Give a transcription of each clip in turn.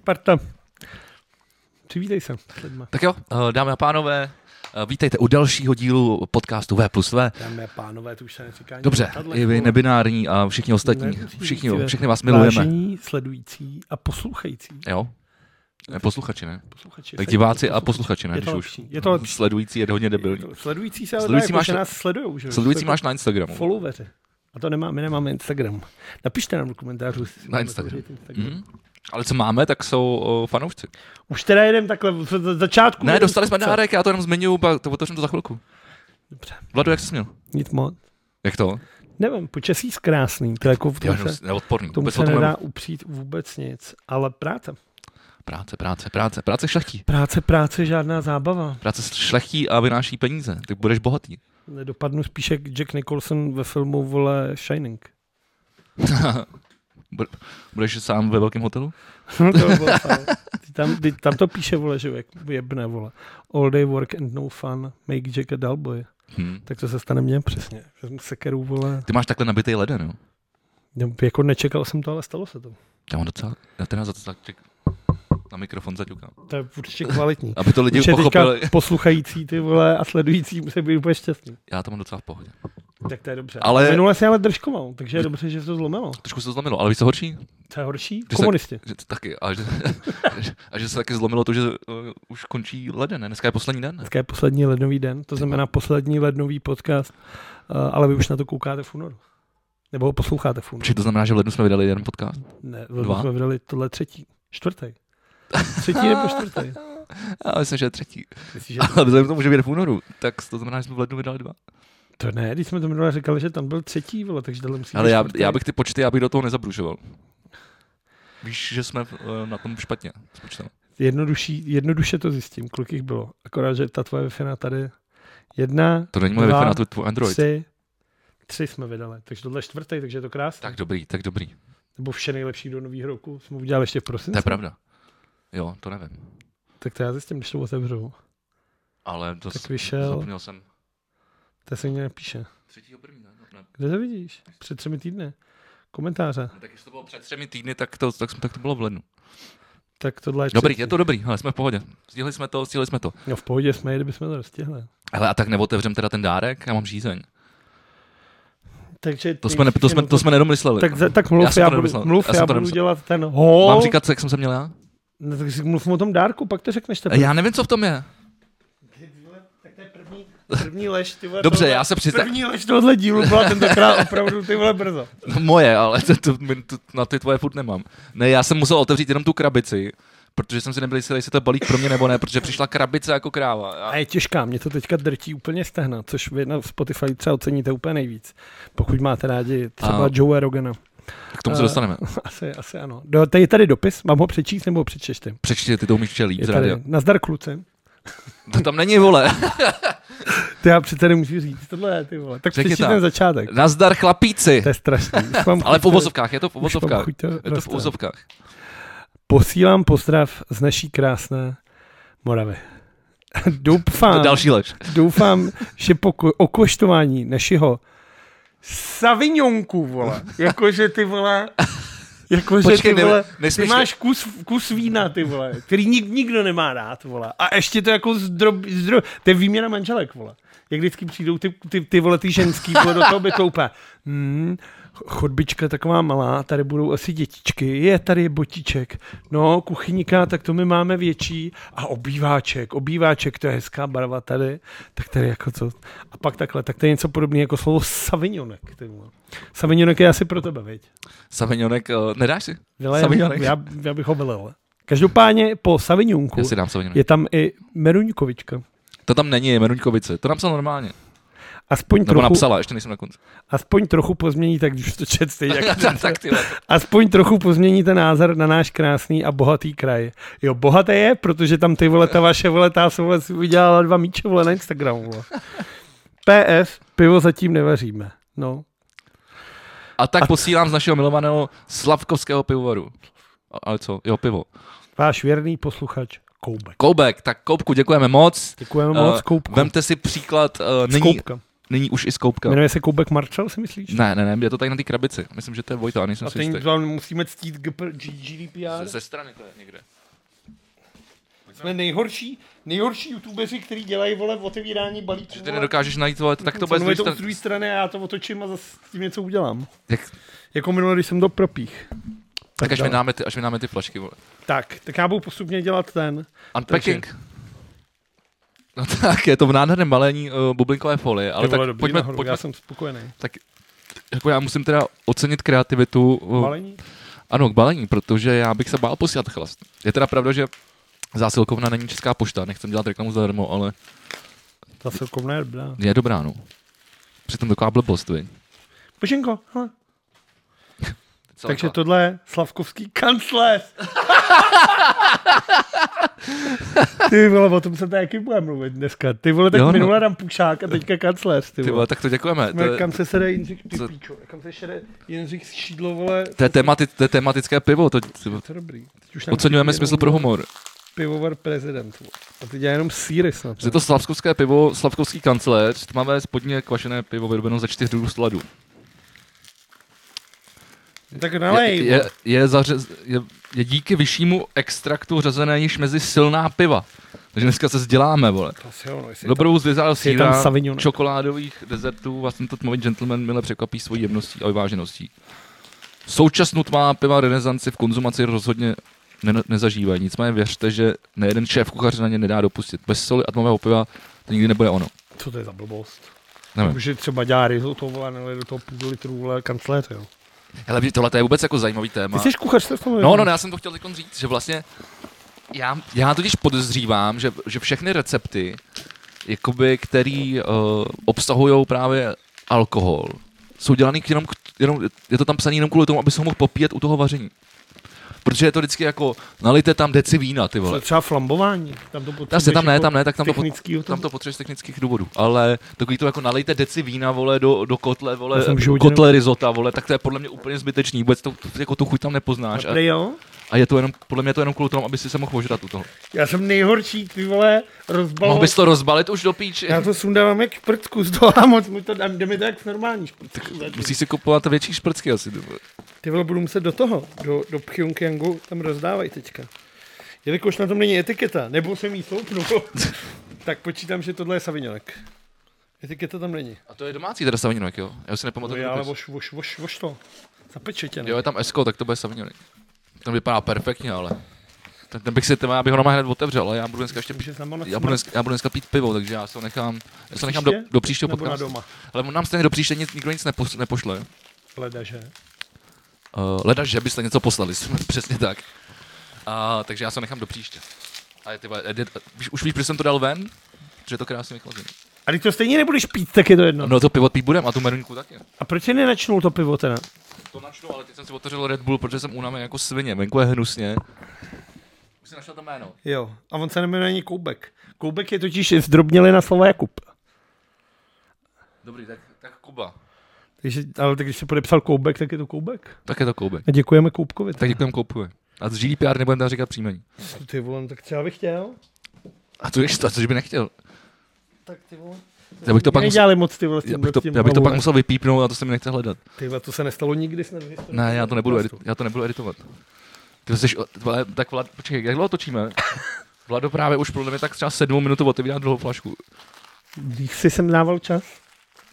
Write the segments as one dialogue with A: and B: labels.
A: Sparta. Přivítej se s lidma.
B: Tak jo, eh, dámy a pánové, eh, vítejte u dalšího dílu podcastu V plus V.
A: Dámy a pánové, to už se neříká. ani
B: Dobře,
A: na tadlech,
B: i vy
A: vole.
B: nebinární a všichni ostatní,
A: Nemusíš říct,
B: všichni,
A: ve-
B: všechny vás milujeme.
A: Vážení, sledující a poslouchající.
B: Jo? Ne, Posluchači, ne?
A: Posluchači,
B: Tak
A: se-
B: diváci a posluchači, ne?
A: Je
B: Když
A: to
B: už
A: lepší, je to lepší.
B: sledující je hodně debilní.
A: Je to- Sledující se ale
B: Sledující
A: sledující máš,
B: máš-
A: nás sledují. Že? jo?
B: Sledující
A: Jsou to
B: máš na Instagramu.
A: Followeři. A to nemá, my nemáme Instagram. Napište nám do komentářů. jestli si
B: Na
A: máme
B: Instagram.
A: tvořit Instagram.
B: Mhm. Ale co máme, tak jsou o, fanoušci.
A: Už teda jedem takhle od od začátku.
B: Ne,
A: jedem
B: dostali jsme
A: z kopce.
B: dárek, já to jenom zmiňuji, pak to otevřím to za chvilku.
A: Dobře,
B: Vladu, jak jsi měl?
A: nic moc.
B: Jak to?
A: Nevím, počasí zkrásný, to jako v
B: Já
A: tom
B: jsem
A: se,
B: neodporný.
A: tomu
B: no, Vůbec
A: se
B: o tom
A: nedá
B: nemám.
A: upřít vůbec nic, ale práce.
B: Práce, práce, práce, práce šlechtí.
A: Práce, práce, žádná zábava.
B: Práce šlechtí a vynáší peníze. Tak budeš bohatý.
A: Dopadnu spíše jak Jack Nicholson ve filmu vole Shining.
B: Bud- Budeš sám ve velkém hotelu?
A: Hm, to by bylo fajn. Ty tam, ty, tam to píše, vole, že jo, jak jebne, vole. All day work and no fun, make Jack a dull boy.
B: Hm.
A: Tak to se stane mně přesně. Vezmu sekeru, vole.
B: Ty máš takhle nabitý leden, jo?
A: No, Jako nečekal jsem to, ale stalo se to.
B: Já mám docela, já teda za to tak ček- na mikrofon zaťukám.
A: To je určitě kvalitní.
B: Aby to lidi
A: Už je teďka
B: pochopili,
A: posluchající ty vole a sledující musí být úplně šťastný.
B: já to mám docela v pohodě.
A: Tak to je dobře.
B: Ale-
A: Minule si ale držkoval, takže je dobře, že se to zlomilo.
B: Trošku se to zlomilo, ale víš co horší?
A: To je horší?
B: se-
A: Komunisti.
B: Že to taky, a že, a že se taky zlomilo to, že uh, už končí leden, ne? Dneska je poslední den, ne?
A: Dneska je poslední lednový den, to znamená poslední lednový podcast, eh, ale vy už na to koukáte v únoru. Nebo ho posloucháte v únoru.
B: Protože to znamená, že v lednu jsme vydali jeden podcast.
A: Ne, lednu
B: Dva.
A: jsme vydali tohle třetí. Čtvrtý. Třetí nebo čtvrtý?
B: Já myslím, že je třetí.
A: Myslíš, že
B: Ale vzhledem k tomu, že vyjde v únoru, tak to znamená, že jsme v lednu vydali dva.
A: to ne, když jsme to minule říkali, že tam byl třetí, vole, takže tohle musí
B: Ale
A: být
B: já,
A: čtvrtý.
B: já bych ty počty, já bych do toho nezabružoval. Víš, že jsme eh, na tom špatně s počtem.
A: Jednodušší, jednoduše to zjistím, kolik jich bylo. Akorát, že ta tvoje wi tady jedna,
B: To není moje
A: Dva,
B: Wi-Fi na tu tvůj Android.
A: tři, tři jsme vydali, takže tohle je čtvrtý, takže je to krásné.
B: Tak dobrý, tak dobrý.
A: Nebo vše nejlepší do nového roku jsme udělali ještě v
B: To
A: prosinci.
B: je pravda. Jo, to nevím.
A: Tak to já zjistím, když to otevřu.
B: Ale to
A: Tak
B: s-
A: vyšel-
B: zapomněl jsem.
A: To se mě nepíše.
B: Třetího první, ne? No, ne?
A: Kde to vidíš? Před třemi týdny. Komentáře.
B: No, tak jestli to bylo před třemi týdny, tak to, tak, jsme- tak to bylo v lednu.
A: Tak tohle je
B: Dobrý,
A: třetí.
B: je to dobrý, ale jsme v pohodě. Stihli jsme to, stihli jsme to.
A: No v pohodě jsme, kdybychom to dostihli.
B: Hele, a tak neotevřem teda ten dárek, já mám žízeň.
A: Takže
B: To jsme, ne, to jsme, to jsme nedomysleli.
A: tak, za- tak
B: Já
A: mluv,
B: jsem
A: já,
B: to
A: budu,
B: nemyslel,
A: mluv,
B: já
A: já,
B: jsem to
A: budu
B: nemyslel.
A: dělat ten ho.
B: Mám říkat, co- jak jsem se měl já?
A: No, tak si mluvím o tom dárku, pak to řekneš teprve.
B: Já nevím, co v tom je.
A: Tak to je první, první lež, ty vole,
B: Dobře,
A: tohle-
B: já se přiznám.
A: První lež tohohle dílu byla tentokrát opravdu ty vole brzo.
B: No Moje, ale to, to, my- to, na ty tvoje furt nemám. Ne, já jsem musel otevřít jenom tu krabici, protože jsem si nebyl jistý, jestli to je balík pro mě nebo ne, protože přišla krabice jako kráva.
A: A
B: Já,
A: je těžká, mě to teďka drtí úplně stehna, což vy na Spotify třeba oceníte úplně nejvíc. Pokud máte rádi třeba
B: A-
A: Joe Rogana.
B: k
A: Eh.
B: tomu se dostaneme.
A: Asi, asi ano. Do, tady je tady dopis, mám ho přečíst nebo ho přečteš ty?
B: Přečti, ty to umíš včera líp
A: Je
B: z
A: tady.
B: rádia.
A: Nazdar kluci.
B: To tam není, vole.
A: To já přece nemůžu říct. Tohle je, ty vole. Tak
B: Řekni
A: přečti
B: tak.
A: ten začátek.
B: Nazdar chlapíci.
A: To je strašný. Už mám
B: Ale
A: chuť
B: v
A: to-
B: uvozovkách, je to v
A: už mám
B: uvozovkách.
A: chuť to
B: Je to v
A: roztrhat.
B: uvozovkách.
A: Posílám pozdrav z naší krásné Moravy.
B: To je
A: doufám,
B: další lež.
A: doufám, že po ko- okoštování našeho Savinionku, vole. Jakože ty vole... Jakože ty
B: Počkej, ne-
A: vole, ty
B: nesmíš-
A: máš kus, kus vína, ty vole, který nik, nikdo nemá rád, vole. A ještě to jako zdrob, zdrob, to je výměna manželek, vole. Jak vždycky přijdou ty, ty, ty vole, ty ženský, vole, do toho by to úplně, hmm, chodbička taková malá, tady budou asi dětičky, je, tady je botiček, no, kuchyníka, tak to my máme větší a obýváček, obýváček, to je hezká barva tady, tak tady jako co, a pak takhle, tak to je něco podobného jako slovo savignonek, ty vole. Savignonek je asi pro tebe, viď?
B: Savignonek, eh, nedáš si?
A: Vile,
B: Savignonek.
A: Já, já bych ho vylil. Každopádně po Savignyonku
B: Já si dám Savignonek.
A: je tam i Meruňkovička.
B: To tam není, je Meruňkovice. To napsal normálně.
A: Aspoň
B: Nebo
A: trochu,
B: napsala, ještě nejsem na konci.
A: aspoň trochu pozmění, tak když to čet stejně, jak
B: tak ty vole.
A: Aspoň trochu pozmění ten názor na náš krásný a bohatý kraj. Jo, bohaté je, protože tam ty vole, ta vaše vole, ta se vole si udělala dva míče vole na Instagramu. Vole. PS, pivo zatím nevaříme. No,
B: A tak posílám z našeho milovaného Slavkovského pivovaru. A- Ale co? Jo, pivo.
A: váš věrný posluchač Koubek.
B: Koubek, tak Koubku děkujeme moc.
A: Děkujeme
B: Eh,
A: moc, Koubku.
B: Vemte si příklad, eh,
A: Z
B: není,
A: Koubka.
B: není už i z Koubka.
A: Jmenuje se Koubek Marcel, si myslíš?
B: Ne, ne, ne, je to tady na té krabici. Myslím, že to je Vojta, a nejsem
A: A
B: si jistý.
A: ten musíme ctít GDPR.
B: Ze, ze strany to je někde.
A: Jsme nejhorší, nejhorší youtubeři, kteří dělají, vole, otevírání balíčků.
B: Že ty nedokážeš najít, vole, tak
A: Co,
B: to bude
A: no, je
B: z
A: to
B: druhé
A: z druhé
B: strany.
A: strany a já to otočím a zase s tím něco udělám.
B: Jak-
A: Jako minule, když jsem to propích.
B: Tak až mi
A: dále.
B: náme ty, až mi náme ty flašky, vole.
A: Tak, tak já budu postupně dělat ten.
B: Unpacking. No tak, je to v nádherném malení uh, bublinkové folie, ale
A: Ty vole,
B: tak
A: dobrý
B: pojďme,
A: nahoru,
B: pojďme,
A: Já jsem spokojený.
B: tak jako já musím teda ocenit kreativitu. Uh,
A: Malení?
B: Ano, k balení, protože já bych se bál posílat chlast. Je teda pravda, že zásilkovna není česká pošta, nechcem dělat reklamu zadarmo, ale
A: Ta silkovna je dobrá.
B: je dobrá, no. Přitom taková blbost, vy.
A: Boženko, hele. Takže tohle je Slavkovský kancléř. ty vole, o tom se taky budeme mluvit dneska. Ty vole, tak
B: Jo, no.
A: jo, minule no. rampušák a teďka kancléř, ty
B: Ty
A: vole.
B: vole, tak to děkujeme. To
A: Jsme,
B: je,
A: kam se sede Jindřich, ty
B: Co-
A: píčo, kam se sede Jindřich Šídlo, vole,
B: to, je temati, to je tematické pivo, to, to
A: to je dobrý. Teď už tam
B: oceňujeme
A: chybí
B: smysl
A: jenom
B: pro humor.
A: Pivovar prezident, vole. A teď já jenom síry snad.
B: Je to slavkovské pivo, slavkovský kancléř, tmavé spodně kvašené pivo vyrobeno ze čtyř druhů sladu.
A: Tak nalej,
B: je,
A: vole.
B: je, je, zařez, je, je, díky vyššímu extraktu řazené již mezi silná piva. Takže dneska se vzděláme, vole.
A: Asi jo, no, jestli
B: Dobrou zvězál
A: je tam
B: síra,
A: Sauvignon.
B: čokoládových dezertů vás tento tmavý gentleman mile překvapí svojí jemností a vyvážeností. Současnou tmá piva renesanci v konzumaci rozhodně ne- nezažívají. Nicméně věřte, že nejeden šéf kuchař na ně nedá dopustit. Bez soli a tmavého piva to nikdy nebude ono.
A: Co to je za blbost?
B: Nevím.
A: Může třeba dělat risotto, vole, nebo do toho půl litru, vole, kancléř, jo.
B: Hele, tohle je vůbec jako zajímavý téma.
A: Ty jsi kuchař, to jsem
B: No, no, no, já jsem to chtěl teď říct, že vlastně já, já totiž podezřívám, že, že všechny recepty, jakoby, který uh, obsahují právě alkohol, jsou dělaný k- jenom, k- jenom, je to tam psané jenom kvůli tomu, aby se ho mohl popíjet u toho vaření. Protože je to vždycky jako, nalijte tam deci vína, ty
A: Ale
B: vole.
A: třeba flambování. Tam to potřebuješ
B: Jasně, tam ne,
A: jako
B: tam ne, tak tam to pot-
A: technickýho
B: Tam to potřebuješ z technických důvodů, ale takový to jako nalijte deci vína, vole, do, do kotle,
A: Já
B: vole,
A: jsem v životě
B: kotle risota, vole, tak to je podle mě úplně zbytečný, vůbec to, jako tu chuť tam nepoznáš.
A: a... jo?
B: A je to jenom, podle mě je to jenom kvůli tomu, aby si se mohl ožrat u toho.
A: Já jsem nejhorší, ty vole, rozbal.
B: Mohl bys to rozbalit už do píči.
A: Já to sundávám jak prcku z toho a moc mi to dám, jde mi to jak normální šprcku.
B: Musíš si kupovat větší šprcky asi.
A: Ty vole, budu muset do toho, do, do Pchjongjangu, tam rozdávají teďka. Jelikož na tom není etiketa, nebo jsem jí sloupnul, tak počítám, že tohle je savignonek. Etiketa tam není.
B: A to je domácí teda savininek, jo? Já už si
A: No
B: nepamatuju.
A: já,
B: jak
A: ale
B: to je.
A: voš, voš, voš, voš to. Zapečetěné.
B: jo, je tam esko, tak to bude savininek. Ten vypadá perfektně, ale. Ten, ten bych si, ten, já bych ho normálně hned otevřel, ale já budu dneska ještě pít,
A: Může znamenat
B: já budu dneska, já budu dneska pít pivo, takže já se ho nechám, já se ho nechám do,
A: Příště?
B: do příštího
A: nebo na
B: podcastu.
A: doma.
B: Ale on nám stejně do příště nic, nikdo nic nepos, nepošle.
A: Ledaže.
B: Uh, leda, že byste něco poslali, přesně tak. A, takže já se ho nechám do příště. A je, ty, vole, jde- víš, už víš, proč jsem to dal ven? Že je to krásně vychlazený.
A: A když to stejně nebudeš pít, tak je to jedno.
B: No to pivo pít budem a tu meruňku taky.
A: A proč je nenačnul to pivo teda?
B: To načnu, ale teď jsem si otevřel Red Bull, protože jsem unavený jako svině. Venku je hnusně. Už jsem našel to jméno.
A: Jo, a on se nemenuje ani Koubek. Koubek je totiž zdrobněli na slova Jakub.
B: Dobrý, tak, tak Kuba.
A: Takže, ale tak když se podepsal Koubek, tak je to Koubek.
B: Tak je to Koubek.
A: A děkujeme Koubkovi.
B: Tak děkujem Koupovi. A z GDPR nebudem tam říkat příjmení.
A: Tak ty vole, no tak třeba bych chtěl.
B: A to ještě, což by nechtěl.
A: Tak ty vole.
B: Já bych to pak musel,
A: Nedělali moc ty vole s tím, prostě
B: já bych to,
A: s tím
B: já bych to pak
A: bavou.
B: musel vypípnout a to se mi nechce hledat.
A: Ty vole, to se nestalo nikdy snad. v historii.
B: Ne, já to nebudu, edit, já to nebudu editovat. Ty jsi, vole, tak Vlad, počkej, jak dlouho točíme? Vlado právě už podle mě tak třeba sedmou minutu otevírá dlouhou flašku.
A: Když jsi sem dával čas?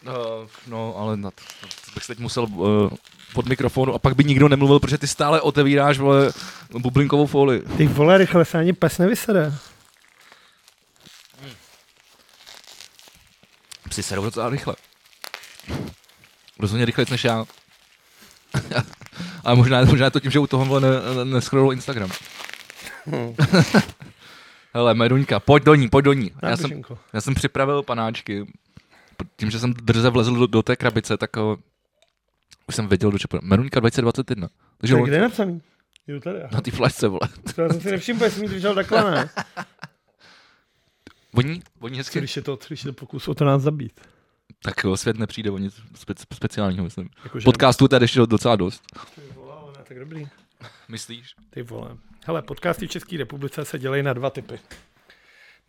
B: Uh, no, ale na to, na to bych se teď musel uh, pod mikrofonu a pak by nikdo nemluvil, protože ty stále otevíráš vole, bublinkovou folii.
A: Ty vole, rychle se ani pes nevysede.
B: Psi se docela rychle. Rozhodně rychleji než já. ale možná, možná je to tím, že u toho vole, ne, ne, neskrolil Instagram. Hele, Meruňka, pojď do ní, pojď do ní. Já jsem,
A: Boženko.
B: já jsem připravil panáčky. P- Tím, že jsem drze vlezl do, do té krabice, tak uh, už jsem věděl, do čeho. půjde. Meruňka 2021. Takže
A: Tak
B: on- No
A: kde je napsaný? Jo, tady. aha.
B: na té flašce, vole.
A: To já jsem si nevšiml, protože jsem ji držel takhle, ne?
B: Voní, voní
A: Co
B: hezky.
A: když je to, když je to pokus o to nás zabít?
B: Tak jo, svět nepřijde o nic speci- speciálního, myslím.
A: Jakože,
B: Podcastů tady ještě docela dost.
A: Jako Ty vole, ona je tak dobrý.
B: Myslíš?
A: Ty vole. Hele, podcasty v České republice se dělají na dva typy.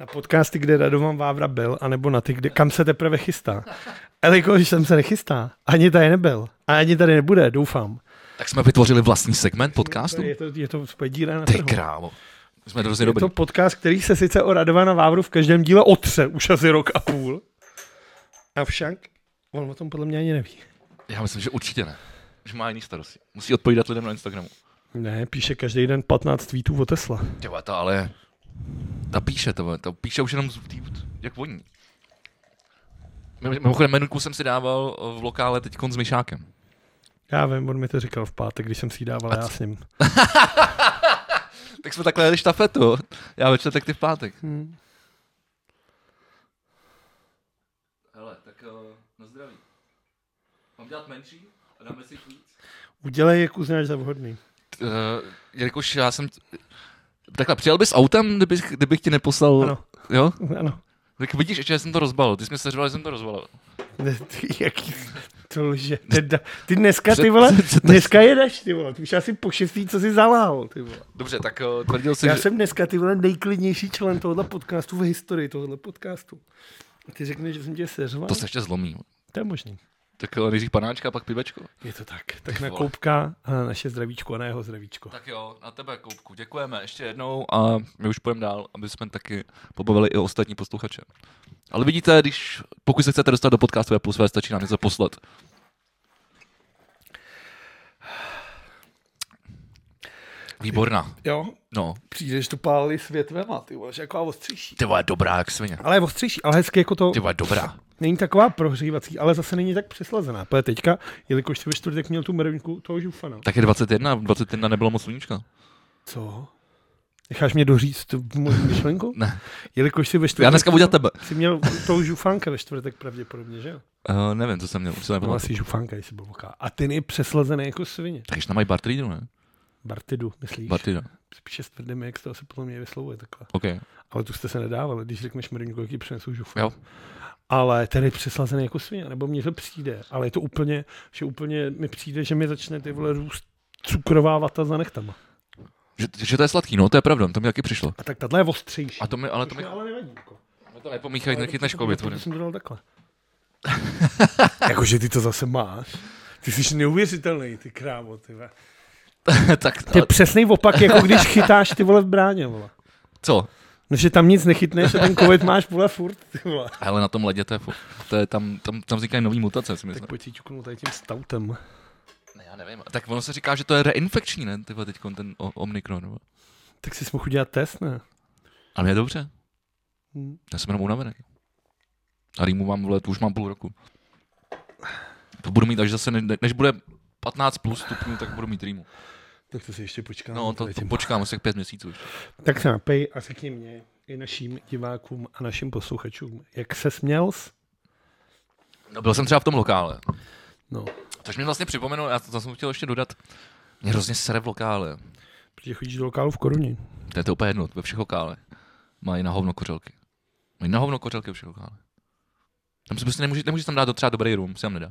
A: Na podcasty, kde Radovan Vávra byl, anebo na ty, kde, kam se teprve chystá. Elikož jsem se nechystá. Ani tady nebyl. A ani tady nebude, doufám.
B: Tak jsme vytvořili vlastní segment podcastu.
A: Je to, je to spodíra na
B: Ty
A: trhu.
B: krávo. My jsme hrozně
A: Je
B: dobrý.
A: to podcast, který se sice o Radovana Vávru v každém díle otře už asi rok a půl. Avšak on o tom podle mě ani neví.
B: Já myslím, že určitě ne. Že má jiný starosti. Musí odpovídat lidem na Instagramu.
A: Ne, píše každý den 15 tweetů o Tesla.
B: Ty vole, ta ale... Ta píše, to, vole, ta píše už jenom z tý, jak voní. Mimo- Mimochodem, menuku jsem si dával eh, v lokále teď s Myšákem.
A: Já vím, on mi to říkal v pátek, když jsem si ji dával, já s ním.
B: Tak jsme takhle jeli štafetu. Já ve čtvrtek, ty v pátek.
A: Hmm.
B: Hele, tak eh, na zdraví. Mám dělat menší a dáme si víc?
A: Udělej, jak uznáš za vhodný.
B: Uh, jelikož já jsem... Takhle, přijel bys autem, kdybych, kdybych ti neposlal...
A: Ano.
B: Jo?
A: Ano.
B: Tak vidíš, ještě já jsem to rozbalil. Ty jsi mě seřval, že jsem to rozbalil.
A: Ne, Ty, jaký to lže. Teda, ty dneska, ty
B: Před-
A: vole,
B: před-
A: dneska jedeš, ty vole. Ty už asi po šestý, co jsi zalál, ty vole.
B: Dobře, tak uh, tvrdil jsi,
A: Já
B: že...
A: jsem dneska, ty vole, nejklidnější člen tohohle podcastu v historii tohohle podcastu. A ty řekneš, že jsem tě seřval?
B: To se ještě zlomí.
A: to je možný.
B: Tak eh, nejdřív panáčka, pak pivečko.
A: Je to tak. Tak na
B: vole.
A: koupka a na naše zdravíčko a na jeho zdravíčko.
B: Tak jo, na tebe, Koupku, děkujeme ještě jednou a my už půjdeme dál, aby jsme taky pobavili i ostatní posluchače. Ale vidíte, když, pokud se chcete dostat do podcastu Apple své, stačí nám něco poslat. Výborná.
A: Jo,
B: No,
A: přijdeš to pálí světvema, ty vole, že jako a ostřejší.
B: ty vole, dobrá jak svině.
A: Ale je ostřejší, ale hezky jako to
B: Ty vole, dobrá.
A: není taková prohřívací, ale zase není tak přeslazená. Protože teďka, jelikož jsi ve čtvrtek měl tu mrvinku toho žufana.
B: Tak je 21, 21 nebylo moc sluníčka.
A: Co? Necháš mě doříct tu moji myšlenku?
B: Ne.
A: Jelikož jsi ve čtvrtek...
B: Já dneska budu dělat tebe.
A: Jsi měl toho žufánka ve čtvrtek pravděpodobně, že jo?
B: Uh, nevím, co jsem měl, už se
A: No
B: nepamatuju.
A: asi žufánka, jestli byl voká. A ten je přeslazený jako svině.
B: Tak ještě tam mají Bartridu, ne?
A: Bartidu, myslíš?
B: Bartrida,
A: Píše s tvrdým, jak to asi podle mě vyslovuje takhle.
B: OK.
A: Ale tu jste se nedávali, když řekneš Mrňku, jaký přinesou žufu.
B: Jo.
A: Ale ten je přeslazený jako svině, nebo mně to přijde. Ale je to úplně, že úplně mi přijde, že mi začne ty vole růst cukrová vata za nechtama.
B: Že, že, to je sladký, no to je pravda, to mi taky přišlo.
A: A tak tahle je ostřejší.
B: A to mi, ale to
A: Což
B: mi,
A: ale nevadí. jako.
B: mi to nepomíchají,
A: Ale
B: nechytneš
A: to-
B: koby,
A: to- to
B: tvrdě.
A: jsem to dal takhle. Jakože ty to zase máš. Ty jsi neuvěřitelný, ty krávo, ty vole.
B: tak,
A: To je
B: ale,
A: přesný opak, jako když chytáš ty vole v bráně, vole.
B: co?
A: No, že tam nic nechytneš a ten covid máš, vole, furt, ty vole.
B: Ale na tom ledě to je, fu- to je tam, tam, tam vznikají nový mutace, si myslím.
A: Tak pojď si čuknout tady tím stoutem.
B: Ne, já nevím. Tak ono se říká, že to je reinfekční, ne? Tyhle teď ten o, Omikron. nebo-
A: Tak si mohl udělat test, ne?
B: Ale je dobře.
A: Hm.
B: Já jsem jenom unavený. A rýmu mám, vole, tu už mám půl roku. To budu mít až zase, ne, než bude 15 plus stupňů, tak budu mít rýmu.
A: Tak to si ještě počkám.
B: No, to, to počkám asi tak pět měsíců. Ještě.
A: Tak se napej a řekni mě i našim divákům a našim posluchačům, jak se směl
B: No, byl jsem třeba v tom lokále.
A: No,
B: Což mě vlastně připomenulo, já to, to jsem chtěl ještě dodat. Mě hrozně sere v lokále.
A: protože chodíš do lokálu v koruně.
B: To je to úplně jedno, ve všech lokálech. Mají na hovno kořelky. Mají na hovno kořelky ve všech lokálech. Tam si prostě nemůžeš, nemůžeš tam dát do třeba dobrý room, si tam nedá.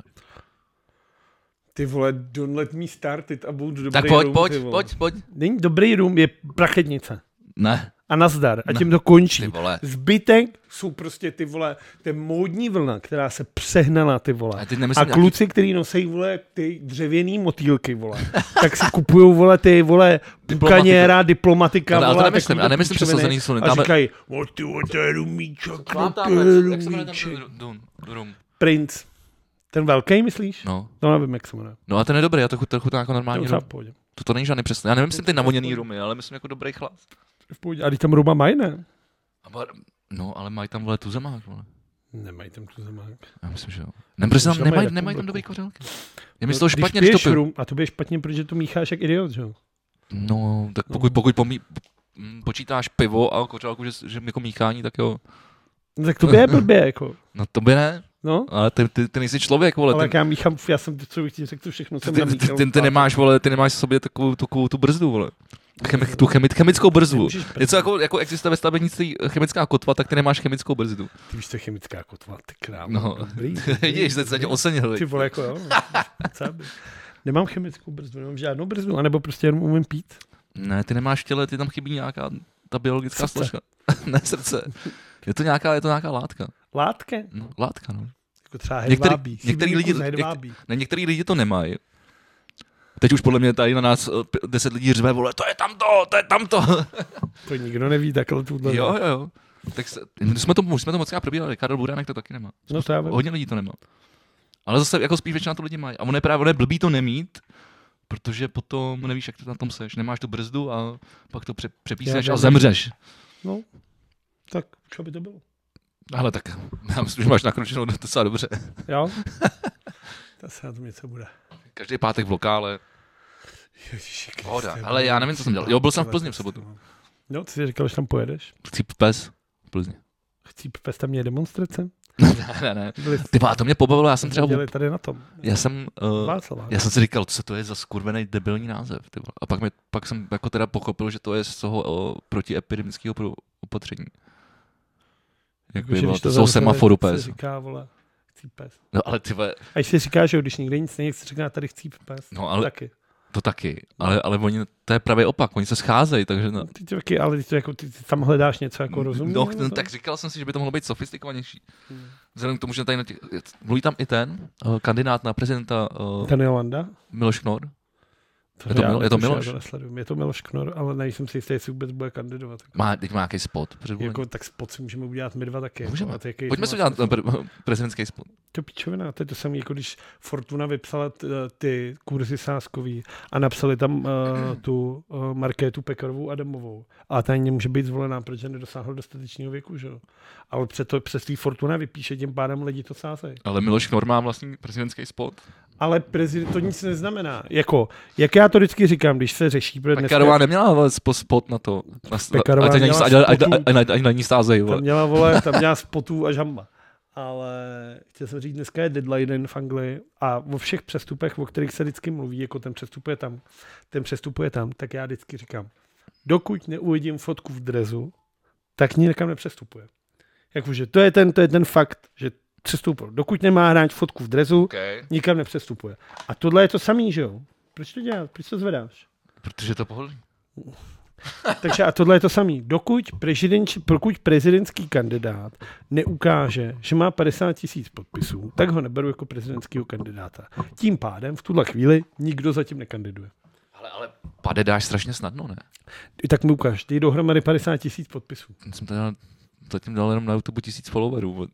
A: Ty vole, don't let me start it about dobrý
B: Tak pojď,
A: room,
B: pojď,
A: ty vole.
B: pojď, pojď.
A: Není dobrý room, je prachetnice.
B: Ne,
A: A nazdar. A tím to končí.
B: ty vole.
A: Zbytek jsou prostě ty vole, to je módní vlna, která se přehnala ty vole.
B: A teď nemyslím
A: a
B: nějaký-
A: kluci, který nosí vole ty dřevěný motýlky vole, tak si kupují vole ty vole bukaněra, diplomatika,
B: Ale- ale to
A: vole,
B: nemyslím,
A: takový
B: a nemyslím
A: píčoviny
B: přesazený slony,
A: A
B: dáme-
A: říkají, o ty vole, to je rumíček, no,
B: Mám
A: to
B: tam,
A: je
B: jak se jmenuje tam
A: rumíček.
B: ten room, room?
A: Prince. Ten velký, myslíš?
B: No.
A: No, nevím, jak se jmenuje.
B: no a ten je dobrý, já to chutná, chutná jako
A: To je
B: normální
A: docela
B: room.
A: v pohodě.
B: To, to není žádný přesný. Já nevím, jestli ty navoněný rumy, ale myslím jako dobrý chlap.
A: V pohodě. A když tam Ruba mají, ne?
B: A bar- No, ale mají tam vole tu zemák, vole.
A: Nemají tam tu zemák.
B: Já myslím, že jo. Ne, prostě tam
A: Možná mají
B: nemají,
A: takovou
B: nemají tam
A: velkou.
B: dobrý kořelky. Je mi z toho
A: No, když
B: špatně,
A: piješ
B: když to piju.
A: rum, A to je špatně, protože to mícháš jak idiot, že jo?
B: No, tak pokud, pokud pomí, m, počítáš pivo a kořálku, že, že jako míchání, tak jo.
A: No, tak to je blbě, jako.
B: No to by ne,
A: No,
B: ale ty, ty, ty nejsi člověk, vole.
A: ale
B: Ale
A: jak já míchám, já jsem to, co bych ti řekl, to všechno
B: ty,
A: jsem
B: ty, ty,
A: namíchal.
B: ty, ty, ty, nemáš, vole, ty nemáš v sobě takovou, takovou tu brzdu, vole. Chemi, tu chemi, chemickou brzdu.
A: Nemůžeš brzdit.
B: Něco jako, jako existuje ve stavebnictví chemická kotva, tak ty nemáš chemickou brzdu.
A: Ty víš, to je chemická kotva, ty krávo.
B: No.
A: Dobrý,
B: Vidíš, teď se tě osenil.
A: Ty
B: viď?
A: vole, jako jo. docela by- Nemám chemickou brzdu, nemám žádnou brzdu, anebo prostě jenom umím pít.
B: Ne, ty nemáš v těle, ty tam chybí nějaká ta biologická
A: Srdce.
B: složka. ne srdce. Je to nějaká, je to nějaká látka.
A: Látke,
B: No, látka, no.
A: jako třeba
B: Některý-
A: hedvábí.
B: některý lidi-
A: Hedvábí.
B: Ne, některý lidi to nemají. Teď už podle mě tady na nás eh, p- deset lidí řve, vole, to je tamto, to je tamto.
A: To nikdo neví, takhle tuhle.
B: jo, jo, jo. Tak se, my jsme to, už jsme to moc krát probírali, Karel Buránek to taky nemá.
A: No právě.
B: Hodně lidí to nemá. Ale zase jako spíš většina to lidi mají. A ono je právě ono je blbý to nemít, protože potom nevíš, jak to na tom seš. Nemáš tu brzdu a pak to pře- přepísneš
A: Já
B: a
A: vím.
B: zemřeš.
A: No, tak co by to bylo?
B: Ale tak, já myslím, že máš nakročenou docela dobře.
A: Jo? to se na tom něco bude.
B: Každý pátek v lokále.
A: Ježiši, Kriste,
B: Pohoda,
A: bro.
B: ale já nevím, co jsem dělal. Jo, byl jsem v Plzni v sobotu.
A: No, ty jsi říkal, že tam pojedeš?
B: Chcíp pes. v Plzni.
A: Chcí pes tam mě demonstrace?
B: Ne, ne, ne.
A: Byli
B: Ty vole, a to mě pobavilo, já jsem třeba,
A: dělali tady na tom.
B: já jsem, uh,
A: Václavák.
B: já jsem si říkal, co to je za skurvený debilní název. Ty vole. A pak, mě, pak jsem jako teda pochopil, že to je z toho uh, protiepidemického pro- opatření. Jak by
A: Jakože, Jako,
B: bylo,
A: když
B: to jsou
A: zavřeli,
B: semaforu
A: se
B: pes.
A: říká, vole, chcí pes.
B: No ale ty vole,
A: A když si říká, že jo, když nikde nic není, tak se říká, tady chcí pes.
B: No, ale-
A: Taky.
B: to taky, ale, ale oni, to je pravý opak, oni se scházejí, takže no,
A: No, Ty, to taky, ale ty, to jako, ty, ty tam hledáš něco jako rozumného.
B: No, no, tak říkal jsem si, že by to mohlo být sofistikovanější.
A: Hmm.
B: Vzhledem k tomu, že tady na těch, mluví tam i ten uh, kandidát na prezidenta uh,
A: Daniel Landa?
B: Miloš Knor.
A: To
B: Je to
A: já
B: Mil- je to
A: už já
B: Miloš?
A: nesleduju. Je to Miloš Knor, ale nejsem si jistý, jestli vůbec bude kandidovat.
B: Má, teď má nějaký spot před
A: Jako, tak spod si můžeme udělat my dva taky.
B: Můžeme.
A: Jako, a ty, jaký
B: Pojďme
A: to
B: si
A: má
B: udělat eh, pre- prezidentský spot.
A: To pičovina, to je to samé, jako když Fortuna vypsala t- eh, ty kurzy sáskový a napsali tam uh, tu uh, Markétu Pekarovou Adamovou. A ta nemůže být zvolená, protože nedosáhla dostatečného věku, že jo. Ale přesto přes tý Fortuna vypíše, tím pádem lidi to sázejí.
B: Ale Miloš Knor má vlastní prezidentský spot.
A: Ale prezident to nic neznamená. Jako, jak já to vždycky říkám, když se řeší, protože dneska
B: Pekarová neměla ale spo- spot na to. Na, s-
A: Pekarová
B: ať na ní
A: měla
B: s- ať- ať-
A: spotů.
B: ať- ať- ať na ní stázejí. vole.
A: tam měla, vole, tam měla spotů až hamba. Ale chtěl jsem říct, dneska je deadline den v Anglii a o všech přestupech, o kterých se vždycky mluví, jako ten přestupuje tam, ten přestupuje tam, tak já vždycky říkám, dokud neuvidím fotku v drezu, tak nikam nepřestupuje. Jakože to je ten, to je ten fakt, že přestoupil. Dokud nemá hráč fotku v drezu,
B: Okay.
A: nikam nepřestupuje. A tohle je to samý, že jo? Proč to děláš? Proč to zvedáš?
B: Protože to pohodlí.
A: Takže a tohle je to samý. Dokud, prezident, pokud prezidentský kandidát neukáže, že má 50 tisíc podpisů, tak ho neberu jako prezidentského kandidáta. Tím pádem v tuhle chvíli nikdo zatím nekandiduje.
B: Ale, ale pade dáš strašně snadno, ne?
A: I tak mi ukáž, ty dohromady 50 tisíc podpisů.
B: Já jsem teda zatím dal jenom na YouTube tisíc followerů.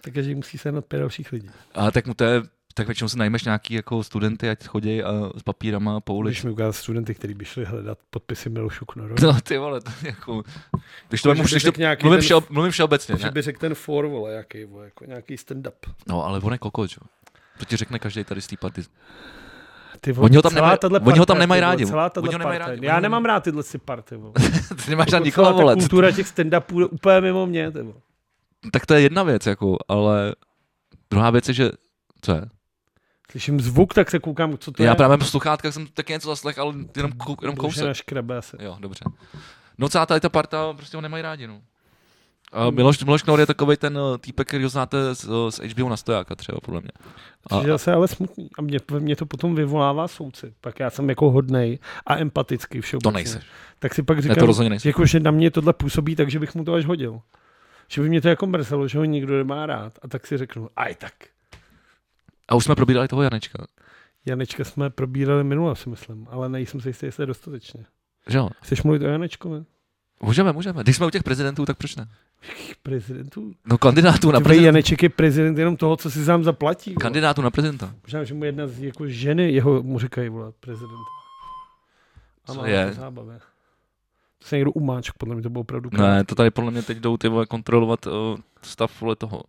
A: Takže musí se jednat pět dalších lidí.
B: A tak mu to je, tak většinou si najmeš nějaký jako studenty, ať chodí a s papírama po
A: Když
B: ulici.
A: mi ukáž studenty, kteří by šli hledat podpisy Milošu Knorovi.
B: No ty vole, to je jako... Když
A: Když
B: to vemu,
A: by
B: když to,
A: řekl nějaký
B: mluvím,
A: ten-
B: všeob, mluvím všeobecně,
A: Že
B: ne?
A: by řekl ten for, vole, jaký, vole, jako nějaký stand-up.
B: No, ale on je kokot, jo. To ti řekne každý tady z té party.
A: Ty
B: Oni ho tam
A: celá
B: nemají-
A: tahle
B: oni ho tam
A: parta,
B: nemají
A: ty vole,
B: rádi,
A: Celá
B: oni
A: tahle
B: ho nemají
A: parta.
B: rádi,
A: Já
B: oni-
A: nemám rád tyhle si party, vole.
B: Ty nemáš tam
A: Jako
B: nikoho,
A: celá ta
B: vole. co-
A: kultura těch stand-upů je úplně mimo mě. Tebo.
B: Tak to je jedna věc, jako, ale druhá věc je, že co je?
A: Slyším zvuk, tak se koukám, co to
B: já
A: je.
B: právě po sluchátkách jsem taky něco zaslech, ale jenom, kou, jenom
A: Bože,
B: kousek.
A: na škrabe se.
B: Jo, dobře. No celá tady ta parta, prostě ho nemají rádi, no. A Miloš, Miloš Knor je takový ten eh, týpek, který ho znáte z, eh, z HBO na stojáka třeba, podle mě. A,
A: Což je zase ale smutný. A mě, mě to potom vyvolává soucit. Pak já jsem jako hodnej a empatický
B: to
A: všeobecně.
B: nejseš.
A: Tak si pak
B: Ne,
A: říkám,
B: to rozhodně nejseš.
A: jako, že na mě tohle působí, takže bych mu to až hodil. Že by mě to jako mrzelo, že ho nikdo nemá rád. A tak si řeknu, aj tak.
B: A už jsme probírali toho Janečka.
A: Janečka jsme probírali minule, si myslím, ale nejsem si jistý, jestli je dostatečně.
B: Že jo?
A: Chceš mluvit o Janečkovi?
B: Můžeme, můžeme. Když jsme u těch prezidentů, tak proč ne?
A: Jakých Prezidentů?
B: No kandidátů na
A: Ty vole,
B: prezidenta.
A: Janeček je prezident jenom toho, co si sám zaplatí. vole.
B: Kandidátů na prezidenta.
A: Možná, že mu jedna z jako ženy jeho mu říkají volat prezident.
B: Co
A: má
B: je?
A: To zábavě. To se někdo umáčk, podle mě to bylo opravdu
B: Ne, to tady podle mě teď jdou ty vole kontrolovat eh, stav vole toho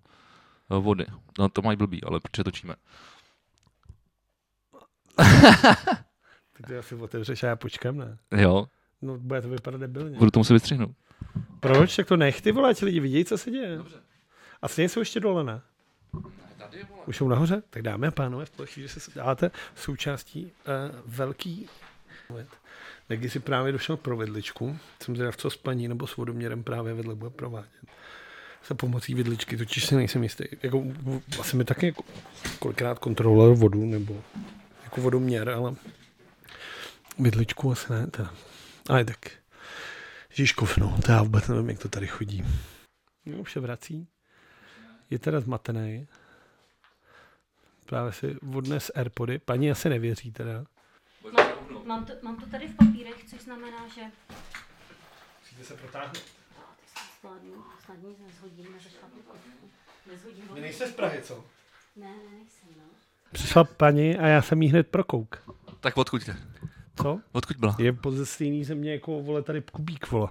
B: eh, vody. No to mají blbý, ale protože točíme.
A: Tak to asi otevřeš a já počkám, ne?
B: Jo,
A: No, bude to vypadat debilně.
B: budu to muset vystřihnout.
A: Proč? Tak to nech ty volat, lidi vidějí, co se děje. Dobře. A stejně jsou ještě dole, ne? Už jsou nahoře? Tak dáme, pánové, v ploší, že se dáte součástí uh, velký Negy si právě došel pro vedličku. Jsem zvědav, co s paní nebo s vodoměrem právě vedle bude provádět. Za pomocí vidličky, totiž si nejsem jistý. Jako, v- asi mi taky jako, kolikrát kontroloval vodu nebo jako vodoměr, ale vidličku asi ne. Teda. Ale tak. Žižkov, no, to já vůbec nevím, jak to tady chodí. No, už se vrací. Je teda zmatený. Právě si odnes Airpody. Paní asi nevěří teda.
C: Mám, mám, to, mám to tady v papírech, což znamená, že
A: Přijde se protáhnout.
C: Já to snad zvládnu, snad nic nezhodím, nezašlapnu kotku. Nezhodím ho.
A: nejste z Prahy, co?
C: Ne, ne, nejsem, no.
A: Přišla paní a já jsem jí hned prokouk.
B: Tak odkud,
A: Co?
B: odkud byla?
A: Je ze stejný země jako, vole, tady Kubík, vole.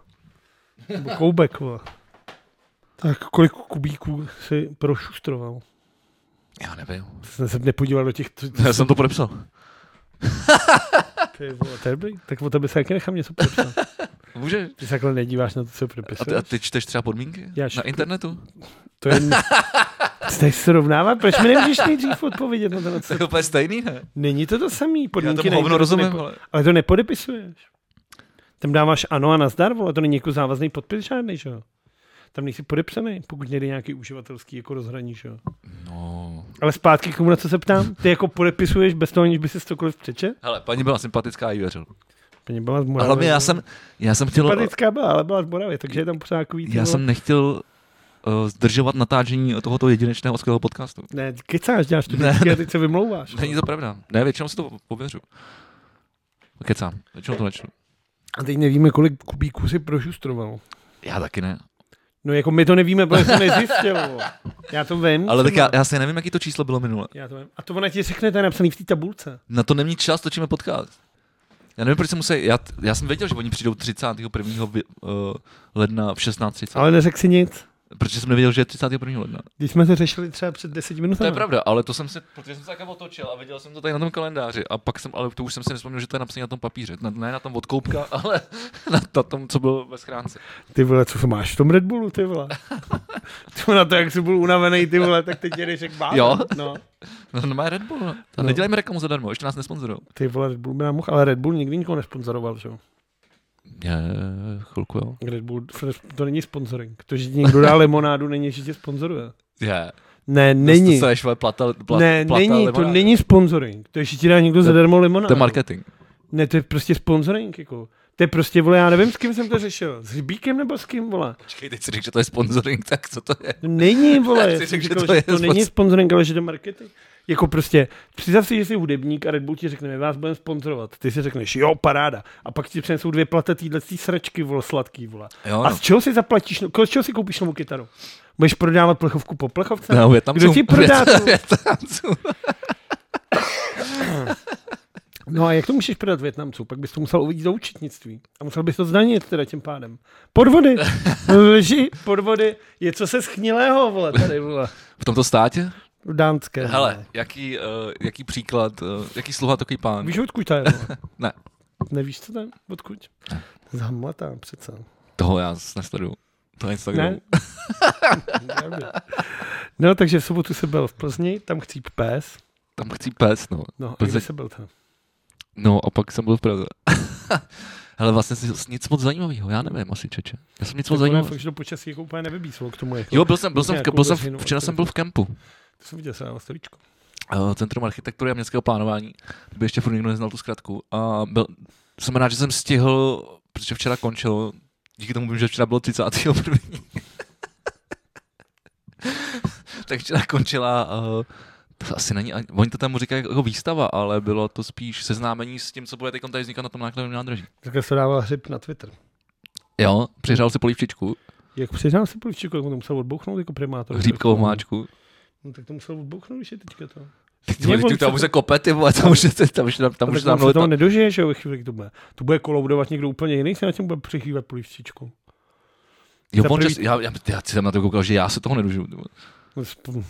A: Nebo Koubek, vole. Tak kolik kubíků si prošustroval?
B: Já nevím.
A: To Jsem se nepodíval do těch... t-
B: Já jsem to podepsal.
A: Ty vole, to je dobrý. Tak o tebe se taky nechám něco podepsat.
B: Může?
A: Ty se takhle nedíváš na to, co
B: A ty, a
A: propisuješ.
B: ty čteš třeba podmínky?
A: Já
B: Na
A: šupu.
B: internetu?
A: To je... Jste srovnávat? Proč mi nemůžeš nejdřív odpovědět na tohle?
B: To je úplně stejný, ne?
A: Není to to samý.
B: Já
A: Podmínky
B: tomu hovno
A: nejsou-
B: rozumím,
A: nepo-
B: ale...
A: Ale to nepodepisuješ. Tam dáváš ano a nazdar, vole, to není jako závazný podpis žádný, že jo? Tam nejsi podepsaný, pokud nejde nějaký uživatelský jako rozhraní, že jo?
B: No.
A: Ale zpátky k tomu, na co se ptám, ty jako podepisuješ bez toho, aniž by si cokoliv přečet?
B: Hele, paní byla sympatická, já jí věřil.
A: Paní byla z
B: A
A: Moravy.
B: hlavně já jsem, já jsem chtěl,
A: Sympatická byla, ale byla z Moravy, takže je tam pořád takový... ty
B: já
A: vole-
B: jsem nechtěl uh, zdržovat natáčení tohoto jedinečného skvělého podcastu.
A: Ne, kecáš, děláš to
B: Ne,
A: vždycky a teď se vymlouváš.
B: Není to pravda. Ne, většinou si to pověřu. Kecám, většinou to nečtu.
A: A teď nevíme, kolik kubíků si prošustroval.
B: Já taky ne.
A: No jako my to nevíme, protože jsem nezjistil. vole. Já to vím.
B: Ale tak
A: třeba.
B: já, já si nevím, jaký to číslo bylo minule.
A: Já to vím. A to ona ti řekne, to je napsaný v té tabulce.
B: Na to není čas, točíme podcast. Já nevím, proč jsem musel, já, já jsem věděl, že oni přijdou 31. Vy, uh, ledna v 16.30,
A: Ale neřekl si nic.
B: protože jsem nevěděl, že je 31. ledna.
A: Když jsme to řešili třeba před 10
B: To
A: minutami.
B: je pravda, ale to jsem se, protože jsem se také otočil a viděl jsem to tady na tom kalendáři a pak jsem, ale to už jsem si nespomněl, že to je napsané na tom papíře, na, ne na tom od koupka, ale na, na tom, co bylo ve schránce.
A: Ty vole, co máš v tom Red Bullu, ty vole. to na to, jak jsi byl unavený, ty vole, tak teď jedeš jak bába.
B: Jo.
A: No.
B: No, no má Red Bull, no. A
A: No.
B: nedělejme reklamu zadarmo, ještě nás nesponzorujou.
A: Ty vole, Red Bull by nám mohl, ale Red Bull nikdy nikoho nesponzoroval, že jo.
B: Je, chvilku jo.
A: Red Bull, to není sponsoring. To, že ti někdo dá limonádu, není, že tě sponzoruje.
B: Je.
A: Ne, není.
B: To se šve plata, plata,
A: Ne,
B: plata
A: není, to
B: limonáda.
A: není sponsoring. To je, že ti dá někdo zadarmo limonádu.
B: To je marketing.
A: Ne, to je prostě sponsoring, jako. To je prostě, vole, já nevím, s kým jsem to řešil. S Hřibíkem nebo s kým, vole?
B: Počkej, teď si řekl, že to je sponsoring, tak co to je?
A: No Není, vole,
B: Já
A: já
B: si
A: jsem říkal,
B: řekl,
A: že to, je to
B: sponsor-
A: není sponsoring, ale že to je marketing. Jako prostě, představ si, že jsi hudebník a Red Bull ti řekne, my vás budeme sponzorovat. Ty si řekneš, jo, paráda. A pak ti přinesou dvě plate týhle tý sračky, vole, sladký, vole.
B: Jo,
A: A
B: no.
A: z čeho si zaplatíš, no, z čeho si koupíš novou kytaru? Budeš prodávat plechovku po plechovce?
B: No, Větnamcům.
A: Kdo ti prodá
B: Vět-
A: tu-
B: Větnamcům.
A: No a jak to můžeš prodat Větnamcům? Pak bys to musel uvidít do účetnictví. A musel bys to zdanit teda tím pádem. Podvody, No, lži, podvody, je co se schnilého, vole, tady, vole.
B: V tomto státě?
A: V dánské.
B: Hele,
A: vole.
B: jaký, uh, jaký příklad, uh, jaký sluha, takový pán?
A: Víš, odkud to je, vole?
B: Ne,
A: Nevíš, co tam? Odkud? Z Hamlata přece.
B: toho já s- nesleduju. To je Instagram.
A: Ne? no, takže v sobotu se byl v Plzni, tam chcíp pes.
B: Tam chci pes, no.
A: No, a
B: Plzeň.
A: kde se byl tam?
B: No a pak jsem byl v Praze. Hele, vlastně si nic moc zajímavého, já nevím asi čeče. Já jsem nic moc
A: Ono je
B: zajímavého.
A: fakt, že to počasí jako úplně nevybíslo k tomu. Jako,
B: Jo, byl jsem, byl jsem, v,
A: Nějakou
B: byl jsem,
A: veřejnou
B: v- včera jsem byl v kempu.
A: To jsem viděl, se dával stolíčko.
B: eh, Centrum architektury a městského plánování, kdyby ještě furt nikdo neznal tu zkratku. A byl, jsem rád, že jsem stihl, protože včera končilo, díky tomu vím, že včera bylo 31. tak včera končila, eh, to asi není, ani- oni to tam říkají jako výstava, ale bylo to spíš seznámení s tím, co bude teď tady vznikat na tom nákladovém nádraží.
A: Takhle se dával hřib na Twitter.
B: Jo, přihřál si polívčičku,
A: Jak přiznám se Polivčíku, jak mu to musel odbouchnout jako primátor.
B: hříbkovou máčku.
A: No, tak to musel odbouchnout, když je teďka to.
B: Teď ty
A: Ne,
B: vole,
A: on
B: ty tam
A: se-
B: už se kope, ty vole, tam už, tam už, tam, tam
A: Tam
B: už
A: už tam
B: tam,
A: se toho
B: tam,
A: nedožije, že jo, ve chvíli, kdy to bude. To bude koloudovat někdo úplně jiný, se na tím bude přechývat polivčičku.
B: jo,
A: za
B: on,
A: prvý-
B: čas- já, já, já, jsem na to koukal, že já se toho nedožiju. ty vole.
A: No,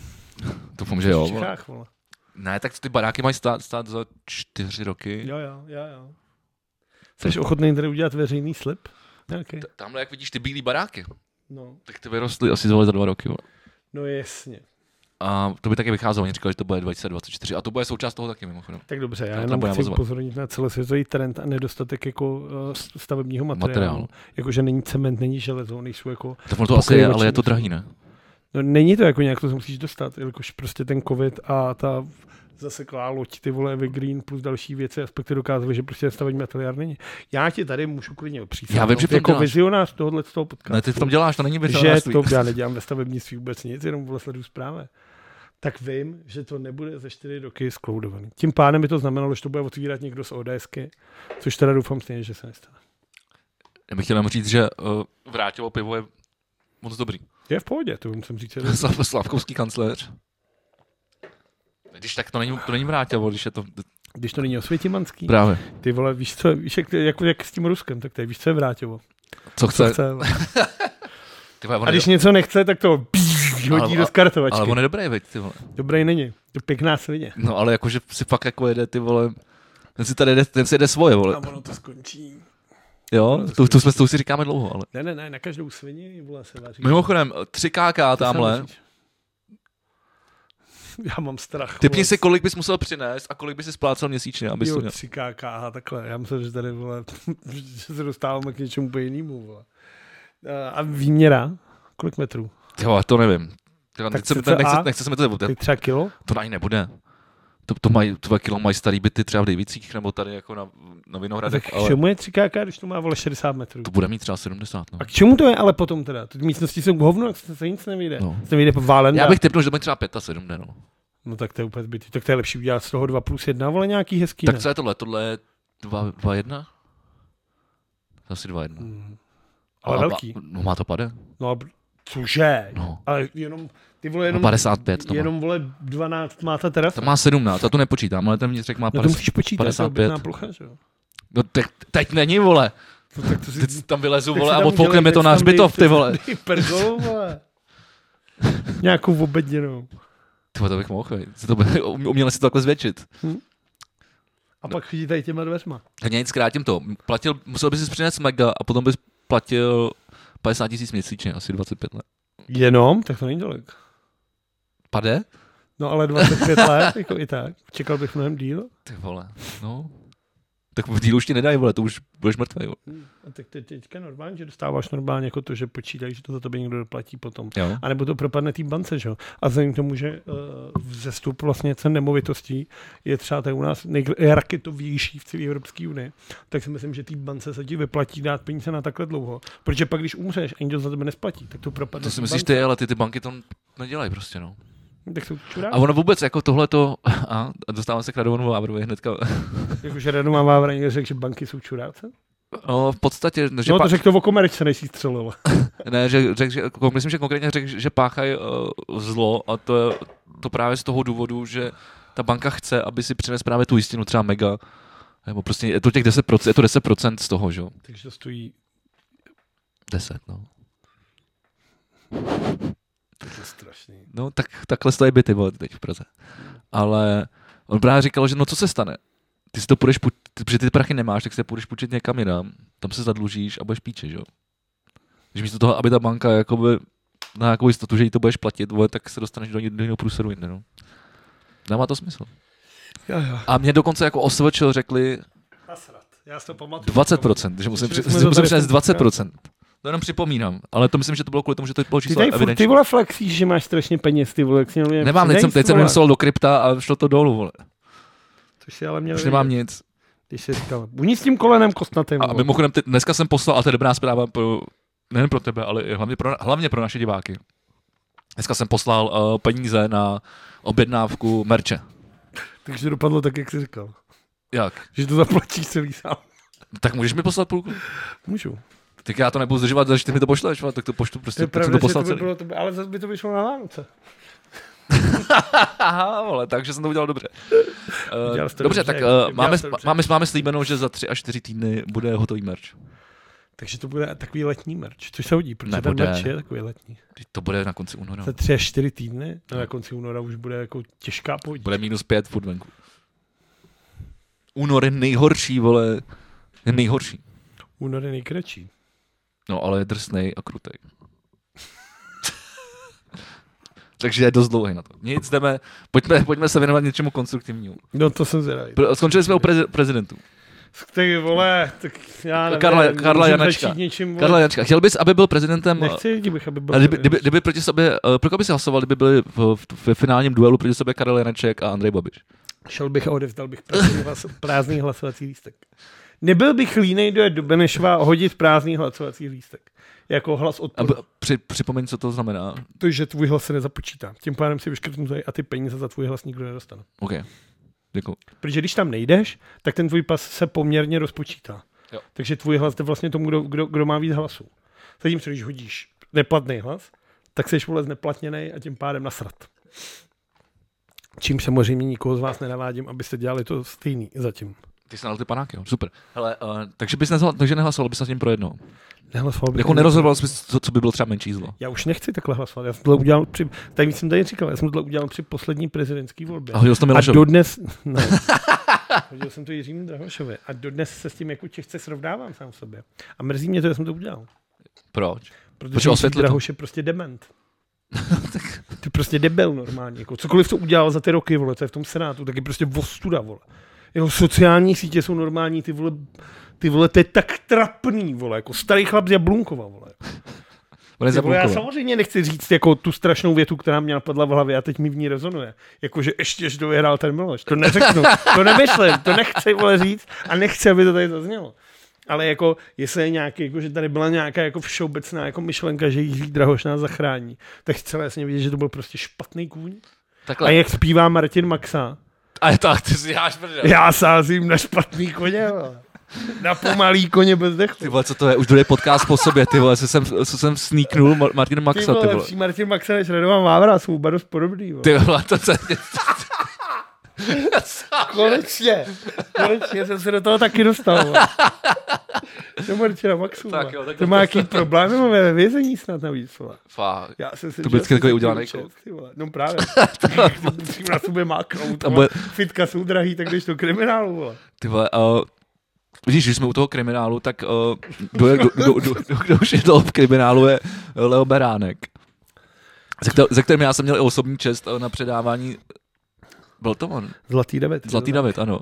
B: Doufám, že jo.
A: V
B: vole.
A: Čechách, vole.
B: Ne, tak ty baráky mají stát, stát za čtyři roky.
A: Jo, jo, jo, jo. Jsi ochotný tady udělat veřejný slib? Nějaký?
B: T- Tamhle, jak vidíš ty bílé baráky,
A: No,
B: tak ty vyrostly asi za za dva roky. vole.
A: no jasně.
B: A to by taky vycházelo, oni říkali, že to bude 2024. A to bude součást toho taky mimochodem.
A: Tak dobře, já
B: Tam
A: jenom
B: budeme
A: chci
B: vozovat.
A: upozornit na celosvětový trend a nedostatek jako eh, stavebního materiálu.
B: Materiálu.
A: materiálu. Jakože není cement, není železo, nejsou jako...
B: Tak ono to asi je,
A: Pokryvači
B: ale je to
A: nejsou.
B: drahý, ne?
A: No není to jako nějak, to se musíš dostat, jelikož prostě ten covid a ta zaseklá loď, ty vole Evergreen plus další věci, aspekty dokázaly, že prostě stavební materiál není. Já ti tady můžu klidně přísat.
B: Já vím, že v tom
A: jako
B: děláš.
A: vizionář tohohle z toho podcastu.
B: Ne, ty v tom děláš, to není
A: že
B: vizionářství.
A: to já nedělám ve stavebnictví vůbec nic, jenom vole sleduju zprávy. tak vím, že to nebude ze 4 roky skloudovaný. Tím pádem by to znamenalo, že to bude otvírat někdo z ODSky, což teda doufám stejně, že se nestane.
B: Já bych chtěl jenom říct, že uh, vrátilo pivo je moc dobrý.
A: Je v pohodě, to musím říct. že-
B: Slav- Slavkovský kancléř. Když tak to není, to není vrátil, když je to...
A: Když to není osvětimanský,
B: Právě.
A: ty vole, víš co, víš jak, jak, jak s tím Ruskem, tak to je, víš co je vrátivo.
B: Co
A: Co
B: chce?
A: chce, vole.
B: Ty vole, on
A: a
B: je
A: když něco nechce, tak to hodí
B: Ale-
A: do skartovačky.
B: Ale on je dobrý, veď, ty vole.
A: Dobrý není, to pěkná svině.
B: No ale jakože si fakt jako jede, ty vole, ten si tady jede, ten si jede svoje, vole.
A: ono to skončí.
B: Jo, tu, tu, jsme, tu si říkáme dlouho, ale.
A: Ne, ne, ne, na každou svini vole se vaří.
B: Mimochodem, 3KK
A: To sám
B: tamhle,
A: říkáš. Já mám strach.
B: typni si, kolik bys musel přinést a kolik bys si splácel měsíčně, abys to
A: jo,
B: měl.
A: 3 KK, aha, takhle. Já myslím, že tady vole, že se dostáváme k něčemu úplně jinému. Vole. Eh, A výměra? Kolik metrů?
B: Jo, to nevím. Tyhle,
A: Tak
B: nechce,
A: cca
B: nechce,
A: a?
B: nechce se mi to, to,
A: Ty třeba kilo?
B: to ani nebude. To, to mají, dva kilo mají starý byty třeba v Dejvicích nebo tady jako na, na
A: Tak
B: Vinohradech,
A: k
B: ale
A: čemu je 3 KK, když to má vole 60 metrů?
B: to bude mít třeba 70, no.
A: A k čemu to je ale potom teda? Ty místnosti jsou hovno, tak se, se nic nevyjde.
B: No.
A: No. Se nevyjde válen.
B: Já bych typnul, že to mají třeba 75, no.
A: No tak to je úplně zbytý. Tak to je lepší udělat z toho 2 plus 1, vole nějaký hezký.
B: Tak
A: ne?
B: co je tohle? Tohle je 2-1? Asi 2-1.
A: Hmm. Ale
B: A-
A: velký.
B: A, no má to pade?
A: No a br- cože?
B: No.
A: Ale jenom, ty vole jenom,
B: 55 to má.
A: jenom vole 12 má ta terasa.
B: To má 17, a to nepočítám, ale ten vnitřek má
A: No to
B: 50.
A: musíš počítat, 55. to
B: 55.
A: je obytná plocha, že jo?
B: No teď, teď není, vole.
A: To, tak to si...
B: Teď tam vylezu,
A: tak
B: vole,
A: si
B: a
A: tam
B: odfoukne mi
A: udělej,
B: to
A: teď
B: na
A: tam dej-
B: zbytov, ty
A: teď
B: vole.
A: tam dej Pergolu, vole. Nějakou obedněnou.
B: Ty vole, to bych mohl, vej. Se to by, um- uměl si to takhle zvětšit.
A: A pak chodí tady těma dveřma.
B: Tak já nic zkrátím to. Platil, musel bys si přinést mega a potom bys platil 50 tisíc měsíčně, asi 25 let.
A: Jenom? Tak to není tolik.
B: Pade?
A: No ale 25 let, jako i tak. Čekal bych mnohem díl.
B: Ty vole, no. Tak v dílu už ti nedají, vole, to už budeš mrtvý, vole.
A: A tak teď, teďka normálně, že dostáváš normálně jako to, že počítají, že to za tebe někdo doplatí potom.
B: Jo.
A: A nebo to propadne té bance, že jo? A vzhledem k tomu, že uh, vzestup vlastně cen nemovitostí je třeba tady u nás nejkl- je raketovější v celé Evropské unii, tak si myslím, že té bance se ti vyplatí dát peníze na takhle dlouho. Protože pak, když umřeš, ani to za tebe nesplatí, tak to propadne.
B: To si
A: té
B: myslíš
A: bance.
B: ty, ale ty, ty banky to nedělají prostě, no.
A: Tak jsou
B: A
A: čurá.
B: ono vůbec jako tohleto, a dostávám se k Radovanu Vávrovi hnedka,
A: Jakože Radu mám Vávraně řekl, že banky jsou čuráce.
B: no v podstatě, že,
A: No
B: pá,
A: to řekl to o komerčce, než jsi střelil.
B: ne, že, řek, že jako, myslím, že konkrétně řekl, že páchají uh, zlo a to, je, to právě z toho důvodu, že ta banka chce, aby si přines právě tu jistinu třeba mega, nebo prostě je to těch 10%, je to 10% z toho, že jo?
A: Takže to stojí,
B: 10, no.
A: to je strašný.
B: No, tak, takhle stojí byty, vole, teď v Praze. Ale on právě říkal, že no, co se stane? Ty si to půjdeš, půj- ty- protože ty prachy nemáš, tak si je půjdeš půjčit někam jinam, tam se zadlužíš a budeš píče, že jo? Když místo toho, aby ta banka jakoby na nějakou jistotu, že jí to budeš platit, vole, tak se dostaneš do, ně- do jiného průseru jinde, no. Nemá to smysl.
A: Jo, jo.
B: A mě dokonce jako osvčil řekli
A: Nasrat. Já si to pamatuju.
B: 20%, že musím,
A: Slyšeli
B: při,
A: jsme
B: že
A: to
B: musím
A: tady
B: přinést
A: v tom-
B: 20%. To jenom připomínám, ale to myslím, že to bylo kvůli tomu, že to bylo
A: Ty
B: číslo
A: tady furt, ty
B: evidenční.
A: vole flexíš, že máš strašně peněz, ty vole, jak jsi měl jen
B: Nemám, teď jsem,
A: přinést,
B: teď jsem
A: vole.
B: jen sol do krypta a šlo to dolů, vole.
A: Což si ale měl
B: Už
A: vědět.
B: nemám nic.
A: Ty jsi říkal, buní s tím kolenem kostnatým.
B: A
A: A, mimo...
B: mimochodem, ty, dneska jsem poslal, a to je dobrá zpráva pro, nejen pro tebe, ale i hlavně pro, hlavně pro naše diváky. Dneska jsem poslal uh, peníze na objednávku merče.
A: Takže dopadlo tak, jak jsi říkal.
B: Jak? No
A: Že to zaplatíš celý sám.
B: Tak můžeš mi poslat půlku?
A: Můžu.
B: Tak já to nebudu zdržovat, že ty mi to pošleš, vole, tak to poštu
A: To
B: prostě,
A: je
B: tak jsem
A: pravda, to
B: to
A: že to
B: poslal
A: by
B: celý.
A: bylo, to by, ale zase by to vyšlo na Vánoce.
B: Aha, vole, takže jsem to udělal dobře. Eh,
A: Udělal jsi to
B: dobře,
A: dobře,
B: tak
A: jak-
B: eh,
A: udělal
B: máme,
A: jsi to dobře.
B: máme, máme slíbeno, že za tři až čtyři týdny bude hotový merč.
A: Takže to bude takový letní merč, což se hodí, protože ten
B: Nebude. No.
A: merč je takový letní.
B: To bude na konci února.
A: Za tři až čtyři týdny, no. na konci února už bude jako těžká pohodí.
B: Bude minus pět furt venku. Únor je nejhorší, vole. Je nejhorší.
A: Únor je nejkratší.
B: No, ale je drsnej a krutej. Takže je dost dlouhý na to. Nic, jdeme, pojďme, pojďme se věnovat něčemu konstruktivnímu.
A: No to jsem zvědavý.
B: Pr- Skončili jsme u preze- prezidentů.
A: Ty vole, tak já nevím.
B: Karla- Karla
A: můžu
B: Janačka.
A: začít Něčím,
B: Karla
A: Karla...
B: Jančka, chtěl bys, aby byl prezidentem...
A: Nechci, kdybych, aby
B: a
A: byl...
B: Kdyby, kdyby, kdyby, proti sobě, eh, pro koho by si hlasoval, kdyby byli v- v- ve finálním duelu proti sobě Karel Janeček a Andrej Babiš?
A: Šel bych a odevzdal bych prázdný, hlas, prázdný hlasovací lístek. Nebyl bych línej dojet do Benešva a hodit prázdný hlasovací lístek. jako hlas od
B: A b- při, připomeň, co to znamená.
A: to, že tvůj hlas se nezapočítá. Tím pádem si vyškrtnu tady a ty peníze za tvůj hlas nikdo nedostane.
B: OK. Děkuji.
A: Protože když tam nejdeš, tak ten tvůj pas se poměrně rozpočítá.
B: Jo.
A: Takže tvůj hlas jde vlastně tomu, kdo, kdo, kdo má víc hlasů. Zatímco, když hodíš neplatný hlas, tak seš vole zneplatněný a tím pádem nasrat. Čím samozřejmě nikoho z vás nenavádím, abyste dělali to stejný zatím.
B: Ty jsi nadal ty panáky, jo. super. Hele, uh, takže bys nehlasoval, takže nehlasoval bys nad tím pro jednou.
A: Nehlasoval bych
B: Jako
A: ani-
B: nerozhodoval bys, co, co by bylo třeba menší zlo.
A: Já už nechci takhle hlasovat. Já jsem tohle udělal při, tak jsem tady říkal, já jsem tohle udělal při poslední prezidentské volbě.
B: A hodil jsi to
A: A
B: Milošovi.
A: dodnes, no. ne, hodil jsem to Jiřímu Drahošovi a dodnes se s tím jako těžce srovnávám sám sobě. A mrzí mě to, že jsem to udělal.
B: Proč?
A: Protože Jiří
B: Počkej, osvětli to.
A: Drahoš je prostě dement. Ty prostě debil normálně. Jako cokoliv, co udělal za ty roky, vole, co je v tom senátu, tak je prostě vostuda, vole. Jeho sociální sítě jsou normální, ty vole, ty vole, to je tak trapný, vole, jako starý chlap z Jablunkova, vole.
B: On je
A: Ty vole, já
B: zablokoval.
A: samozřejmě nechci říct jako tu strašnou větu, která mě napadla v hlavě a teď mi v ní rezonuje. Jakože ještě, že to vyhrál ten Miloš. To neřeknu, to nemyslím, to nechci vole říct a nechci, aby to tady zaznělo. Ale jako, jestli je nějaký, jako, že tady byla nějaká jako všeobecná jako myšlenka, že Jiří Drahoš nás zachrání, tak celé jasně vidět, že to byl prostě špatný kůň.
B: Takhle.
A: A jak zpívá Martin Maxa,
B: A je tak, ty si děláš prdel.
A: já sázím na špatný koně, vole. na pomalý koně bez dechu.
B: Ty vole, co to je? Už druhý podcast po sobě, ty vole, co jsem, co jsem sníknul Mar- Martin
A: Ty
B: Maxa,
A: vole,
B: ty vole.
A: lepší Martin Maxa než Radova Vávra, jsou oba dost podobný. Vole.
B: Ty vole, to se...
A: Konečně. Konečně jsem se do toho taky dostal. vole. Do Martina Maxu.
B: Tak
A: vole.
B: jo, tak
A: to
B: to
A: má
B: prostě-
A: jaký problém, nebo ve vězení snad navíc. Vole.
B: Fá.
A: Já jsem si
B: To
A: že
B: vždycky
A: asi
B: takový
A: taky
B: udělaný
A: učet,
B: kluk.
A: ty vole. No právě. Musím na sobě máknout.
B: A
A: vole.
B: bude-
A: Fitka jsou drahý, tak jdeš do kriminálu. Vole.
B: Ty vole, uh, Vidíš, když jsme u toho kriminálu, tak uh, kdo, je, kdo, kdo, kdo, kdo, kdo už je dlouho v kriminálu je Leo Beránek, se, kter, se kterým já jsem měl i osobní čest eh, na předávání, byl to on,
A: Zlatý David.
B: Zlatý David, ano.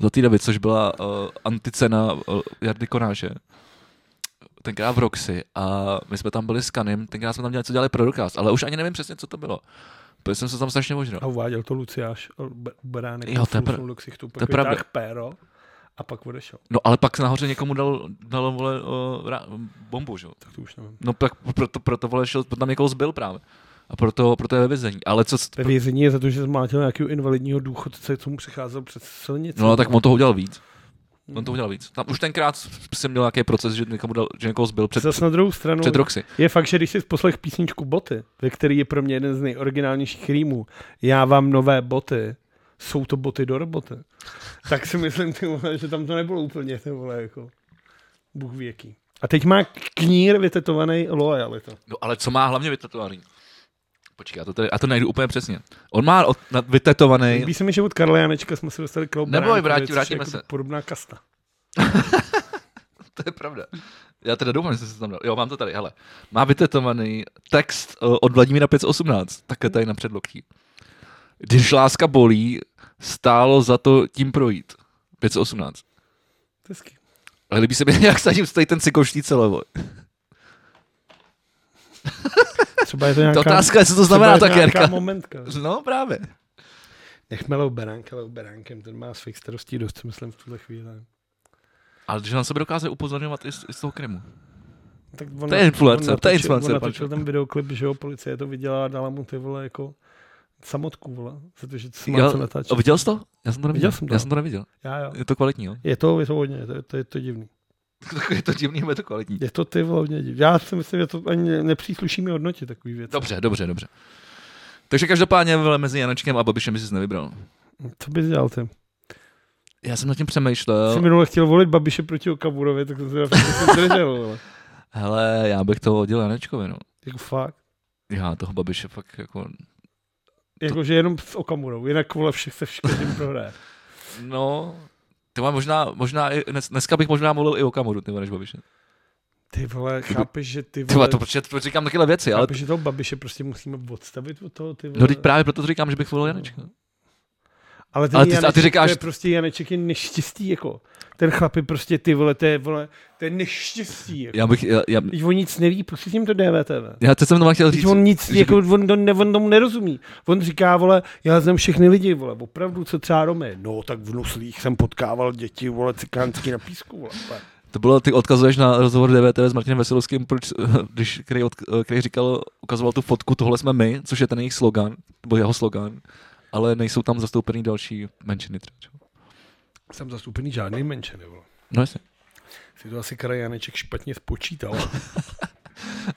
B: Zlatý David, což byla uh, anticena uh, Jardy Konáše. Tenkrát v Roxy a my jsme tam byli s Kanem, tenkrát jsme tam dělali, co dělali pro dokaz, ale už ani nevím přesně, co to bylo. Protože jsem se tam strašně možnil.
A: A uváděl to Luciáš eh, Be- Beránek.
B: Jo, to je pr-
A: flusnul do ksichtu, pak
B: je pravda.
A: vytáhl péro a pak odešel.
B: No ale pak nahoře někomu dal, dal vole, uh, ra, bombu, že? jo.
A: Tak to už nevím.
B: No tak proto, proto vole, šel, tam někoho zbyl právě. A proto, proto je ve vězení. Ale co... s-
A: Ve vězení je za to, že zmlátil nějakého invalidního důchodce, co mu přecházel přes silnici.
B: No tak on toho udělal víc. On to udělal víc. Tam už tenkrát jsem měl nějaký proces, že někomu dal, že někoho zbyl před,
A: Zas na druhou stranu,
B: před Roxy.
A: Je fakt, že když si poslech písničku Boty, ve který je pro mě jeden z nejoriginálnějších rýmů, já vám nové boty, jsou to boty do roboty, tak si myslím, ty vole, že tam to nebylo úplně, ty vole, jako, Bůh ví jaký. A teď má knír vytetovaný lojalita.
B: No ale co má hlavně vytetovaný? Počkej, já to, tady, já to najdu úplně přesně. On má od, na, vytetovaný...
A: Líbí se mi, že od Karla Janečka jsme se dostali k Leo Beránkovi,
B: Neboj, vrátí-
A: což je
B: vrátíme
A: jako
B: se.
A: Podobná kasta.
B: To je pravda. Já teda doufám, že jsem se tam dal. Jo, mám to tady, hele. Má vytetovaný text eh, od Vladimíra 518, také tady na předloktí. Když láska bolí, stálo za to tím projít. 518.
A: To je skvělý.
B: Ale líbí se mi, jak za ním stojí ten cikoští celovo.
A: Třeba je to
B: Ta
A: nějaká,
B: otázka je, co to
A: třeba
B: znamená
A: je
B: tak,
A: nějaká
B: Jarka.
A: momentka.
B: No, právě.
A: Nechme Leo Beránka Leo Beránkem, ten má svých starostí dost, si myslím, v tuhle chvíli.
B: Ale že on sebe dokáže upozorňovat i z, i z toho Krymu.
A: Tak on,
B: To je influencer,
A: on
B: to je
A: natočil-
B: influencer,
A: On natočil
B: pančo.
A: ten videoklip, že jo, policie to viděla a dala mu ty vole jako samotku, vole, za to, že to má
B: Jo,
A: co natáčet.
B: a viděl jsi to? Já jsem to neviděl.
A: Viděl jsem to.
B: Já jsem to neviděl.
A: Já, jo.
B: Je to kvalitní, jo?
A: Je to, je to hodně, to, je- to je to divný.
B: je to divný, ale je to kvalitní.
A: Je to ty vole hodně divný. Já si myslím, že to ani ne- nepřísluší mi hodnotit takový věc.
B: Dobře, dobře, dobře. Takže každopádně vole, mezi Janečkem a Babišem bys nevybral.
A: Co bys dělal ty?
B: Já jsem nad tím
A: Jsi
B: přemýšlel,
A: minule chtěl volit Babiše proti Okamurovi, tak jsem se na to zdržel, vole.
B: hele, já bych to hodil Janečkovi, no.
A: Jako fakt.
B: Já toho Babiše fakt jako,
A: Jakože Jako, jenom s Okamurou, jinak vole všech se všem prohraje.
B: no, ty vole, možná, možná i, dnes, dneska bych možná mluvil i o Kamuru, ty vole, než Babiše.
A: Ty vole, chápeš, že ty
B: Ty vole,
A: vole,
B: to proč, proč říkám takové věci, ale,
A: chápeš, že toho Babiše prostě musíme odstavit od toho, ty vole.
B: no teď právě proto to říkám, že bych volil Janečka.
A: Ale, ten
B: Ale
A: ale ty,
B: ty- a ty
A: Janeček, ty říkáš...
B: říkáš-
A: to je prostě Janeček je neštěstí, jako. Ten chlap je prostě ty vole, to je, vole, to je neštěstí, jako.
B: Já bych, já, já,
A: Teď on nic neví, pustit jim to DVTV.
B: já teď jsem tomu chtěl
A: Teď
B: říct,
A: on nic,
B: že-
A: jako, on, to ne, on tomu nerozumí. On říká, vole, já znám všechny lidi, vole, opravdu, co třeba Romy. No, tak v Nuslích jsem potkával děti, vole, cikánský na písku, vole. vole.
B: To bylo, ty odkazuješ na rozhovor DVTV s Martinem Veselovským, proč, když, který, od, který, říkal, ukazoval tu fotku, tohle jsme my, což je ten jejich slogan, nebo jeho slogan, ale nejsou tam zastoupený další menšiny. Třeba.
A: Jsem zastoupený žádný menšiny, vole.
B: No jasně.
A: Si to asi Krajaneček špatně spočítal.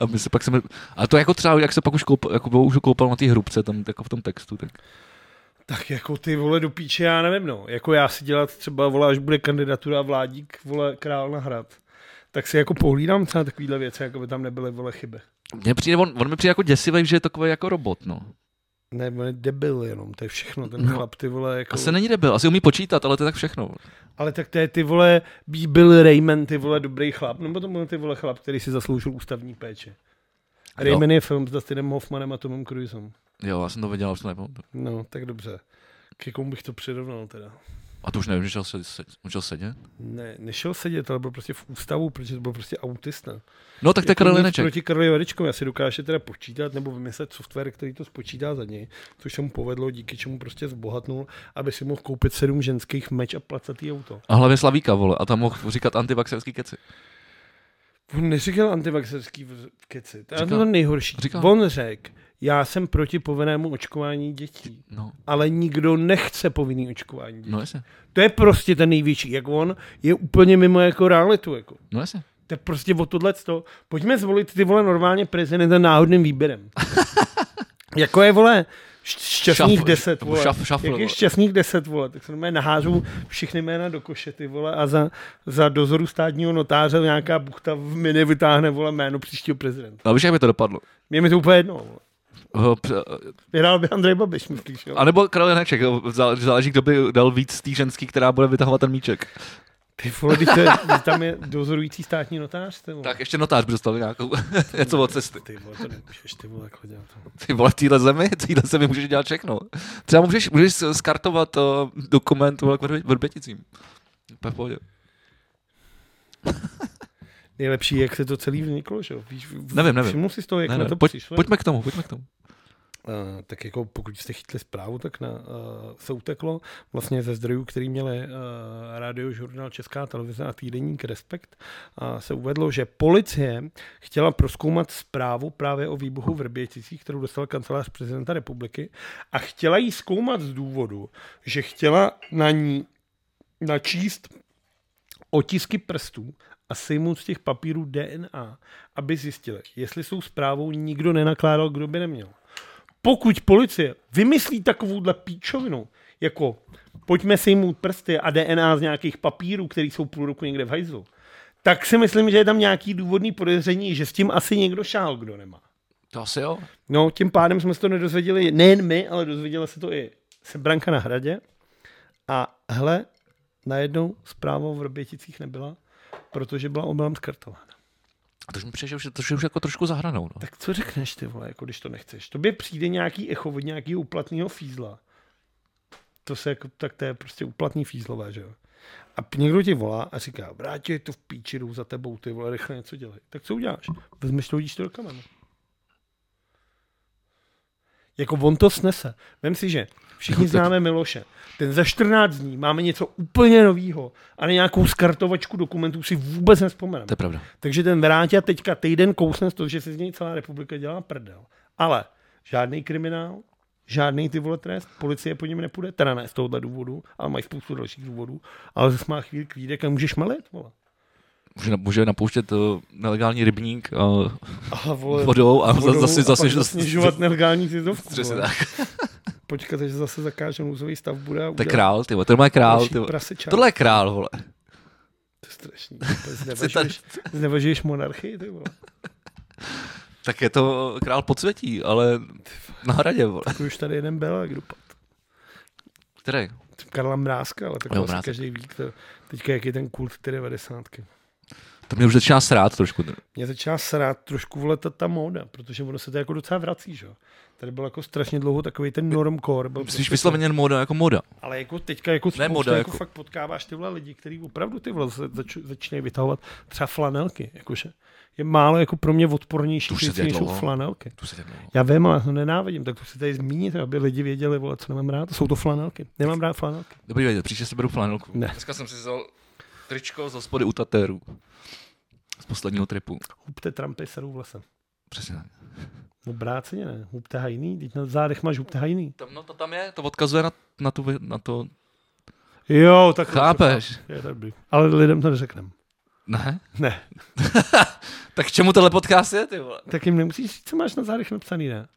B: A my se pak jsme, a to jako třeba, jak se pak už, koup, jako bylo, už koupal na té hrubce, tam jako v tom textu, tak
A: Tak jako ty vole do píče, já nevím no. Jako já si dělat třeba, vole, až bude kandidatura vládík, vole, král na hrad. Tak si jako pohlídám třeba takovýhle věci, jako by tam nebyly, vole, chyby.
B: mně přijde, on, on mi přijde jako děsivý, že je takový jako robot, no.
A: Ne, on je debil jenom, to je všechno, ten
B: No.
A: chlap, ty vole, jako...
B: Asi není debil, asi umí počítat, ale to je tak všechno.
A: Ale tak to je ty vole, by byl Raymond, ty vole, dobrý chlap, nebo to byl ty vole chlap, který si zasloužil ústavní péče.
B: Jo.
A: Raymond je film s Dustinem Hoffmanem a Tomem Cruisem.
B: Jo, já jsem to viděl, už to nepamatuju.
A: No, tak dobře. K komu bych to přirovnal teda?
B: A to už nevím, že šel, se, se, on šel sedět.
A: Ne, nešel sedět, ale byl prostě v ústavu, protože to byl prostě autista.
B: No tak to je
A: Jako
B: Karel
A: nic
B: Janeček.
A: Proti Karlovi Janečkovi asi dokáže teda počítat nebo vymyslet software, který to spočítá za něj, což se mu povedlo, díky čemu prostě zbohatnul, aby si mohl koupit sedm ženských meč a placatý auto.
B: A hlavně Slavíka, vole, a tam mohl říkat antivaxerský keci.
A: On neříkal antivaxerský v- keci. To je
B: Říkal.
A: to nejhorší.
B: Říkal.
A: On řekl, já jsem proti povinnému očkování dětí,
B: No,
A: ale nikdo nechce povinný očkování dětí.
B: no jasně,
A: To je prostě ten největší, jak on je úplně mimo jako realitu. Jako.
B: no jasně.
A: To je prostě o tohle to. Pojďme zvolit ty vole normálně prezidenta náhodným výběrem. jako je vole š- šťastných
B: Šaf-
A: 10
B: nebo
A: vole.
B: šaf- šafl,
A: Jak
B: vole.
A: je šťastných 10 vole, tak se normálně nahážou všechny jména do koše ty vole a za, za dozoru státního notáře nějaká buchta v mini vytáhne vole jméno příštího prezidenta.
B: A víš, jak by to dopadlo?
A: Mě mi to úplně jedno. Vole.
B: Eh, pře-
A: Vyhrál by Andrej Babiš, myslíš? Jo?
B: A nebo Karel Janeček, jo, zá- záleží, kdo by dal víc té ženský, která bude vytahovat ten míček.
A: Ty vole, když to je, když tam je dozorující státní notář, ty vole.
B: Tak ještě notář by dostal nějakou něco od cesty.
A: Ty vole, to nemůžeš, ty vole, jako dělat.
B: Ty vole, v téhle zemi, v téhle zemi můžeš dělat všechno. Třeba můžeš, můžeš skartovat uh, dokument vole, k Vrbe- Vrběticím. Úplně v pohodě.
A: Nejlepší, jak se to celý vzniklo, že jo? Víš, v-
B: Nevím, nevím.
A: Všiml jsi z toho, jak
B: Ne,
A: na
B: ne,
A: to
B: pojď,
A: přišlo?
B: pojďme k tomu, pojďme k tomu.
A: Eh, tak jako pokud jste chytli zprávu, tak na, uh, se uteklo vlastně ze zdrojů, který měli uh, radiožurnál Česká televize a týdeník Respekt, uh, se uvedlo, že policie chtěla proskoumat zprávu právě o výbuchu v Vrběticích, kterou dostal kancelář prezidenta republiky a chtěla ji zkoumat z důvodu, že chtěla na ní načíst otisky prstů a sejmout z těch papírů DNA, aby zjistili, jestli jsou zprávou nikdo nenakládal, kdo by neměl pokud policie vymyslí takovouhle píčovinu, jako pojďme sejmout prsty a DNA z nějakých papírů, které jsou půl roku někde v hajzlu, tak si myslím, že je tam nějaký důvodný podezření, že s tím asi někdo šál, kdo nemá.
B: To asi jo.
A: No, tím pádem jsme se to nedozvěděli, nejen my, ale dozvěděla se to i Sebranka na hradě. A hle, najednou zpráva v Vrběticích nebyla, protože byla omylem skartována.
B: A to už mi přijde, že už, to, že už jako trošku zahranou. No.
A: Tak co řekneš ty vole, jako když to nechceš? Tobě přijde nějaký echo od nějakého uplatného fízla. To se jako, tak to je prostě uplatný fízlové, že jo? A p- někdo ti volá a říká, vrátě to v píči, jdou za tebou, ty vole, rychle něco dělej. Tak co uděláš? Vezmeš to, hodíš to do kamene. Jako on to snese. Vem si, že všichni známe Miloše. Ten za 14 dní máme něco úplně novýho a na nějakou skartovačku dokumentů si vůbec nespomeneme.
B: To je pravda.
A: Takže ten Vráťa teďka týden kousne z toho, že se z něj celá republika dělá prdel. Ale žádný kriminál, žádný ty vole trest, policie po něm nepůjde, teda ne z tohohle důvodu, ale mají spoustu dalších důvodů, ale zase má chvíli klídek a můžeš malit, vole.
B: Může, na- může napouštět uh, nelegální rybník uh,
A: A vole,
B: vodou a vodou, zase,
A: a
B: zase,
A: pak
B: zase,
A: zasnižovat nelegální cizovku.
B: Přesně
A: vole.
B: tak.
A: Počkat, až zase zakáže nouzový stav bude a
B: To je
A: udělat
B: král, ty vole, to je moje král,
A: další
B: ty vole.
A: prasečák.
B: Tohle je král, vole.
A: To je strašný. To Znevažuješ, znevažuješ monarchii, ty vole.
B: Tak je to král podsvětí, ale na hradě, vole.
A: Takový už tady jeden byl, jak dopadl.
B: Který?
A: Karla Mrázka, ale tak
B: Jo,
A: vlastně
B: Mrázek.
A: každý ví, to, teďka jak je ten kult 90.
B: To mě už začíná srát trošku.
A: Mě začala srát trošku vole ta, ta móda, protože ono se to jako docela vrací, že? jo. Tady byl jako strašně dlouho takový ten normcore. Byl
B: Myslíš
A: prostě-
B: vysloveně jen móda jako móda?
A: Ale jako teďka jako, ne
B: móda,
A: moda, jako,
B: jako-
A: jako, fakt potkáváš tyhle lidi, kteří opravdu ty vole se zač, začínají vytahovat třeba flanelky. Jakože je málo jako pro mě
B: To
A: odpornější,
B: už se
A: věci,
B: děje
A: než jsou
B: dlouho.
A: flanelky.
B: Tu se tak dlouho.
A: Já vím, ale to nenávidím, tak to si tady zmínit, aby lidi věděli, vole, co nemám rád. Jsou to flanelky. Nemám rád flanelky.
B: Dobrý vědět, příště si beru flanelku.
A: Ne.
B: Dneska jsem si vzal Tričko z hospody u Tatérů. Z posledního tripu.
A: Hubte trampy serou vlasem.
B: Přesně tak.
A: No bráceně ne, hubte hajný, teď na zádech máš hubte hajný.
B: Tam, no to tam je, to odkazuje na, na, tu, na to,
A: Jo, tak
B: chápeš?
A: Je dobrý. Ale lidem to neřeknem.
B: Ne?
A: Ne,
B: Tak k čemu tenhle podcast je, ty vole?
A: tak jim nemusíš říct, co máš na zádech napsaný, ne?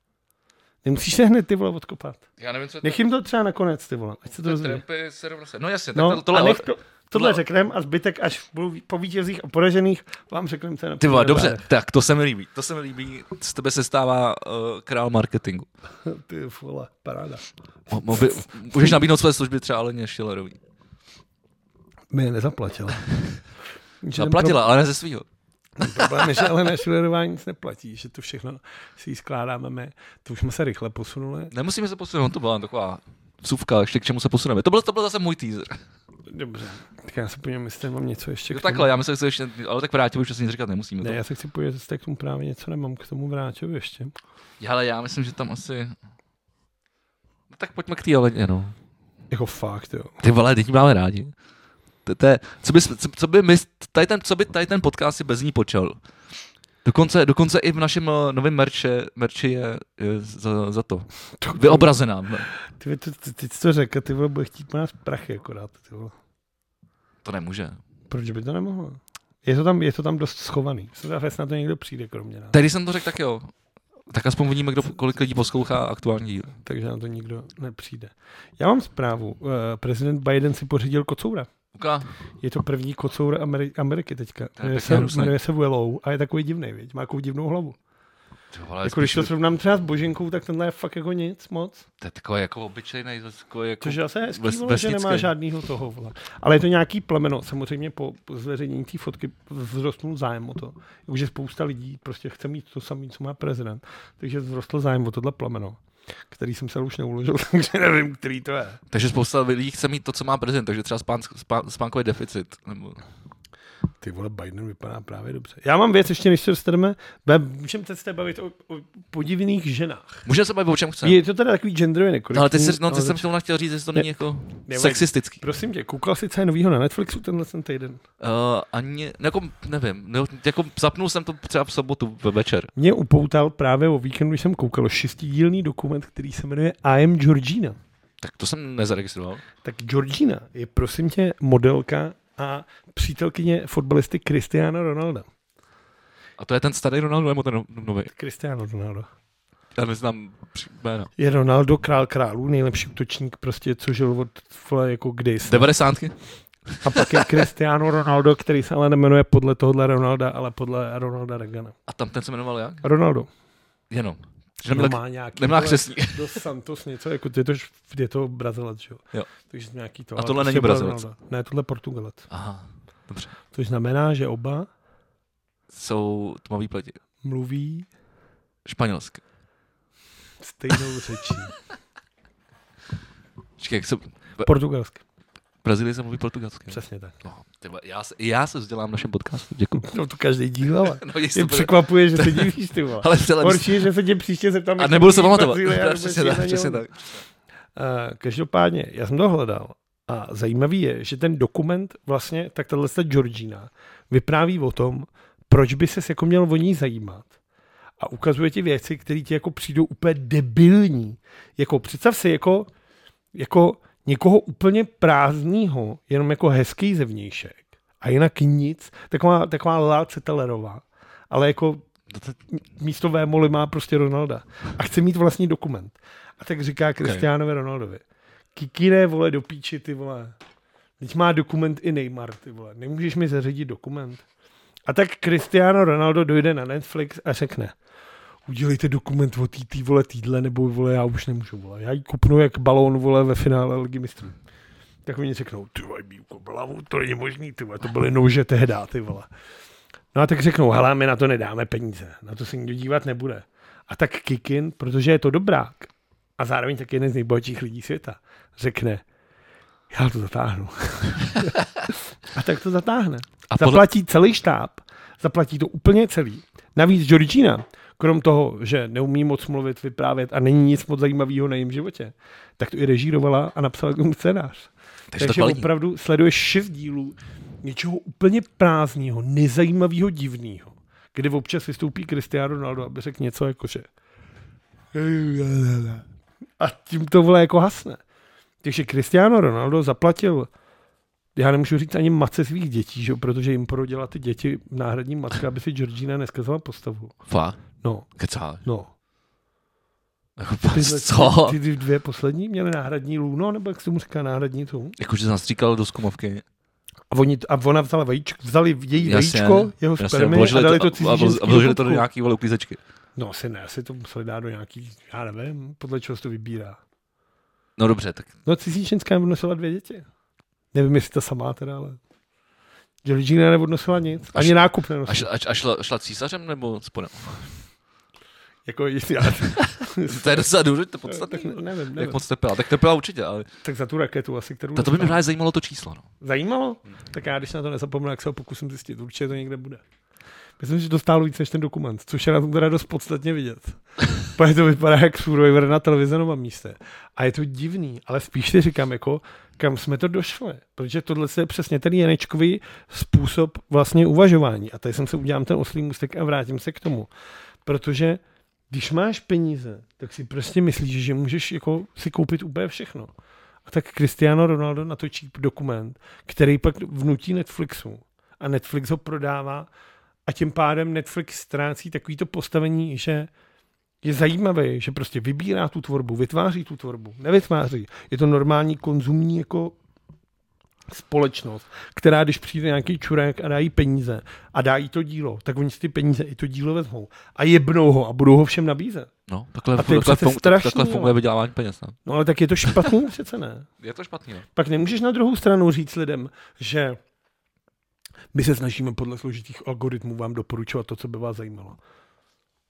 A: Nemusíš se hned ty vole odkopat.
B: Já nevím, co je
A: Nech jim to třeba nakonec, ty vole, ať se to rozvíjí.
B: Trampy, server, No jasně,
A: No,
B: tak tohle,
A: a
B: tohle,
A: nech to, tohle řekneme a zbytek až budu ví- po vítězích a poražených vám řekneme, co je
B: Ty vole,
A: napsané na
B: dobře,
A: zádech.
B: tak to se mi líbí. To se mi líbí, z tebe se stává uh, král marketingu.
A: No, Ty vole, paráda.
B: Mo- Mobi, můžeš nabídnout své služby třeba Aleně Schillerový.
A: Mi je nezaplatila. Že ten
B: Zaplatila, ale ne ze svýho.
A: Problém je, že ale na Schillerová nic neplatí, že to všechno si jí skládáme my. To už jsme se rychle posunuli.
B: Nemusíme se posunout, to byla taková vsuvka, ještě k čemu se posuneme. To byl, to byl zase můj teaser. No
A: Dobře. Tak já se podívám, jestli mám něco ještě
B: Jo,
A: k tomu.
B: No takhle, já myslím, že se ještě, ale tak vrátím, už asi nic říkat nemusíme.
A: Ne,
B: Ne,
A: já se chci podívat, jestli k tomu právě něco nemám, k tomu vrátil ještě.
B: Hele, já myslím, že tam asi... No, tak pojďme k té Aleně, no.
A: Jako fakt, jo.
B: Ty vole, děti máme rádi. To, to je, co, by, co, co by my, tady ten, co by tady ten podcast si bez ní počal. Dokonce, dokonce i v našem eh, novém merče, merči je, je za, za, to. Vyobrazená.
A: Ty, vole, to- ty, ty, ty to řekl, ty vole, bude chtít po nás prachy akorát, ty vole.
B: To nemůže.
A: Proč by to nemohlo? Je to tam, je to tam dost schovaný. Jsem zase, jestli na to někdo přijde, kromě nás.
B: Tady jsem to řekl tak jo. Tak aspoň vidíme, kdo, kolik lidí poslouchá aktuální díl.
A: Takže na to nikdo nepřijde. Já mám zprávu. Eh, Prezident Biden si pořídil kocoura.
B: Uka,
A: Je to první kocour Ameri- Ameriky teďka.
B: To je
A: Jmenuje
B: pěkně
A: se,
B: hnusný.
A: jmenuje se Willow a je takový divný, věď? Má takovou divnou hlavu.
B: ty vole,
A: Jako, když
B: spíš-
A: to srovnám třeba s Boženkou, tak tenhle je fakt jako nic moc.
B: to je takový jako obyčejný, takový jako...
A: Což je zase hezký,
B: Ves-
A: vole, že nemá
B: vesnický.
A: žádného toho. Vole. Ale je to nějaký plemeno. Samozřejmě po po zveřejnění té fotky vzrostl zájem o to. Už spousta lidí prostě chce mít to samé, co má prezident. Takže vzrostl zájem o tohle plemeno který jsem se už neuložil, takže nevím, který to je.
B: Takže spousta lidí chce mít to, co má prezident, takže třeba spánk, spán, spánkový deficit. Nebo...
A: Ty vole, Biden vypadá právě dobře. Já mám věc, ještě než se dostaneme, Be- můžeme se s tebou bavit o, o podivných ženách.
B: Můžeme se bavit o čem chceme.
A: Je to teda takový genderově
B: No,
A: nekorektní.
B: ale teď, se, no, teď
A: ale
B: jsem tomu chtěl říct, že to není jako
A: nevadí.
B: sexistický.
A: Prosím tě, koukal jsi, co je novýho na Netflixu tenhle ten týden?
B: Uh, ani, no, jako, nevím, no, jako zapnul jsem to třeba v sobotu ve večer.
A: Mě upoutal právě o víkendu, když jsem koukal šestidílný dokument, který se jmenuje I am Georgina.
B: Tak to jsem nezaregistroval.
A: Tak Georgina je prosím tě modelka a přítelkyně fotbalisty Cristiana Ronalda.
B: A to je ten starý Ronaldo nebo ten no- nový?
A: Cristiano Ronaldo.
B: Já neznám při- jména.
A: Je Ronaldo král králů, nejlepší útočník prostě, co žil od vole, jako kdysi.
B: 90.
A: A pak je Cristiano Ronaldo, který se ale nemenuje podle tohohle Ronalda, ale podle Ronalda Reagana.
B: A tam ten se jmenoval jak?
A: Ronaldo.
B: Jenom. Že
A: No,
B: nebyl tak-
A: má nějaký...
B: nemá
A: vole,
B: křesní.
A: Dos Santos něco, jako je to, je to Brazilec, že jo?
B: Jo.
A: Takže nějaký to.
B: A
A: ale
B: tohle
A: prostě
B: není
A: byl
B: Brazilec.
A: Ronaldo. Ne, tohle Portugalec.
B: Aha, dobře.
A: Což znamená, že oba
B: Jsou tmavý pleti.
A: mluví
B: Španělsky.
A: stejnou řečí.
B: Čekaj, jak se... Ve-
A: Portugalsky.
B: Brazílii se mluví portugalsky.
A: Přesně tak.
B: No, ty vole, já, se, i já se vzdělám v našem podcastu, děkuji.
A: No to každý díl, ale.
B: No, jestli
A: Mě
B: bude-
A: překvapuje, že se divíš, ty vole.
B: Ale přele,
A: Horší je, že se tě příště zeptám.
B: a
A: jak
B: nebudu se
A: mluví
B: pamatovat.
A: Brazílie a
B: Přesně
A: vůbec
B: tak,
A: ji na
B: přesně
A: něm-
B: tak.
A: Eh, každopádně, já jsem to hledal a zajímavý je, že ten dokument vlastně, tak tahle ta Georgina vypráví o tom, proč by ses jako měl o ní zajímat. A ukazuje ti věci, které ti jako přijdou úplně debilní. Jako představ si jako, jako někoho úplně prázdného, jenom jako hezký zevnějšek. A jinak nic. Taková, taková Lala Cetelerová. Ale jako místo Vémoli má prostě Ronalda. A chce mít vlastní dokument. A tak říká Kristiánovi Ronaldovi. Kikine, vole, do píči, ty vole. Teď má dokument i Neymar, ty vole. Nemůžeš mi zařídit dokument. A tak Cristiano Ronaldo dojde na Netflix a řekne, udělejte dokument o tý, tý vole, týdle, nebo vole, já už nemůžu, vole. Já ji kupnu jak balón, vole, ve finále Ligy mistrů. Tak oni řeknou, ty vole, bílko, blavu, to není možný, ty vole, to byly nože tehdy, ty vole. No a tak řeknou, hele, my na to nedáme peníze, na to se nikdo dívat nebude. A tak Kikin, protože je to dobrák a zároveň tak jeden z nejbohatších lidí světa, řekne, já to zatáhnu. a tak to zatáhne.
B: A
A: A
B: podle-
A: zaplatí celý štáb, zaplatí to úplně celý. Navíc Georgina, krom toho, že neumí moc mluvit, vyprávět a není nic moc zajímavého na jejím životě, tak to i režírovala a napsala k tomu scénář.
B: Takže
A: Takže,
B: to
A: Takže
B: kvalitní.
A: opravdu sleduješ šest dílů něčeho úplně prázdného, nezajímavého, divného, kdy občas vystoupí Cristiano Ronaldo, aby řekl něco jako, že a tím to vole jako hasne. Takže Cristiano Ronaldo zaplatil já nemůžu říct ani matce svých dětí, že? jo, protože jim porodila ty děti náhradní matka, aby si Georgina neskazala postavu.
B: Fakt?
A: No,
B: Kecáš.
A: no.
B: Jako,
A: Tyhle,
B: co?
A: Ty, ty dvě poslední měly náhradní lůno, nebo jak se tomu říká náhradní tu.
B: Jakože zastříkal do skumovky.
A: A, oni, a ona vzala vajíčko, vzali její
B: Jasně,
A: vajíčko, jeho
B: jasně,
A: spermy a
B: vložili
A: dali
B: a-
A: to cizí
B: a, vlož- a
A: ženskýho
B: vložili to do
A: pupku.
B: nějaký vole uklízečky.
A: No asi ne, asi to museli dát do nějaký, já nevím, podle čeho se to vybírá.
B: No dobře, tak
A: No cizí ženská odnosila dvě děti. Nevím, jestli ta samá teda, ale... Georgina neodnosila nic, ani
B: Až-
A: nákup
B: a,
A: nenosila.
B: šla, a, a šla, šla císařem nebo spodem?
A: Jako, jestli já...
B: To je docela důležité, to podstatné.
A: tak ne- nevím,
B: no. Jak
A: nevím.
B: moc tepila? Tak tepila určitě, ale
A: Tak za tu raketu asi, kterou...
B: na to by mě
A: dostala.
B: právě zajímalo to číslo. No.
A: Zajímalo? Tak já, když na to nezapomenu, jak se ho pokusím zjistit. Určitě to někde bude. Myslím, že to stálo víc než ten dokument, což je na tom teda dost podstatně vidět. Protože to vypadá jak Survivor na televizi na místě. A je to divný, ale spíš si říkám, jako, kam jsme to došli. Protože tohle je přesně ten Janečkový způsob vlastně uvažování. A tady jsem se udělám ten oslý můstek a vrátím se k tomu. Protože když máš peníze, tak si prostě myslíš, že můžeš jako si koupit úplně všechno. A tak Cristiano Ronaldo natočí dokument, který pak vnutí Netflixu. A Netflix ho prodává a tím pádem Netflix ztrácí takovýto postavení, že je zajímavý, že prostě vybírá tu tvorbu, vytváří tu tvorbu, nevytváří. Je to normální konzumní jako společnost, která když přijde nějaký čurák a dá jí peníze a dá jí to dílo, tak oni si ty peníze i to dílo vezmou a jebnou ho a budou ho všem nabízet.
B: No, takhle,
A: A to je
B: takhle,
A: přece
B: fun-
A: strašný,
B: takhle
A: jo.
B: funguje vydělávání peněz. No.
A: No ale tak je to špatný přece ne.
B: Je to špatný, no.
A: Pak nemůžeš na druhou stranu říct lidem, že my se snažíme podle složitých algoritmů vám doporučovat to, co by vás zajímalo.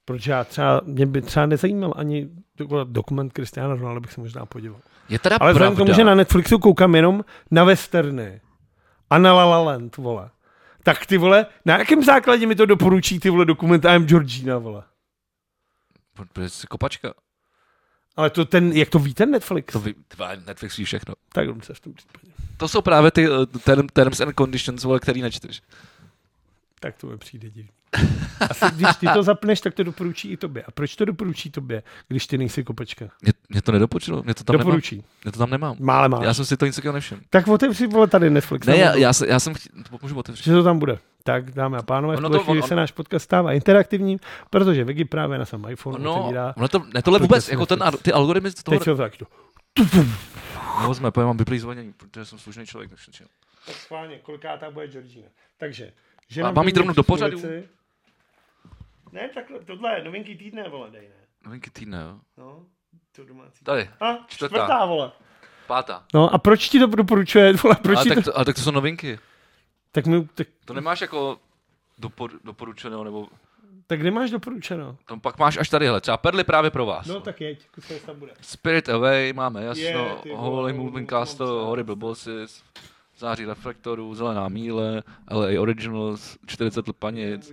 A: Protože já třeba, mě by třeba nezajímal ani dokonce dokument Cristiano Ronaldo, bych se možná podíval.
B: Je teda
A: Ale vzhledem k
B: pravda,
A: tomu, že na Netflixu koukám jenom na westerny a na La La Land, vole. Tak ty vole, na jakém základě mi to doporučí ty vole dokument I'm Georgina, vole?
B: protože jsi kopačka.
A: Ale to ten, jak to ví ten Netflix?
B: To
A: To...
B: vy, tvá, Netflix ví všechno.
A: Tak dobře, v tom případě.
B: To jsou právě ty eh, term, terms and conditions, vole, který nečteš.
A: Tak to mi přijde divný. Asi když ty to zapneš, tak to doporučí i tobě. A proč to doporučí tobě, když ty nejsi kopačka?
B: Mě, mě to nedopočilo, mě to tam nemám.
A: doporučí.
B: Mě to tam nemám.
A: Mále má.
B: Já jsem si to nic takového nevšiml.
A: Tak otevři, vole, tady Netflix.
B: Ne,
A: tam
B: já,
A: budu-
B: já, jsem, já jsem chtěl, to můžu otevřít.
A: Že to tam bude. Tak, dámy a pánové, v
B: Ono
A: tuhle
B: to-
A: chvíli
B: on-
A: se náš podcast stává interaktivním, protože Vegi právě na svém iPhone
B: No,
A: otevírá.
B: ono to, ne tohle
A: to
B: vůbec,
A: dnes
B: jako ten,
A: Netflix.
B: ar- ty algoritmy z toho
A: Teď se tak to.
B: no, jsme, pojď, mám vyplý zvonění, protože jsem slušný člověk. takže čím.
A: Schválně, kolikátá bude Georgina. Takže, že
B: A
A: nám
B: mám jít
A: první
B: rovnou do pořadu?
A: věci- Ne, takhle, tohle je novinky týdne, vole, dej, ne.
B: Novinky týdne, jo.
A: No, to domácí.
B: Tady,
A: A,
B: čtvrtá.
A: čtvrtá, vole.
B: pátá.
A: No a proč ti to doporučuje? Vole, proč
B: Ale
A: ti to...
B: tak, to, ale tak to jsou novinky.
A: Tak, mi, tak,
B: To nemáš jako dopor, doporučeného, nebo
A: tak kde máš doporučeno?
B: tam pak máš až tadyhle, třeba perly právě pro vás.
A: No tak jeď, co tam bude.
B: Spirit Away máme, jasno,
A: Je,
B: yeah,
A: ty vole,
B: Holy
A: mám
B: Moving Castle,
A: se.
B: Horrible Bosses, Září reflektorů, Zelená míle, LA Originals, 40 lpanic,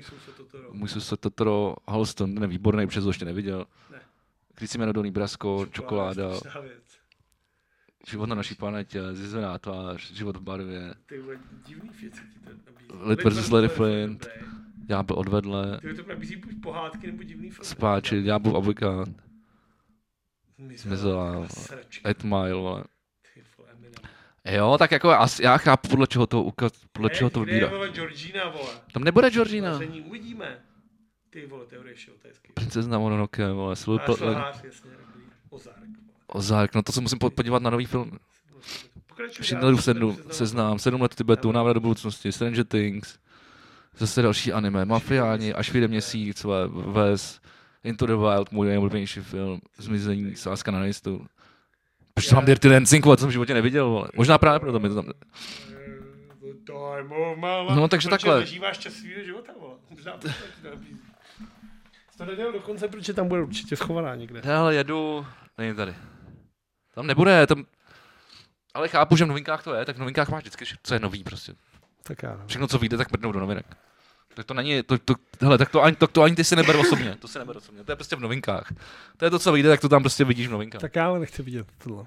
B: můj sused Totoro, Halston, ten je výborný, protože to ještě neviděl.
A: Ne.
B: Když si jmenuje Brasko, čokoláda, život na naší planetě, zjezená tvář, život v barvě,
A: Ty vole, divný věci ti to nabízí.
B: Lid versus Larry Flint, já byl odvedle,
A: Ty to nabízí buď pohádky nebo divný film.
B: Spáči, já byl ablikant, Zmizela, vole.
A: Sračka,
B: Eight Mile, vole.
A: ty vole, Eminem.
B: Jo, tak jako asi, já chápu, podle čeho to ukaz, podle
A: Hej,
B: čeho to
A: Kde je,
B: vybírá.
A: vole, Georgina, vole?
B: Tam nebude Georgina.
A: Vážení, uvidíme. Ty vole, teorie show, to je skvělé.
B: Princezna Mononoke, vole,
A: A
B: Slipper,
A: šlahář, jasně, takový Ozark. vole.
B: Ozark, no to se musím po- podívat na nový film.
A: Pokračuj.
B: Schindlerův
A: já se
B: sednu,
A: seznam-
B: seznám, sedm let v Tibetu, návrat do budoucnosti, Stranger Things, zase další anime, Mafiáni, až vyjde měsíc, vole, Ves, Into the Wild, můj nejoblíbenější film, Zmizení, sázka na nejistu. Proč to mám Dirty Dancing, vole, to jsem v životě neviděl, vole. Možná právě proto mi to tam...
A: The time of my life.
B: No, takže
A: Protože
B: takhle.
A: zažíváš čas svýho života, vole. Možná to ti to nabízí. Jsi to nedělal dokonce, protože tam bude určitě schovaná někde.
B: Hele, jedu, není tady. Tam nebude, tam... Ale chápu, že v novinkách to je, tak v novinkách máš vždycky, vše- co je nový prostě.
A: Tak já nevím.
B: všechno, co vyjde, tak mrdnou do novinek. Tak to není, to, to, hele, tak to ani, to, to ani ty si neber osobně, to si neber osobně, to je prostě v novinkách. To je to, co vyjde, tak to tam prostě vidíš v novinkách. Tak.
A: Tak já ale nechci vidět tohle.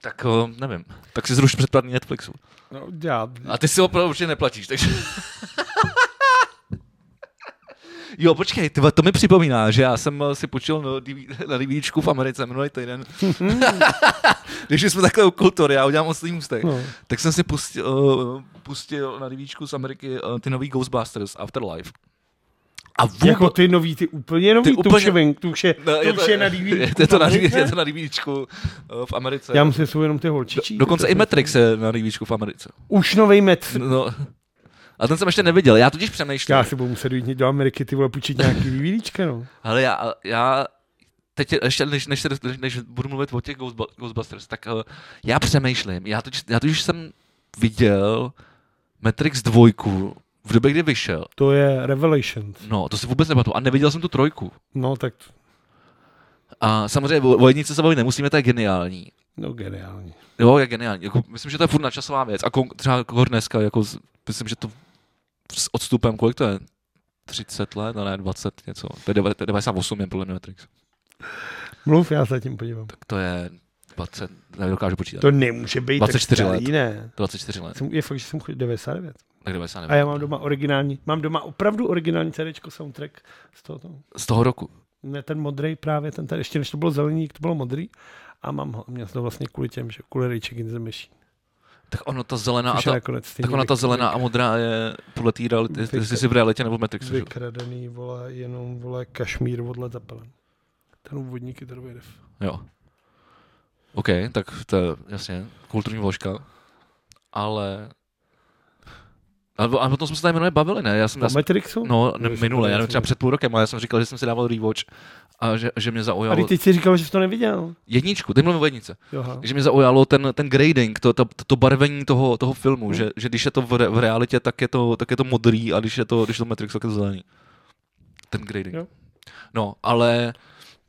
B: Tak o, nevím. Tak si zruš předplatný Netflixu.
A: No, já,
B: A ty si opravdu určitě neplatíš, takže... Jo, počkej, tyva, to mi připomíná, že já jsem eh, si počil no, DV na DVDčku v Americe minulý týden. Když jsme takhle u kultury, já udělám oslý můstek,
A: No.
B: no. tak jsem si pustil, uh, pustil na DVDčku z Ameriky uh, ty nový Ghostbusters Afterlife. A vůbec...
A: jako ty nový, ty úplně nový, ty úplně... to už je venk, to už je,
B: No,
A: to už je na DVD.
B: Je to na, DVD je to na DVDčku eh, v Americe.
A: Já myslím, že jsou jenom ty holčičí.
B: Dokonce i Matrix je na DVDčku v Americe.
A: Už nový met.
B: No, a ten jsem ještě neviděl. Já totiž přemýšlím.
A: Já si budu muset jít do Ameriky, ty vole, půjčit nějaký DVDčka, no.
B: Ale já, já teď ještě, než, než, se- než, než budu mluvit o těch Ghostbu- Ghostbusters, tak eh, já přemýšlím. Já totiž, já totiž jsem viděl Matrix 2 v době, kdy vyšel.
A: To je Revelation.
B: No, to si vůbec nepamatuju. A neviděl jsem tu trojku.
A: No, tak,
B: A samozřejmě o o jednici se bavit nemusíme, to je geniální.
A: no geniální.
B: Jo, je geniální. Jako, myslím, že to je furt načasová věc. A kon, třeba kor dneska, jako, z- myslím, že to s odstupem, kolik to je? 30 let, a ne 20 něco. To je deva- to je 98 je podle mě Matrix.
A: Mluv, já se zatím podívám.
B: Tak to je 20, nedokážu počítat.
A: To nemůže být
B: 24
A: tak
B: let.
A: jiné.
B: 24 let,
A: Jsem, je fakt, že jsem chodil 99.
B: tak 99.
A: A já mám doma originální, mám doma opravdu originální CDčko soundtrack z toho.
B: Z toho roku.
A: Ne ten modrý právě, ten tady, ještě než to bylo zelený, to bylo modrý. A mám ho, měl jsem to vlastně kvůli těm, že kvůli Rage Against the Machine.
B: Tak ono, ta zelená, No a
A: Což je
B: ta,
A: nakonec stejně
B: tak ona ta
A: vy-
B: zelená a modrá je podle té reality,
A: Vy-
B: jestli jsi v realitě nebo v Matrixu. že?
A: Vykradený, vole, jenom, vole, kašmír od Led Zeppelin. Ten úvodní kytarový riff.
B: Jo. OK, tak to je jasně kulturní vložka, ale... Ale, ale o tom jsme se tady minulé bavili, ne? Já jsem, já
A: Na
B: jsem
A: Matrixu?
B: No,
A: Nebo
B: ne,
A: jsi
B: minule,
A: to
B: já nevím, třeba
A: neviděl?
B: před půl rokem, ale já jsem říkal, že jsem si dával rewatch a že, že mě
A: A
B: zaujalo
A: ty teď si říkal, že jsi to neviděl.
B: jedničku, teď mluvím o jednice,
A: Joha.
B: že No. mě zaujalo ten, ten grading, to, to, to barvení toho, toho filmu,
A: Hmm.
B: že, že, když je to v, re, v realitě, tak je to, tak je to modrý a když je to, když je to Matrix, tak je to zelený. Ten grading.
A: Jo.
B: No, ale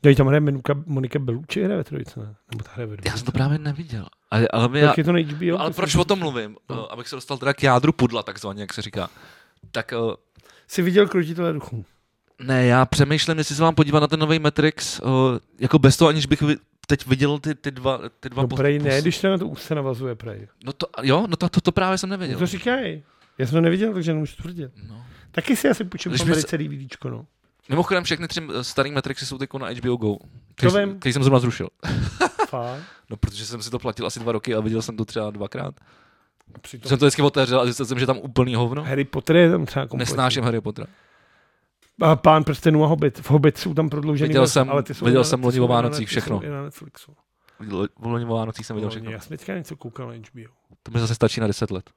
A: Dej tam hraje Menuka, Monika Bellucci hraje ve trojice, ne? Nebo ta hraje ve
B: já
A: dvojice.
B: jsem to právě neviděl. Ale, ale mě,
A: Tak je to na HBO.
B: ale
A: to No.
B: proč
A: jsem-
B: o tom mluvím? Eh, Abych se dostal teda k jádru pudla, takzvaně, jak se říká. Tak eh,
A: Jsi viděl krotitele duchů.
B: Ne, já přemýšlím, jestli se mám podívat na ten nový Matrix, o, jako bez toho, aniž bych vi, teď viděl ty, ty dva, ty dva
A: No
B: pos-
A: prej
B: pos-
A: ne, když to na to už se navazuje prej.
B: No to, jo, no to, to, to právě jsem nevěděl.
A: To říkají. Já jsem to neviděl, takže nemůžu tvrdit.
B: No.
A: Taky si asi půjčím
B: Když
A: po
B: bys-
A: Americe DVDčko, no.
B: Mimochodem, všechny tři eh, starý Matrixy jsou teď na HBO GO, který,
A: To
B: jsem-
A: vím.
B: který jsem zrovna zrušil.
A: Fakt.
B: No, protože jsem si to platil asi dva roky a viděl jsem to třeba dvakrát.
A: A Přitom
B: Jsem to vždycky otevřel a zjistil jsem, že tam úplný hovno.
A: Harry Potter je tam třeba kompletní.
B: Nesnáším Harry Pottera.
A: A pán prstenů a Hobbit. V Hobbit jsou tam prodloužený
B: Viděl
A: verze,
B: jsem- viděl
A: i na-
B: jsem
A: ty
B: loni
A: jsou
B: o
A: i na
B: Vánocích
A: Netflixu,
B: všechno.
A: i na Netflixu.
B: Lo- Loni o Vánocích jsem viděl
A: Loni,
B: všechno.
A: Já jsem teďka něco koukal na HBO.
B: To mi zase stačí na 10 let.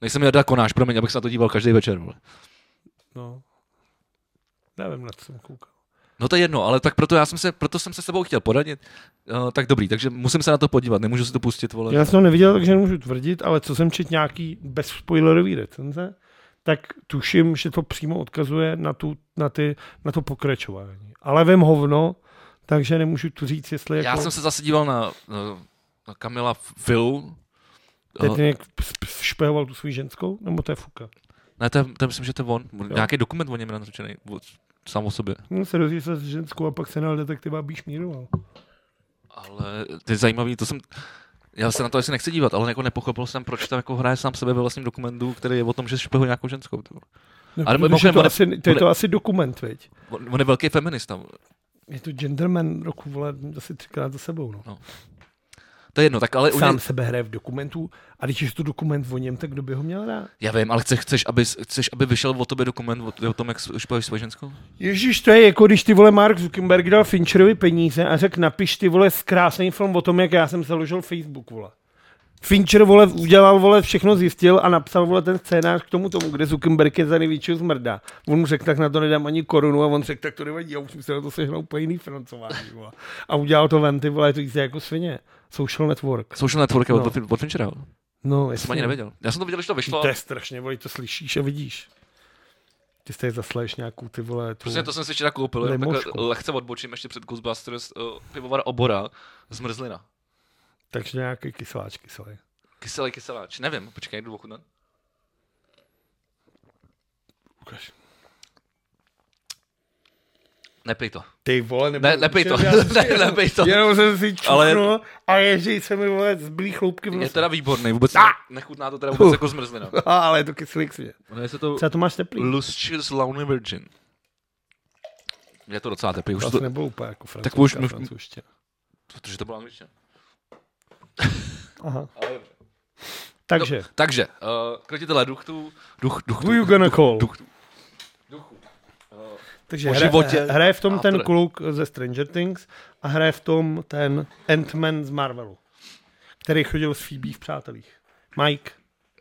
B: Nejsem Jarda Konáš, promiň, abych se na to díval každý večer. Vole.
A: No. Nevím, na co jsem koukal.
B: No to je jedno, ale tak proto, já jsem se, proto jsem se s tebou chtěl poradit. Uh, tak dobrý, takže musím se na to podívat, nemůžu si to pustit, vole.
A: Já jsem to neviděl, takže nemůžu tvrdit, ale co jsem četl nějaký bezspoilerový recenze, tak tuším, že to přímo odkazuje na, tu, na, ty, na to pokračování. Ale vím hovno, takže nemůžu tu říct, jestli
B: Já
A: jako...
B: jsem se zase díval na, na, na Kamila Filu.
A: Teď
B: Eh,
A: nějak ps- ps- špehoval tu svou ženskou, nebo to je fuka.
B: Ne, to, je- to je, myslím, že to je on. Nějaký dokument o něm je natočený, o- sám o sobě.
A: No, se rozjížděl s ženskou a pak se nal detektiva a bíš míroval.
B: Ale to je zajímavý, to jsem... Já se na to asi nechci dívat, ale jako nepochopil jsem, proč tam jako hraje sám sebe ve vlastním dokumentu, který je o tom, že špehuje nějakou ženskou. ty vole.
A: No,
B: Ale
A: protože
B: mimochodem,
A: to,
B: on je-
A: asi, to je
B: on je-
A: to asi dokument, viď?
B: On, on je velký feminista. vole.
A: Je to gentleman roku, vole, asi třikrát za sebou, no.
B: To je jedno, tak ale... u něj-
A: Sám sebe hraje v dokumentu a když je to dokument o něm, tak kdo by ho měl rád?
B: Já vím, ale chceš, chceš, aby, chceš, aby vyšel o tobě dokument o, o tom, jak špehuješ svoji ženskou?
A: Ježíš, to je jako když ty vole Mark Zuckerberg dal Fincherovi peníze a řekl, napiš ty vole krásný film o tom, jak já jsem založil Facebook, vole. Fincher, vole, udělal, vole, všechno zjistil a napsal, vole, ten scénář k tomu tomu, kde Zuckerberg je za největšího zmrda. On mu řekl, tak na to nedám ani korunu a on řekl, tak to nevadí, já už jsem se na to sehnal úplně jiný financování, vole. A udělal to ven, ty vole, to jistě jako svině. Social Network.
B: Social Network je
A: No.
B: od, Fin- od Finchera. jo?
A: No,
B: Já jsem ani nevěděl. Já jsem to viděl, že to vyšlo.
A: To je strašně, vole, to slyšíš a vidíš. Ty jste zasleješ nějakou ty vole. Tu...
B: Přesně to jsem si včera koupil, jenom
A: Limošku.
B: takhle lehce odbočím ještě před Ghostbusters, uh, pivovar Obora, zmrzlina.
A: Takže nějaký kyseláč kyselý.
B: Kyselý kyseláč, nevím, počkej, jdu ochutnat.
A: Ukaž.
B: Nepij to.
A: Ty vole, nebo...
B: Ne, lepej to.
A: Já jsem si
B: Ne,
A: jenom-
B: lepej to.
A: Jenom jsem si
B: Ale-
A: čuchnul Ale... a ježí se mi vole zblí chloupky v
B: Je
A: nose.
B: teda výborný, vůbec
A: Ah!
B: nechutná to teda vůbec
A: Uh.
B: jako zmrzlina.
A: A, ale je to kyslík svět.
B: Jmenuje se to
A: Co to máš teplý?
B: Lustrous Lonely Virgin. Je to docela teplý, už
A: To
B: to,
A: asi nebylo úplně jako francouzská,
B: Tak už- už-
A: francouzština.
B: protože to bylo angličtina.
A: Aha.
B: Ale dobře.
A: Takže,
B: No, takže, uh, krotitele duchtů, duch, duch,
A: who you gonna call?
B: duch,
A: Takže
B: O
A: hraje,
B: životě.
A: hraje v tom
B: A
A: ten
B: pre-
A: kluk ze Stranger Things a hraje v tom ten Ant-Man z Marvelu, který chodil s Phoebe v Přátelích. Mike.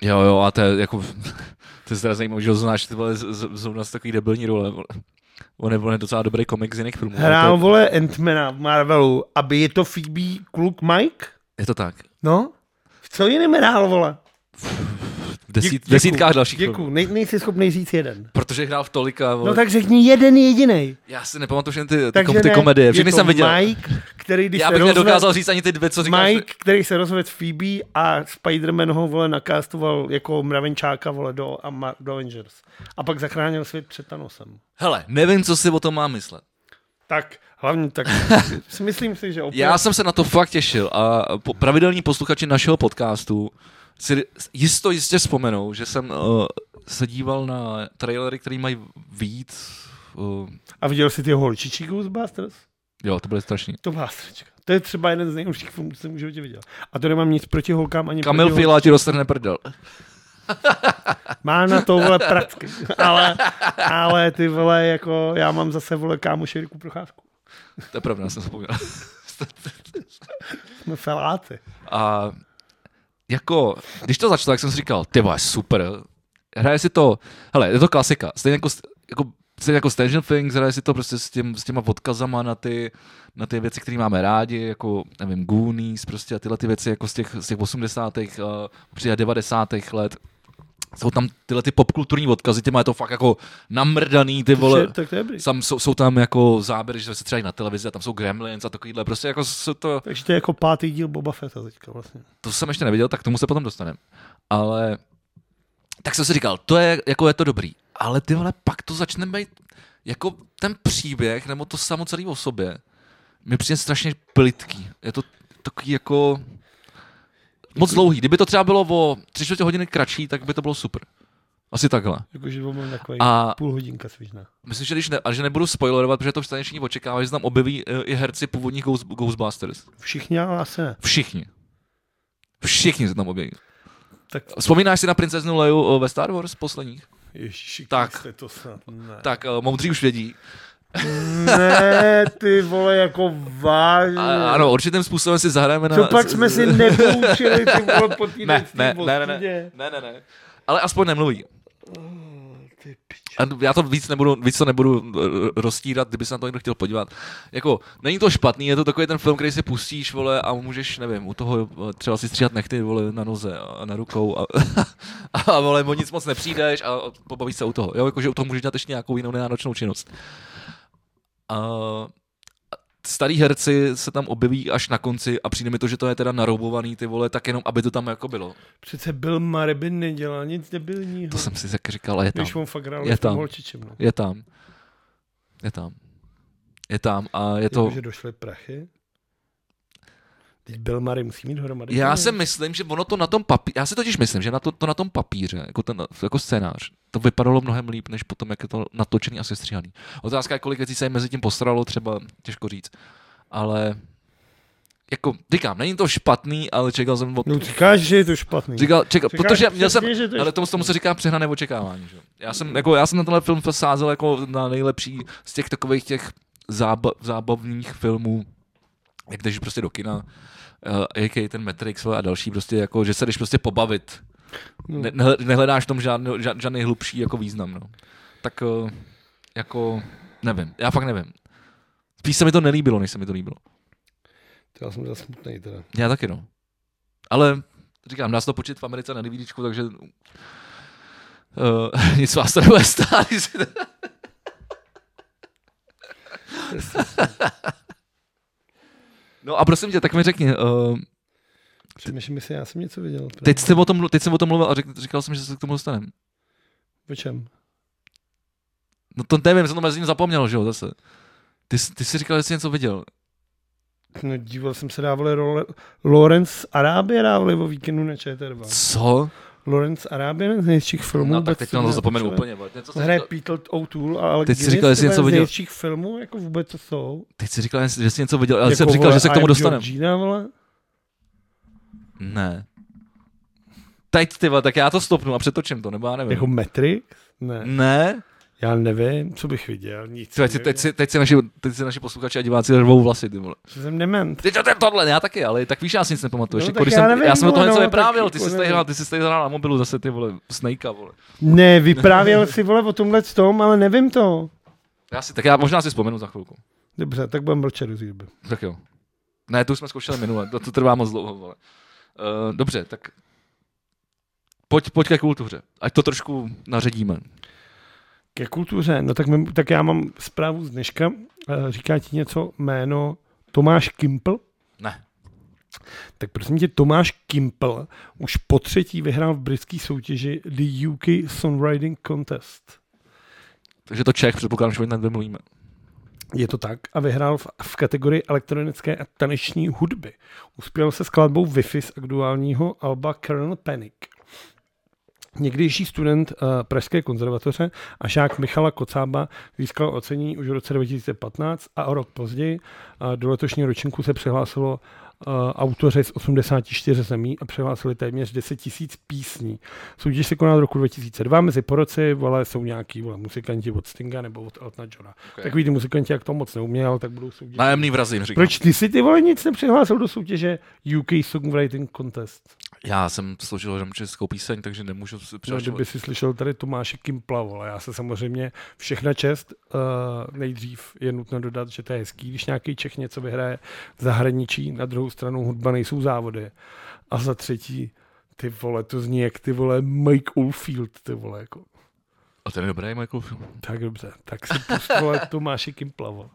B: Jo, jo, a to je jako, to je teda zajímavé, že ho znáš, ty vole, z- z- zrovna z takový debilní role. vole. On je, on je docela dobrý komik z jiných filmů. ale to
A: Hrál,
B: je,
A: vole, Ant-Mana v Marvelu, aby je to Phoebe kluk Mike?
B: je to tak.
A: No? V co jiném hrál, vole?
B: V desít, desítkách dalších filmů.
A: Děkuju, Nej, nejsi schopný říct jeden.
B: Protože hrál v tolika, vole.
A: No tak řekni jeden jediný.
B: já si nepamatuju všechny ty, ty,
A: Takže
B: kom, ty
A: ne,
B: komedie,
A: je
B: všechny
A: to
B: jsem viděl.
A: Mike, který když
B: Já
A: se
B: bych
A: rozvedl-
B: nedokázal říct ani ty dvě, co říkáš.
A: Mike, který se rozvedl s Phoebe a Spider-Man ho vole nakástoval jako mravenčáka vole do, a Ma- do Avengers. A pak zachránil svět před Thanosem.
B: Hele, nevím, co si o tom mám myslet.
A: Tak, hlavně tak. si myslím si, že opět...
B: Já jsem se na to fakt těšil a po- pravidelní posluchači našeho podcastu si jisto jistě vzpomenou, že jsem uh, se díval na trailery, který mají výjít. Uh,
A: A viděl jsi ty holčičí Ghostbusters?
B: jo, to byly strašný.
A: To byla sračka. To je třeba jeden z nejhorších filmů, co jsem v životě viděl. A to nemám nic proti holkám ani
B: Kamil
A: proti
B: Fila ti roztrhne prdel.
A: Má na to, vole, pracky. Ale, ale ty, vole, jako, já mám zase, vole, kámo Širiku Procházku.
B: To je pravda, já jsem vzpomněl.
A: Jsme feláci.
B: A jako, když to začalo, tak jsem si říkal, ty vole, super. Hraje si to, hele, je to klasika. Stejně jako, jako stejně jako Stranger Things, hraje si to prostě s, těm, s těma odkazama na ty, na ty věci, které máme rádi, jako, nevím, Goonies, prostě a tyhle ty věci jako z těch, z těch 80. Uh, přijde 90. let. Jsou tam tyhle ty popkulturní odkazy, těma je to fakt jako namrdaný, ty vole.
A: Že- Tak to je dobrý.
B: Sam, jsou, jsou, tam jako záběry, že se třeba i na televizi a tam jsou gremlins a takovýhle, prostě jako jsou to,
A: Takže to je jako pátý díl Boba Fetta teďka vlastně.
B: to jsem ještě neviděl, tak k tomu se potom dostaneme. Ale tak jsem si říkal, to je, jako je to dobrý, ale ty vole, pak to začne být, jako ten příběh, nebo to samo celý o sobě, mi přijde strašně plitký. Je to takový jako moc dlouhý. Kdyby to třeba bylo o tři čtvrtě hodiny kratší, tak by to bylo super. Asi takhle.
A: Jakože to byl takový
B: A-
A: půl hodinka svižná.
B: Myslím, že, když ne, a že nebudu spoilerovat, protože to stejně všichni očekávají, že se tam objeví eh, i herci původních Ghost, Ghostbusters.
A: Všichni, ale asi ne.
B: Všichni. Všichni se tam objeví.
A: Tak,
B: Vzpomínáš si na princeznu Leju eh, ve Star Wars posledních?
A: ježiši,
B: Tak.
A: Kriste, to snad ne.
B: Tak eh, moudří už vědí.
A: Ne, ty vole, jako vážně.
B: A, ano, určitým způsobem si zahrajeme na...
A: Co pak
B: s-
A: jsme
B: s-
A: si nepoučili, ty vole, po týdne
B: ne, ne, ne, ne, ne, ne, ne, ne. Ale aspoň nemluví.
A: Ty piče.
B: A já to víc, nebudu, víc to nebudu eh, roztírat, kdyby se na to někdo chtěl podívat. Jako, není to špatný, je to takový ten film, který si pustíš, vole, a můžeš, nevím, u toho eh, třeba si stříhat nechty, vole, na noze a na rukou a, a vole, o nic moc nepřijdeš a pobavíš se u toho. Jo, jakože u toho můžeš dělat ještě nějakou jinou nenáročnou činnost. A starý herci se tam objeví až na konci a přijde mi to, že to je teda naroubovaný, ty vole, tak jenom, aby to tam jako bylo.
A: Přece Bill Murray by nedělal nic debilního.
B: To jsem si tak říkal, a je tam.
A: Když on fakt hrál
B: Je
A: s tím
B: tam.
A: holčičem. No.
B: Je tam. Je tam. Je tam a je to...
A: Jako, že došly prachy. Teď Bill Murray musí mít dohromady.
B: Já
A: peníze.
B: si myslím, že ono to na tom papíře, já si totiž myslím, že na to, to na tom papíře, jako, ten, jako scénář, to vypadalo mnohem líp, než potom, jak je to natočený a sestříhaný. Otázka je, kolik věcí se jim mezi tím posralo, třeba těžko říct. Ale jako, říkám, není to špatný, ale čekal jsem od...
A: No říkáš, že je to špatný.
B: Říkal, čekal,
A: Říkáš
B: protože měl jsem,
A: přesně, že to Hmm. je
B: ale tomu, tomu se říká přehnané očekávání. Že? jo. Já jsem, jako, já jsem na tenhle film sázel jako na nejlepší z těch takových těch zába, zábavných filmů, jak jdeš prostě do kina, uh, a.k.a. ten Matrix vole, a další, prostě jako, že se jdeš prostě pobavit.
A: Hmm.
B: Ne, nehle- nehledáš v tom žádný, ža- žádný hlubší jako význam. No. Tak uh, jako, nevím, já fakt nevím. Spíš se mi to nelíbilo, než se mi to líbilo.
A: To já jsem teda smutný teda.
B: Já taky no. Ale říkám, dá se to počít v Americe na DVDčku, takže uh, nic vás to nebude stát. když si- no a prosím tě, tak mi řekni, uh,
A: Přemýšlím, jestli já jsem něco viděl.
B: teď, jsi o tom, mlu- teď jsem o tom mluvil a řek, říkal jsem, že se k tomu dostaneme.
A: O čem?
B: No to nevím, jsem to mezi ním zapomněl, že jo, zase. Ty, jsi- ty jsi říkal, že jsi něco viděl.
A: No, díval jsem se dávali role... Lawrence Arábie dávali o víkendu na ČT2.
B: Co?
A: Lawrence Arábie jeden z největších filmů.
B: No tak
A: vůbec
B: teď
A: co
B: na to
A: dělá
B: zapomenu
A: člověk.
B: úplně. vole. Něco jsem
A: Hraje
B: říkal-
A: Peter O'Toole a Alec
B: Teď jsi
A: Guinness,
B: říkal, že jsi
A: to je
B: něco
A: jeden z
B: viděl.
A: největších filmů, jako vůbec co jsou.
B: Teď jsi říkal, že jsi něco viděl, ale
A: jako
B: jsem říkal,
A: vole,
B: že se k tomu
A: I'm
B: dostaneme. Hmm.
A: Georgina, vole.
B: Ne. Teď ty vole, tak já to stopnu a přetočím to, nebo já nevím.
A: Jako Matrix? Ne.
B: Ne?
A: Já nevím, co bych viděl, nic.
B: Hmm. Ty, vole, teď, si, teď, si naši, teď si naši posluchači a diváci rvou vlasy, ty vole.
A: Jsem dement.
B: Teď to je tohle, já taky, ale tak víš, já si nic nepamatuju.
A: No,
B: No,
A: tak
B: jako, když
A: já
B: jsem,
A: nevím,
B: já jsem o
A: vole,
B: toho něco
A: no,
B: vyprávěl,
A: tak
B: ty
A: jako
B: jsi tady
A: nevím.
B: hrál, ty jsi tady hrál na mobilu zase ty vole, Snakea, vole.
A: Ne, vyprávěl si vole o tomhle tom, ale nevím to.
B: Já si, tak já možná si vzpomenu za chvilku.
A: Dobře, tak budem mlčet do té doby.
B: Tak jo. Ne, to už jsme zkoušeli minule, to, to trvá moc dlouho, vole. Uh, dobře, tak pojď, pojď ke kultuře, ať to trošku naředíme.
A: Ke kultuře, no tak, my, tak já mám zprávu z dneška. Eh, Říká ti něco jméno Tomáš Kimpl?
B: Ne.
A: Tak prosím tě, Tomáš Kimpl už po třetí vyhrál v britské soutěži The UK Songwriting Contest.
B: Takže to Čech, předpokládám, že o něm mluvíme.
A: Je to tak a vyhrál v, v kategorii elektronické a taneční hudby. Uspěl se skladbou Wi-Fi z aktuálního alba Kernel Panic. Někdejší student uh, Pražské konzervatoře a žák Michala Kocába získal ocenění už v roce 2015 a o rok později uh, do letošního ročníku se přihlásilo uh, autoři z 84 zemí a přihlásili téměř 10 tisíc písní. Soutěž se koná od roku 2002, mezi poroci vole, jsou nějaký vole, muzikanti od Stinga nebo od Eltona Johna. Okay. Takový ty muzikanti, jak to moc neumějí, ale tak budou soutěžit.
B: Nájemný vrazy jim říkám.
A: Proč ty si ty vole nic nepřihlásil do soutěže UK Songwriting Contest?
B: Já jsem složil jenom českou píseň, takže nemůžu si
A: No,
B: přihlašovat.
A: kdyby si slyšel tady Tomáše Kimpla, vole. Já se samozřejmě všechna čest. Uh, nejdřív je nutno dodat, že to je hezký, když nějaký Čech něco vyhraje v zahraničí. Na druhou stranu hudba nejsou závody. A za třetí, ty vole, to zní jak ty vole Mike Oldfield, ty vole, jako.
B: A ten je dobrý, Michael. Film.
A: Tak dobře, tak si pust, vole, Tomáše Kimpla, vole.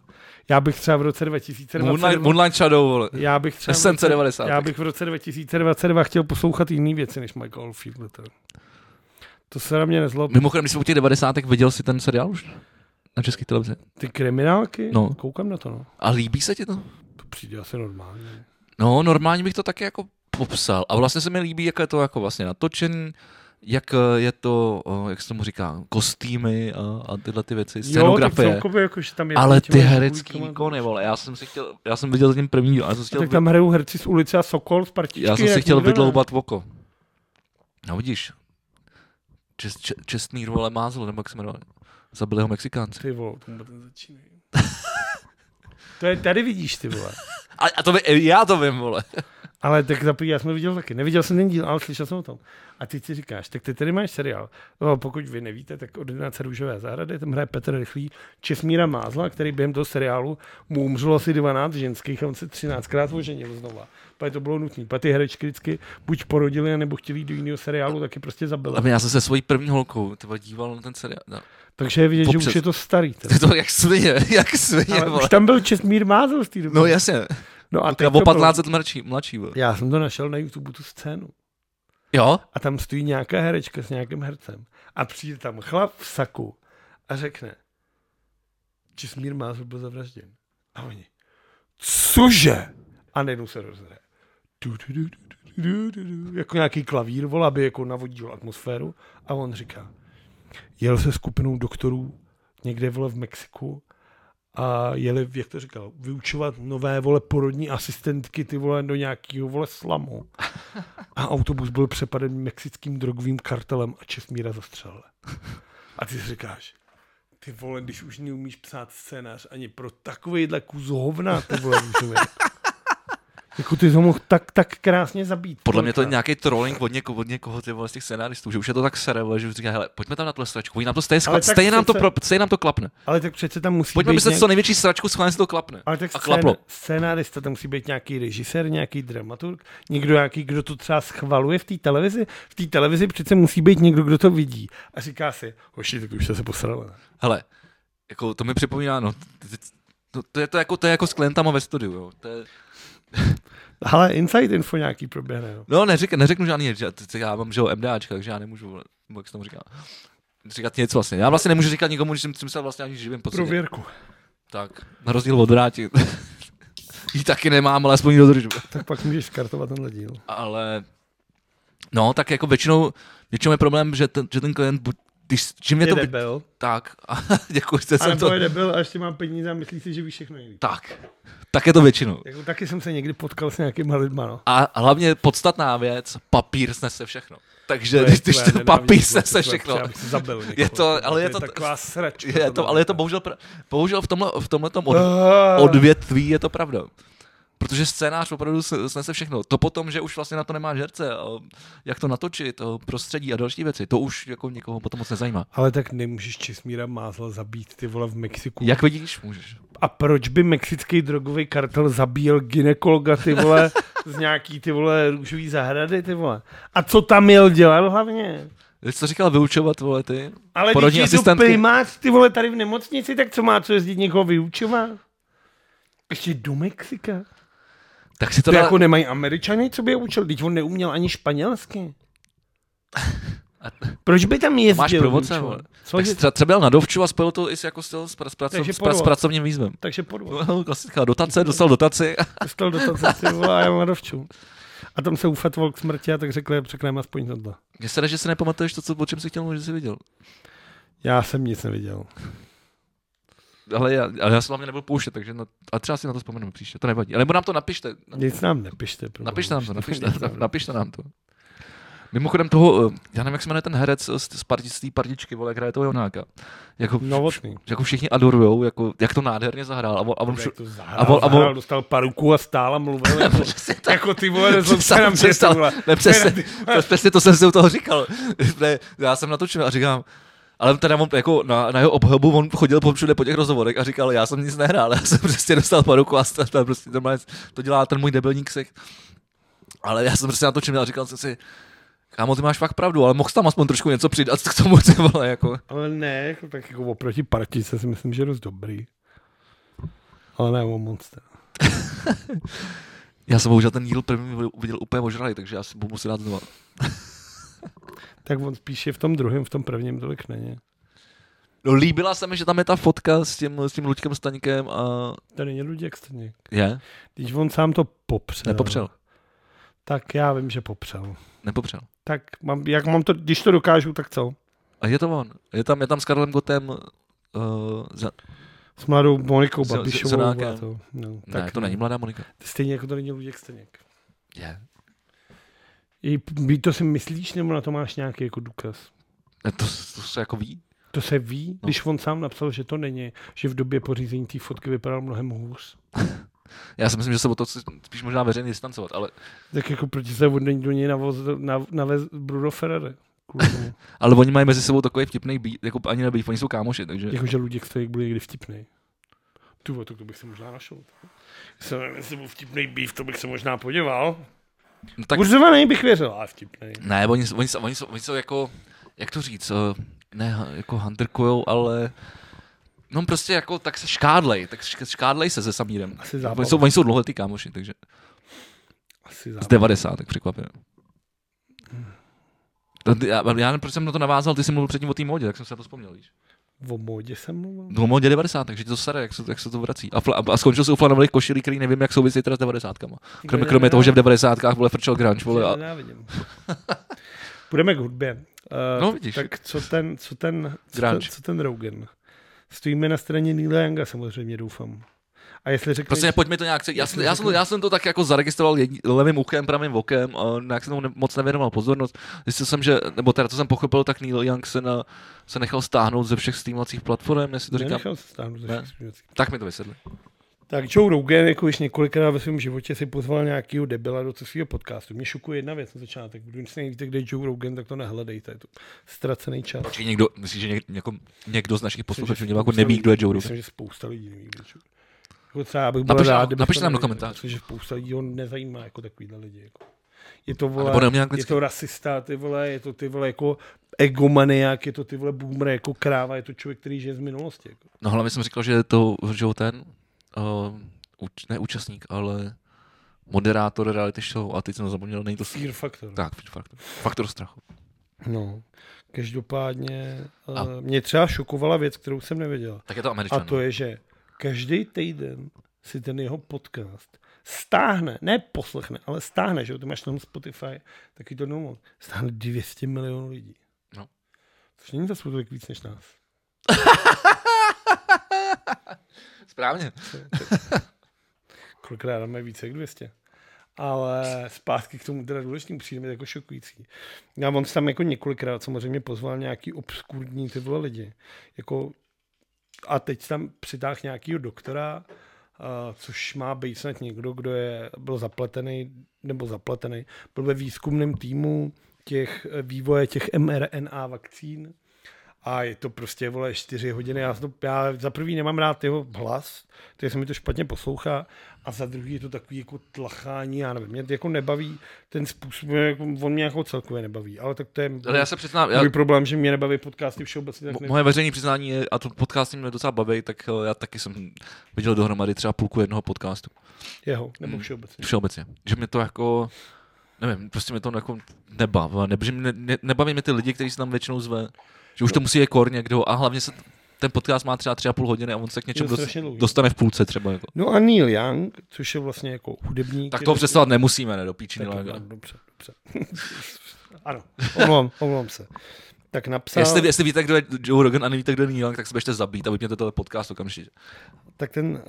A: Já bych třeba v roce 2022...
B: Moonlight, Moonlight Shadow, vole.
A: Já bych třeba... v
B: SMC
A: roce-
B: 90.
A: Já bych v roce 2022 chtěl poslouchat jiné věci než Michael Oldfield. teda. To se na mě nezlob.
B: Mimochodem, když jsem u těch 90. viděl si ten seriál už? Na české televizi.
A: Ty kriminálky?
B: No.
A: Koukám na to, no.
B: A líbí se ti to?
A: To přijde asi normálně.
B: No, normálně bych to taky jako popsal. A vlastně se mi líbí, jak je to jako vlastně natočený, jak eh, je to, eh, jak se tomu říká, kostýmy a, a tyhle ty věci,
A: Jo, tak
B: scenografie.
A: celkově jakož tam je...
B: Ale
A: těma
B: ty herecký
A: dvojkama-
B: výkony, vole, já jsem si chtěl, já jsem viděl zatím první díl, ale jsem si
A: A
B: chtěl,
A: tak tam hrajou herci z ulice a Sokol z partičky.
B: já jsem si
A: jak
B: chtěl
A: nikdo ne.
B: vydloubat oko. No vidíš, čest, čest, čestný role mázl, nebo jak se jmenoval, zabili ho Mexikánci.
A: Ty vole, to vůbec nezačínej. To je, tady vidíš, ty vole.
B: A, a to vy, já to vím, vole.
A: Ale tak za prvý, já jsem to viděl taky. Neviděl jsem ten díl, ale slyšel jsem o tom. A ty si říkáš, tak ty tady máš seriál. No, pokud vy nevíte, tak od 11 růžové zahrady, tam hraje Petr Rychlý, Česmíra Mázla, který během toho seriálu mu umřelo asi 12 ženských a on se 13krát oženil znova. Pak to bylo nutné. Pak ty herečky vždycky buď porodili, nebo chtěli jít do jiného seriálu, taky prostě zabili.
B: Ale já jsem se svojí první holkou ty vole, díval na ten seriál. No.
A: Takže je vidět, že
B: Popřes-
A: už je to starý. teda.
B: Ty to jak svině, jak svině,
A: Ale už
B: vole.
A: tam byl Česmír Mázl z té doby.
B: No jasně,
A: no a teď
B: Třeba o
A: to bylo-
B: 15 let mladší, mladší byl.
A: Já jsem to našel na YouTube, tu scénu.
B: Jo?
A: a tam stojí nějaká herečka s nějakým hercem a přijde tam chlap v saku a řekne, Čismír Mázl byl zavražděn. A oni, cože? A najednou se rozhraje. Du, du, du, du, du, du, du, du. Jako nějaký klavír, vol, aby jako navodil atmosféru. A on říká, jel se skupinou doktorů někde vole v Mexiku a jeli, jak to říkal, vyučovat nové vole porodní asistentky ty vole do nějakého vole slamu a autobus byl přepaden mexickým drogovým kartelem a Česmíra zastřelil. A ty si říkáš, ty vole, když už neumíš psát scénář ani pro takovejhle kus hovna, ty vole, můžeme. Jako ty jsi ho mohl tak, tak krásně zabít.
B: Podle mě to je
A: Tolikrát.
B: nějaký trolling od někoho, od někoho ty vole, z těch scenáristů, že už je to tak sere, vole, že už říká, hele, pojďme tam na tuhle sračku, oni nám to stejně,
A: Ale
B: skla-
A: tak
B: stejně, nám to
A: přece-
B: pro, stejně nám to klapne.
A: Ale tak přece tam musí
B: Pojďme
A: být
B: myslet
A: nějak-
B: co největší sračku, schválně se to klapne.
A: Ale tak
B: a
A: scén,
B: klaplo.
A: scénárista, tam musí být nějaký režisér, nějaký dramaturg, někdo nějaký, kdo to třeba schvaluje v té televizi. V té televizi přece musí být někdo, kdo to vidí. A říká si, hoši, tak už jste se posrali. ne?"
B: Hele, jako to mi připomíná, no, ty- ty- to, to, je to jako, to je jako s klientama ve studiu, jo. To je,
A: Ale inside info nějaký proběhne. No.
B: no, neřek, neřeknu žádný, že, ty- já mám, že jo, MDAčka, takže já nemůžu, vole, nebo jak se tomu říká, říkat něco vlastně. Já vlastně nemůžu říkat nikomu, že jsem, jsem se vlastně ani živím. v podstatě.
A: Prověrku.
B: Tak, na rozdíl od vrátit. Jí taky nemám, ale aspoň ji dodržuju.
A: Tak pak můžeš skartovat tenhle díl.
B: Ale no, tak jako většinou, většinou je problém, že ten, že ten klient, buď, když, že mě
A: Je
B: to... by-
A: debil.
B: Tak, a děkuji, že
A: A
B: jsem
A: nebo
B: to...
A: je debil a ještě má peníze a myslí si, že ví všechno nejlíp.
B: Tak, tak je to většinou.
A: Jako, taky jsem se někdy potkal s nějakýma lidma, no.
B: A hlavně podstatná věc, papír snese všechno. Takže
A: To je
B: když, když
A: tvoje
B: ten
A: nenávidět,
B: papír
A: vole,
B: snese
A: to je
B: všechno,
A: třeba, abych se zabil někoho.
B: je to, ale je to,
A: je taková sračka.
B: je to, ale je to
A: tohle.
B: bohužel, pr- bohužel v tomhle, v tomhle tom od,
A: Ah.
B: odvětví je to pravda. Protože scénář opravdu s- snese všechno. To potom, že už vlastně na to nemá žerce, a jak to natočit, a prostředí a další věci, to už jako nikoho potom moc nezajímá.
A: Ale tak nemůžeš Česmíra Mázla zabít, ty vole, v Mexiku.
B: Jak vidíš, můžeš.
A: A proč by mexický drogový kartel zabíjel ginekologa, ty vole, z nějaký, ty vole, růžový zahrady, ty vole. A co tam jel dělat hlavně?
B: Ty jsi to říkal vyučovat, vole, ty?
A: Ale
B: Porodní
A: když je to
B: asistentky.
A: primář, ty vole, tady v nemocnici, tak co má, co jezdit někoho vyučovat? Ještě do Mexika.
B: Tak si to
A: To
B: dá...
A: jako nemají američany, co by je učil, teď on neuměl ani španělsky.
B: A-
A: Proč by tam jezdil?
B: Máš průvodce,
A: vyučovat?
B: vole.
A: Co
B: Tak
A: je-
B: jsi tře- třeba jel na dovču a spojil to i s, jako s, s, s, pracov,
A: Takže
B: s, pra-
A: podvod.
B: s pracovním výzvem.
A: Takže podvod.
B: No, klasická dotace, dostal dotaci.
A: Dostal dotace, ty vole, a já mám dovču. A tam se ufatoval k smrti a tak řekli, překneme aspoň tohle.
B: Mně se dá, že si nepamatuješ to, co, o čem jsi chtěl, mluvit, že jsi viděl.
A: Já jsem nic neviděl.
B: Ale já, ale já jsem hlavně nebyl pouštět, takže na, a třeba si na to vzpomeneme příště, to nevadí. A nebo nám to napište.
A: Nic nám nepište. Pro
B: Napište nám
A: boha.
B: to, napište, napište nám to. Mimochodem toho, eh, já nevím, jak se jmenuje ten herec z, z, parti, z té partičky, vole, jak hraje toho Jonáka. Jako,
A: Novotný.
B: jako všichni adorujou, jako, jak to nádherně zahrál. A, on- a on,
A: Jak
B: všu,
A: to zahrál,
B: a vol- a vol-
A: zahrál, dostal paruku a stál a mluvil. jako, jako ty vole, nezlob se na
B: Přestal,
A: mě, ty
B: přestal.
A: vole.
B: Ne, přesně, přes- přesně to jsem si u toho říkal. Ne, já jsem natočil a říkám, ale teda on, jako na, na jeho obhabu on chodil po všude po těch rozhovorech a říkal, já jsem nic nehrál, já jsem prostě dostal paruku a stal, tam prostě normálně, to dělá ten můj debilní ksich. Ale já jsem prostě natočil a říkal jsem si, kámo, ty máš fakt pravdu, ale mohl jsi tam aspoň trošku něco přidat k tomu, ty vole, jako.
A: Ale ne, jako, tak jako oproti partice si myslím, že je dost dobrý. Ale ne, on moc. teda.
B: Já jsem bohužel ten díl první viděl úplně ožralý, takže já si budu muset dát znova.
A: Tak on spíš je v tom druhém, v tom prvním tolik není.
B: No líbila se mi, že tam je ta fotka s tím, s tím Luďkem Staňkem a...
A: To není Luděk Staněk.
B: Je?
A: Když on sám to popřel.
B: Nepopřel.
A: Tak já vím, že popřel.
B: Nepopřel.
A: Tak mám, jak mám to, když to dokážu, tak co?
B: A je to on. Je tam, je tam s Karlem Gotem. Uh, za...
A: S mladou Monikou
B: S- s-
A: Babišovou.
B: Sonákem.
A: a to, no,
B: Ne,
A: tak,
B: tak, to není mladá Monika.
A: Stejně jako to není Luděk Staněk.
B: Je.
A: I, ví- to si myslíš, nebo na to máš nějaký jako důkaz?
B: Ne, to, to se jako ví.
A: To se ví, no. když on sám napsal, že to není, že v době pořízení té fotky vypadal mnohem hůř.
B: Já si myslím, že se o to chci spíš možná veřejně distancovat, ale,
A: Tak jako proti se od něj do něj navoz, nav, navez Bruno Ferrari. kvůli tomu.
B: ale oni mají mezi sebou takový vtipný být, jako ani nebýt, oni jsou kámoši, takže
A: Jakože Luděk Staněk byl někdy vtipný. Tu vole, tak to bych se možná našel. Jsem nevím, jestli byl vtipný býv, to bych se možná podíval.
B: no, tak,
A: Tak... Urzevaný bych věřil, ale vtipný.
B: ne, oni, oni, jsou- oni, jsou, oni jsou jako, jak to říct, eh, ne, ha- jako handrkujou, ale No prostě jako, tak se škádlej, tak šk- škádlej se se Samírem.
A: Asi zábava.
B: Oni jsou, oni jsou dlouholetý kámoši, takže
A: Asi
B: z
A: zábava.
B: 90, tak překvapivě. To- Já, já nevím, proč jsem na to navázal, ty jsi mluvil předtím o té módě, tak jsem se na to vzpomněl, víš.
A: O módě jsem mluvil.
B: No, módě 90, takže tě to staré, jak se, jak se to vrací. A, fla, a skončil jsem u flanových košilí, který nevím, jak souvisí teda s 90. Kromě, kromě toho, že v 90. vole frčel grunge, vole. A,
A: Nenávidím. Půjdeme k hudbě. Uh,
B: No, vidíš.
A: Tak co ten, co ten, co ten,
B: Grunge.
A: co ten Rogan? Stojíme na straně Neila Younga samozřejmě, doufám. A jestli řekneš...
B: prostě pojďme to nějak, se- já, jsem, já, jsem, já jsem to tak jako zaregistroval jedni, levým uchem, pravým okem a nějak jsem tomu ne, moc nevěnoval pozornost. Zjistil jsem, že, nebo teda, co jsem pochopil, tak Neil Young se, na, se nechal stáhnout ze všech streamovacích platform, jestli to říkám.
A: Nenechal se stáhnout ze
B: Ne.
A: všech zpívací.
B: Tak mi to vysvětli.
A: Tak Joe Rogan, jako už několikrát ve svém životě si pozval nějakého debila do svého podcastu. Mě šokuje jedna věc na začátek. Když nevíte, kde je Joe Rogan, tak to nehledejte. Je to ztracený čas.
B: Počkej, někdo, myslíš, že něk, něko, někdo z našich
A: Myslím,
B: posluchačů
A: že
B: diváků
A: spousta
B: jako neví, kdo je
A: lidí-
B: Joe Rogan?
A: Myslím, že spousta lidí neví, kdo je Joe Rogan. Jako třeba já bych byl
B: Napiš nám-
A: rád, kdyby
B: napiš
A: to
B: nám do
A: nevěděl,
B: komentářů.
A: Protože spousta lidí ho nezajímá jako takovýhle lidi. Jako. Je to, vole,
B: nebo neumí
A: je
B: anglicky.
A: to rasista, ty vole, je to ty vole jako egomaniak, je to ty vole boomer jako kráva, je to člověk, který žije z minulosti. Jako.
B: No hlavně jsem říkal, že je to že ho ten, uh, úč, ne účastník, ale moderátor reality show a teď jsem to zapomněl, není to
A: Fear factor.
B: Tak, fear faktor. Faktor strachu.
A: No. Každopádně
B: A-
A: a... mě třeba šokovala věc, kterou jsem nevěděl.
B: Tak je to
A: A
B: američan. no.
A: to je, že každý týden si ten jeho podcast stáhne, ne poslechne, ale stáhne, že jo, ty máš tam Spotify, taky to domů, stáhne 200 milionů lidí.
B: No.
A: Což není za smutek víc než nás.
B: Správně.
A: Kolikrát máme více jak 200. Ale zpátky k tomu teda důležitým přijde mi jako šokující. Já on si tam jako několikrát samozřejmě pozval nějaký obskurní ty vole lidi. Jako, a teď tam přitáhl nějakého doktora, a což má být snad někdo, kdo je, byl zapletený, nebo zapletený, byl ve výzkumném týmu těch eh, vývoje těch mRNA vakcín. A je to prostě, vole, čtyři hodiny. Já, to, já za prvý nemám rád jeho hlas, takže se mi to špatně poslouchá. A za druhý je to takový jako tlachání, já nevím, mě to jako nebaví ten způsob, jako, on mě jako celkově nebaví. Ale tak to je
B: Ale já se přiznám, já,
A: můj problém, že mě nebaví podcasty všeobecně. Tak
B: mo-
A: ne...
B: moje veřejné přiznání je, a to podcasty mě docela baví, tak eh, já taky jsem viděl dohromady třeba půlku jednoho podcastu.
A: Jeho,
B: Hmm.
A: nebo všeobecně.
B: Všeobecně. Že mě to jako, nevím, prostě mě to jako nebaví. Ne, že mě- ne, nebaví mě ty lidi, kteří se tam většinou zve. Že už to musí je kor někdo a hlavně se t- ten podcast má třeba tři a půl hodiny a on se k něčemu
A: Je to
B: dost,
A: strašně dlouhý.
B: dostane v půlce třeba. Jako.
A: No a Neil Young, což je vlastně jako hudebník.
B: Tak
A: je
B: toho
A: to-
B: přestat nemusíme, ne, do píči, no, jako.
A: Tak,
B: Nilaga.
A: ano, dobře, dobře. ano, omlouvám, omlouvám se. Tak napsal,
B: Jestli, jestli víte, kdo je Joe Rogan a nevíte, kdo je Neil Young, tak se běžte zabít a vypněte tenhle podcast okamžitě.
A: tak ten uh,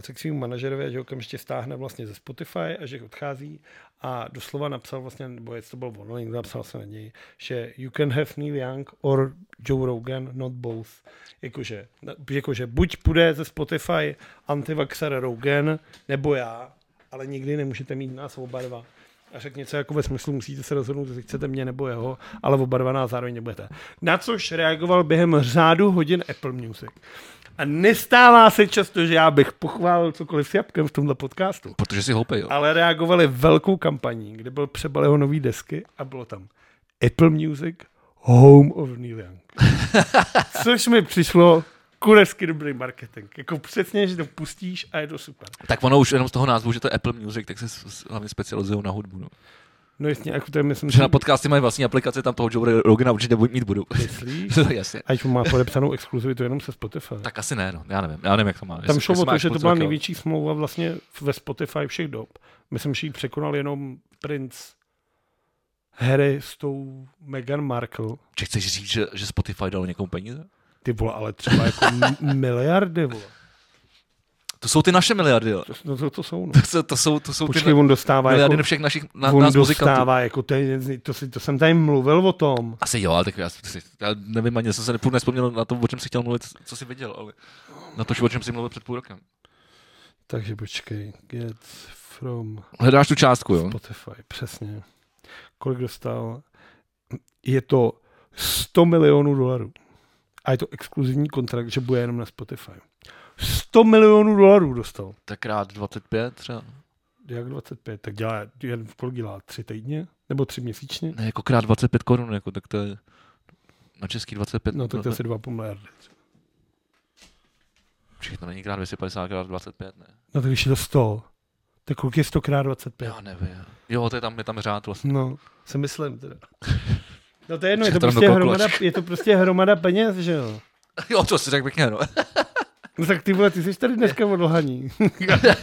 A: řekl svým manažerovi, že ho okamžitě stáhne vlastně ze Spotify a že odchází a doslova napsal vlastně, nebo jestli to byl ono, někdo napsal se na něj, že you can have Neil Young or Joe Rogan, not both. Jakože, na- jakože buď půjde ze Spotify antivaxer Rogan, nebo já, ale nikdy nemůžete mít nás oba dva. A řekl něco jako ve smyslu, musíte se rozhodnout, jestli chcete mě nebo jeho, ale oba dva nás zároveň nebudete. Na což reagoval během řádu hodin Apple Music. A nestává se často, že já bych pochválil cokoliv s Jabkem v tomhle podcastu.
B: Protože si hloupej, jo.
A: Ale reagovali velkou kampaní, kde byl přebal jeho nový desky a bylo tam Apple Music, Home of Neil Young. Což mi přišlo kurevsky dobrý marketing. Jako přesně, že to pustíš a je to super.
B: Tak ono už jenom z toho názvu, že to je Apple Music, tak se s- s- hlavně specializují na hudbu. No.
A: No jasně, jako to je, myslím,
B: Že na podcasty mají vlastní aplikaci, tam toho Joe Rogana určitě bu- mít budou.
A: myslíš,
B: No, Jasně.
A: ať má podepsanou exkluzivitu jenom se Spotify.
B: Tak asi ne, no. já nevím, já nevím, jak to má.
A: Tam
B: Jestli-
A: šlo o
B: jestli
A: to,
B: máš
A: že to
B: moc
A: byla
B: velkého-
A: největší smlouva vlastně ve Spotify všech dob. Myslím, že ji překonal jenom princ Harry s tou Meghan Markle.
B: Či chceš říct, že, že Spotify dal někomu peníze?
A: Ty vole, ale třeba jako m- miliardy, vole.
B: To jsou ty naše miliardy, jo.
A: To, no to, to jsou, no.
B: To, jsou- to jsou, to jsou
A: Počkej,
B: ty
A: on dostává
B: miliardy
A: jako,
B: všech našich na,
A: on
B: nás muzikantů.
A: dostává jako, to, je- to, si, to jsem tady mluvil o tom.
B: Asi jo, ale tak já, si- já nevím, ani jsem se nepůl nespomněl na to, o čem jsi chtěl mluvit, co jsi viděl, ale na to, o čem jsi mluvil před půl rokem.
A: Takže počkej, get from
B: Hledáš tu částku, jo?
A: Spotify, přesně. Kolik dostal? Je to 100 milionů dolarů. A je to exkluzivní kontrakt, že bude jenom na Spotify. 100 milionů dolarů dostal.
B: Tak rád 25 třeba.
A: Jak 25? Tak dělá, jen kolik dělá? Tři týdně? Nebo tři měsíčně?
B: Ne, jako krát 25 korun, jako, tak to je na český 25.
A: No tak to je asi 2,5 miliardy.
B: Počkej, to není krát 250, krát 25, ne?
A: No tak když je to 100, tak kolik je 100 krát 25?
B: Já nevím. Jo, to je tam, je tam řád vlastně.
A: No, se myslím teda. No to je jedno, je
B: Já
A: to,
B: to dám
A: prostě
B: do
A: hromada,
B: kalkulačky.
A: je to prostě hromada peněz, že jo.
B: Jo, to si řekl pěkně, no.
A: No tak ty vole, ty jsi tady dneska odlhaní.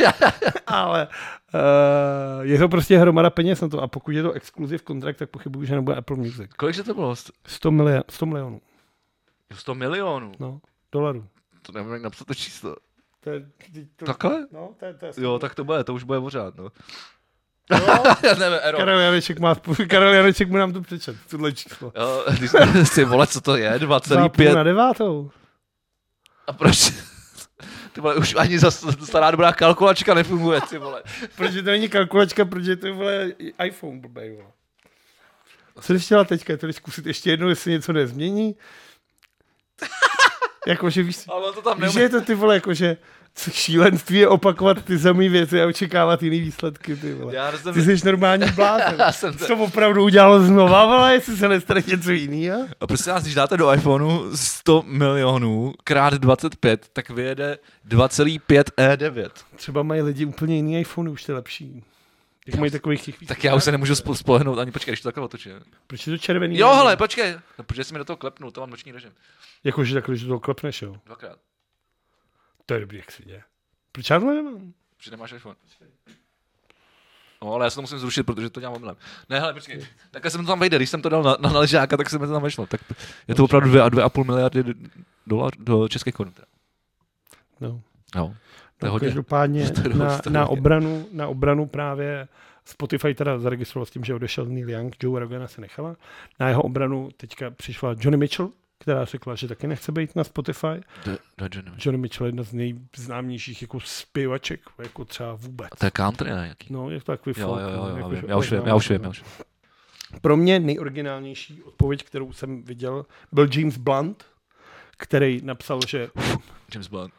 A: Ale uh, je to prostě hromada peněz na to a pokud je to exkluziv kontrakt, tak pochybuju, že nebude Apple Music.
B: Kolik že to bylo? Sto-
A: 100, milion, 100 milionů,
B: 100 milionů.
A: no, dolarů.
B: To nevím, jak napsat to číslo.
A: To je, ty- to,
B: Takhle?
A: No, to je, to je
B: Jo, tak to bude, to už bude pořád, no.
A: Jo,
B: Já nevím, Ero.
A: Karel Janeček, má, Karel Janeček mu nám to přečet, tohle číslo.
B: Jo, když jste si vole, co to je,
A: Za půl
B: 2,5
A: na devátou.
B: a proč? Ty vole, už ani za stará dobrá kalkulačka nefunguje, ty vole.
A: Protože to není kalkulačka, protože to je vole, iPhone blbej, vole. Co jdeš dělat teďka? To jdeš zkusit ještě jednou, jestli něco nezmění? Jakože víš,
B: Ale on to tam
A: Víš, že je to ty vole, jakože co šílenství je opakovat ty samé věci a očekávat jiný výsledky, ty vole.
B: Já jsem,
A: Ty jsi normální blázen.
B: já jsem
A: Jsi
B: to...
A: to opravdu udělal znova, vole, jestli se nestane něco jiného.
B: A prostě nás, když dáte do iPhoneu 100 milionů krát 25, tak vyjede 2,5 E9.
A: Třeba mají lidi úplně jiný iPhone, už to je lepší. Jak mají takových těch
B: Tak já už se nemůžu spo- spolehnout ani, počkej, když to takhle otočím.
A: Proč je to červený?
B: Jo, hele, počkej, no, protože jsi mi do toho klepnul, to mám noční režim.
A: Jakože takhle, že to klepneš, jo.
B: Dvakrát.
A: To je dobrý, jak si děje. Proč já tohle nemám?
B: Protože nemáš iPhone. No, ale já se to musím zrušit, protože to dělám omylem. Ne, hele, počkej, takhle jsem to tam vejde, když jsem to dal na, na naležáka, tak se mi to tam vešlo. Tak je to opravdu 2 a 2,5 miliardy dolar do českých korun. teda.
A: No.
B: Jo. To je
A: No,
B: hodně.
A: každopádně
B: To je hodně.
A: na, na, obranu, na obranu právě Spotify teda zaregistroval s tím, že odešel Neil Young, Joe Rogana se nechala. Na jeho obranu teďka přišla Johnny Mitchell, která řekla, že taky nechce být na Spotify.
B: Do, do, do,
A: Johnny Mitchell je jedna z nejznámějších jako zpěvaček, jako třeba vůbec.
B: a to je country, ne? Jaký?
A: No, je to takový
B: Jo,
A: folk,
B: jo, jo,
A: no,
B: jo,
A: jako,
B: vím.
A: že
B: já už vím, já už vím, já už vím.
A: Pro mě nejoriginálnější odpověď, kterou jsem viděl, byl James Blunt, který napsal, že
B: James Bond.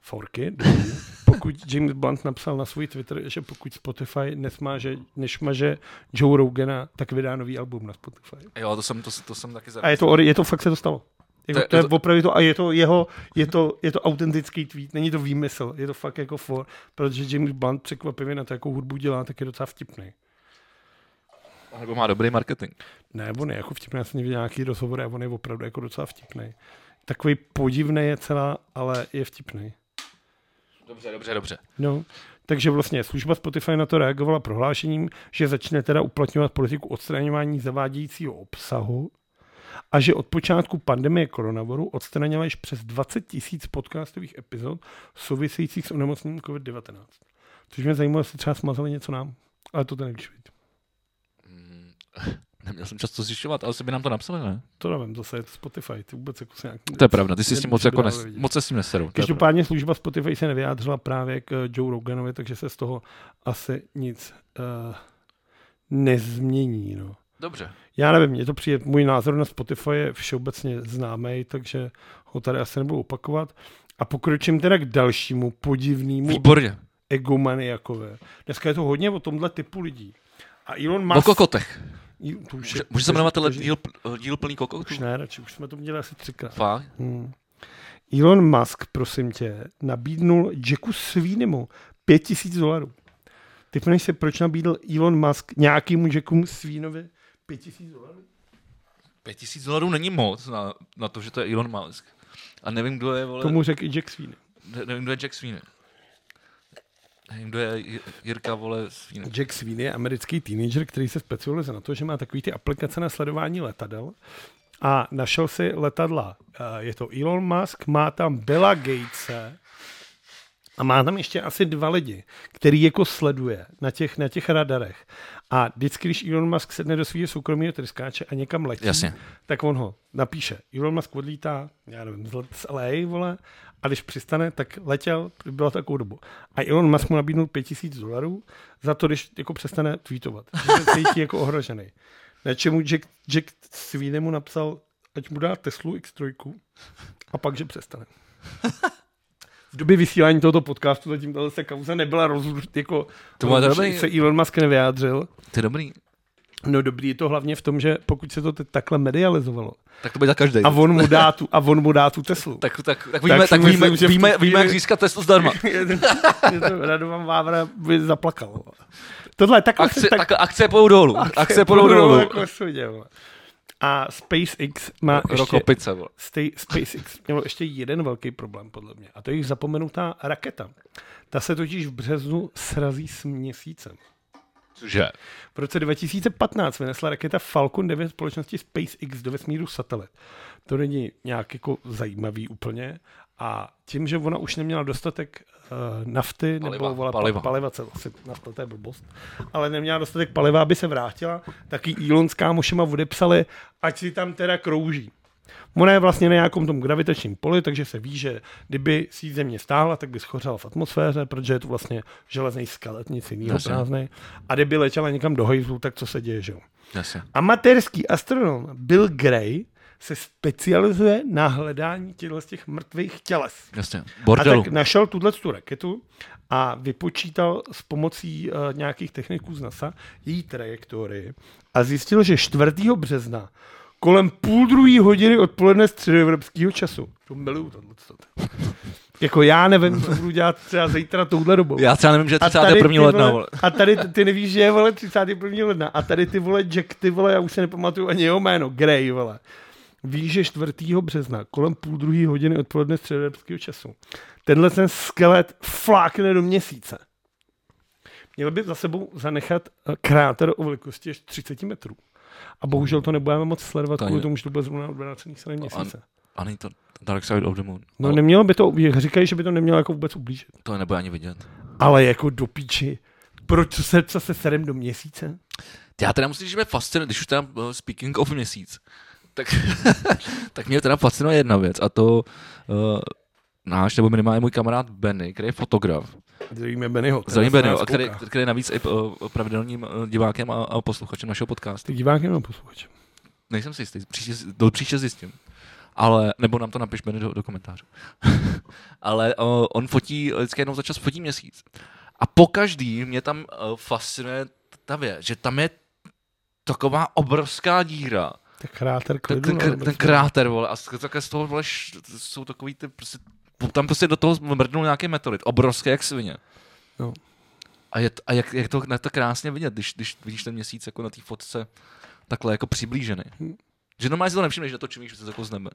A: forky, dobrý. pokud James Blunt napsal na svůj Twitter, že pokud Spotify nesmaže, nesmaže Joe Rogana, tak vydá nový album na Spotify.
B: Jo, to jsem, to, to jsem taky
A: A je to, ori- je to fakt se to stalo. Jako,
B: To-
A: to, je
B: to-
A: opravdu to, a je to jeho, je to, je to autentický tweet, není to výmysl, je to fakt jako for, protože James Blunt překvapivě na to, jakou hudbu dělá, tak je docela vtipný.
B: Nebo má dobrý marketing.
A: Ne, on je jako vtipný, já jsem viděl nějaký rozhovor a on je opravdu jako docela vtipný. Takový podivný je celá, ale je vtipný.
B: Dobře, dobře, dobře.
A: No, takže vlastně služba Spotify na to reagovala prohlášením, že začne teda uplatňovat politiku odstraňování zavádějícího obsahu a že od počátku pandemie koronaviru odstranila již přes 20 tisíc podcastových epizod souvisejících s onemocněním COVID-19. Což mě zajímalo, jestli třeba smazali něco nám, ale to to nevíš. viď.
B: Mm, Neměl jsem často zjišťovat, ale se by nám to napsali, ne?
A: To nevím, zase je to Spotify, ty vůbec jako se nějak...
B: To je pravda, ty si s tím moc,
A: Nedávno
B: jako nes,
A: vidět.
B: moc se s tím neserou. to je pravda.
A: Každopádně služba Spotify se nevyjádřila právě k eh, Joe Roganovi, takže se z toho asi nic uh, nezmění. No.
B: Dobře.
A: Já nevím, mě to přijde, můj názor na Spotify je všeobecně známý, takže ho tady asi nebudu opakovat. A pokročím teda k dalšímu podivnému
B: Výborně.
A: egomaniakové. Dneska je to hodně o tomhle typu lidí. A Elon
B: O
A: Musk...
B: kokotech.
A: to už je-
B: Může, může se jmenovat tenhle
A: to-
B: díl, eh, díl plný kokotů?
A: Už ne, radši, už jsme to měli asi třikrát.
B: Fakt?
A: Hmm. Elon Musk, prosím tě, nabídnul Jacku Svínemu 5000 dolarů. Typneš si, proč nabídl Elon Musk nějakému Jacku Svínovi 5000 dolarů?
B: 5000 dolarů není moc na, na to, že to je Elon Musk. A nevím, kdo je, vole,
A: Tomu řekl i Jack Svín.
B: ne, nevím, kdo je Jack Sweeney. Nevím, kdo je Jir- Jirka, vole, Sweeney.
A: Jack Sweeney je americký teenager, který se specializuje na to, že má takový ty aplikace na sledování letadel a našel si letadla. Eh, Je to Elon Musk, má tam Billa Gatese a má tam ještě asi dva lidi, který jako sleduje na těch, na těch radarech. A vždycky, když Elon Musk sedne do svého soukromého tryskáče a někam letí,
B: Jasně.
A: tak on ho napíše. Elon Musk odlítá, já nevím, z L- z LA, vole, a když přistane, tak letěl, byla takovou dobu. A Elon Musk mu nabídnul 5000 dolarů za to, když jako přestane tweetovat. Že se cítí jako ohrožený. Na čemu Jack, Jack Sweeney mu napsal, ať mu dá Teslu X3 a pak, že přestane. V době vysílání tohoto podcastu zatím tahle se kauza nebyla rozhodnut, jako
B: To bylo
A: že
B: dobrý.
A: se Elon Musk nevyjádřil.
B: To je dobrý.
A: No dobrý je to hlavně v tom, že pokud se to teď takhle medializovalo,
B: Tak to bude za každý.
A: a on mu dá tu, a on mu dá tu Teslu.
B: Tak, tak, tak, víme, tak,
A: si
B: tak víme,
A: myslím, že v tu
B: víme,
A: chvíli-
B: víme, jak získat Teslu zdarma.
A: Je to- je to- Radovan Vávra by zaplakal. Tohle je takhle
B: Akce, tak, akce půjdou dolů. Akce, akce půjdou dolů.
A: Jako sudě, vole. a SpaceX má ještě,
B: Rokopice, vole.
A: Stej- SpaceX mělo ještě jeden velký problém, podle mě, a to je jejich zapomenutá raketa. Ta se totiž v březnu srazí s měsícem.
B: Cože?
A: V roce 2015 vynesla raketa Falcon 9 společnosti SpaceX do vesmíru satelit. To není nějak jako zajímavý úplně. A tím, že ona už neměla dostatek uh, nafty
B: Paliva,
A: nebo vola,
B: paliva.
A: paliva. paliva co, asi nafta to je blbost, ale neměla dostatek paliva, aby se vrátila, tak jí Elon s kámošema odepsali, ať si tam teda krouží. Ona je vlastně na nějakom tom gravitačním poli, takže se ví, že kdyby si ji země stáhla, tak by schořela v atmosféře, protože je to vlastně železný skelet, nic jiného
B: Jasně.
A: prázdný. A kdyby letěla někam do hajzlu, tak co se děje, že jo?
B: Jasně.
A: Amatérský astronom Bill Gray se specializuje na hledání těchto z těch mrtvých těles.
B: Jasně.
A: A
B: Bordelu.
A: tak našel tuhle tu raketu a vypočítal s pomocí uh, nějakých techniků z NASA její trajektorii a zjistil, že 4. března kolem půl druhé hodiny odpoledne středoevropského času. To miluju tohle. Jako já nevím, co budu dělat třeba zítra touhle dobou.
B: Já třeba nevím, že je
A: A tady
B: 31.
A: ty
B: ledna,
A: vole-
B: vole.
A: A tady ty- ty nevíš, že je vole 31. ledna. A tady ty vole Jack, ty vole, já už se nepamatuju ani jeho jméno, Grey, vole. ví, že 4. března kolem půl druhé hodiny odpoledne středoevropského času tenhle ten skelet flákne do měsíce. Měl by za sebou zanechat eh, kráter o velikosti až 30 metrů. A bohužel to nebudeme moc sledovat
B: To
A: kvůli
B: ani- No,
A: tomu, že to bude zrovna odvrácených se
B: an-
A: měsíce.
B: Ani to Dark Side of the Moon.
A: No nemělo by to, říkají, že by to nemělo jako vůbec ublížit.
B: To nebude ani vidět.
A: Ale jako do píči. Proč se, co se serem do měsíce?
B: Já teda musím říct, že mě fascinuje, když už tam uh, speaking of měsíc, tak, tak mě teda fascinuje jedna věc a to uh, náš, nebo minimálně můj kamarád Benny, který je fotograf.
A: Zdravíme Bennyho. ten nás
B: Zdravím Benny,
A: nás
B: a který,
A: kouká.
B: který je navíc i uh, pravidelným uh, divákem a, a posluchačem našeho podcastu.
A: Ty divákem nebo posluchačem?
B: Nejsem si jistý, příště, do příště zjistím. Ale, nebo nám to napiš Benny do, do komentářů. Ale uh, on fotí, vždycky jednou za čas fotí měsíc. A po každý mě tam uh, fascinuje ta věc, že tam je taková obrovská díra,
A: Tak kráter
B: ten,
A: klidu.
B: ten,
A: no,
B: kr-
A: nebo
B: ten
A: co?
B: kráter, vole, a z- také z toho, vole, š- jsou takový ty, prostě, tam prostě do toho mrdnul nějaký meteorit, obrovský jak svině.
A: No.
B: A, je, t- a jak, jak to, na to krásně vidět, když, když vidíš ten měsíc jako na té fotce takhle jako přiblížený.
A: Hm.
B: Že normálně si to nevšimneš, že to čumíš, že se jako z nebe.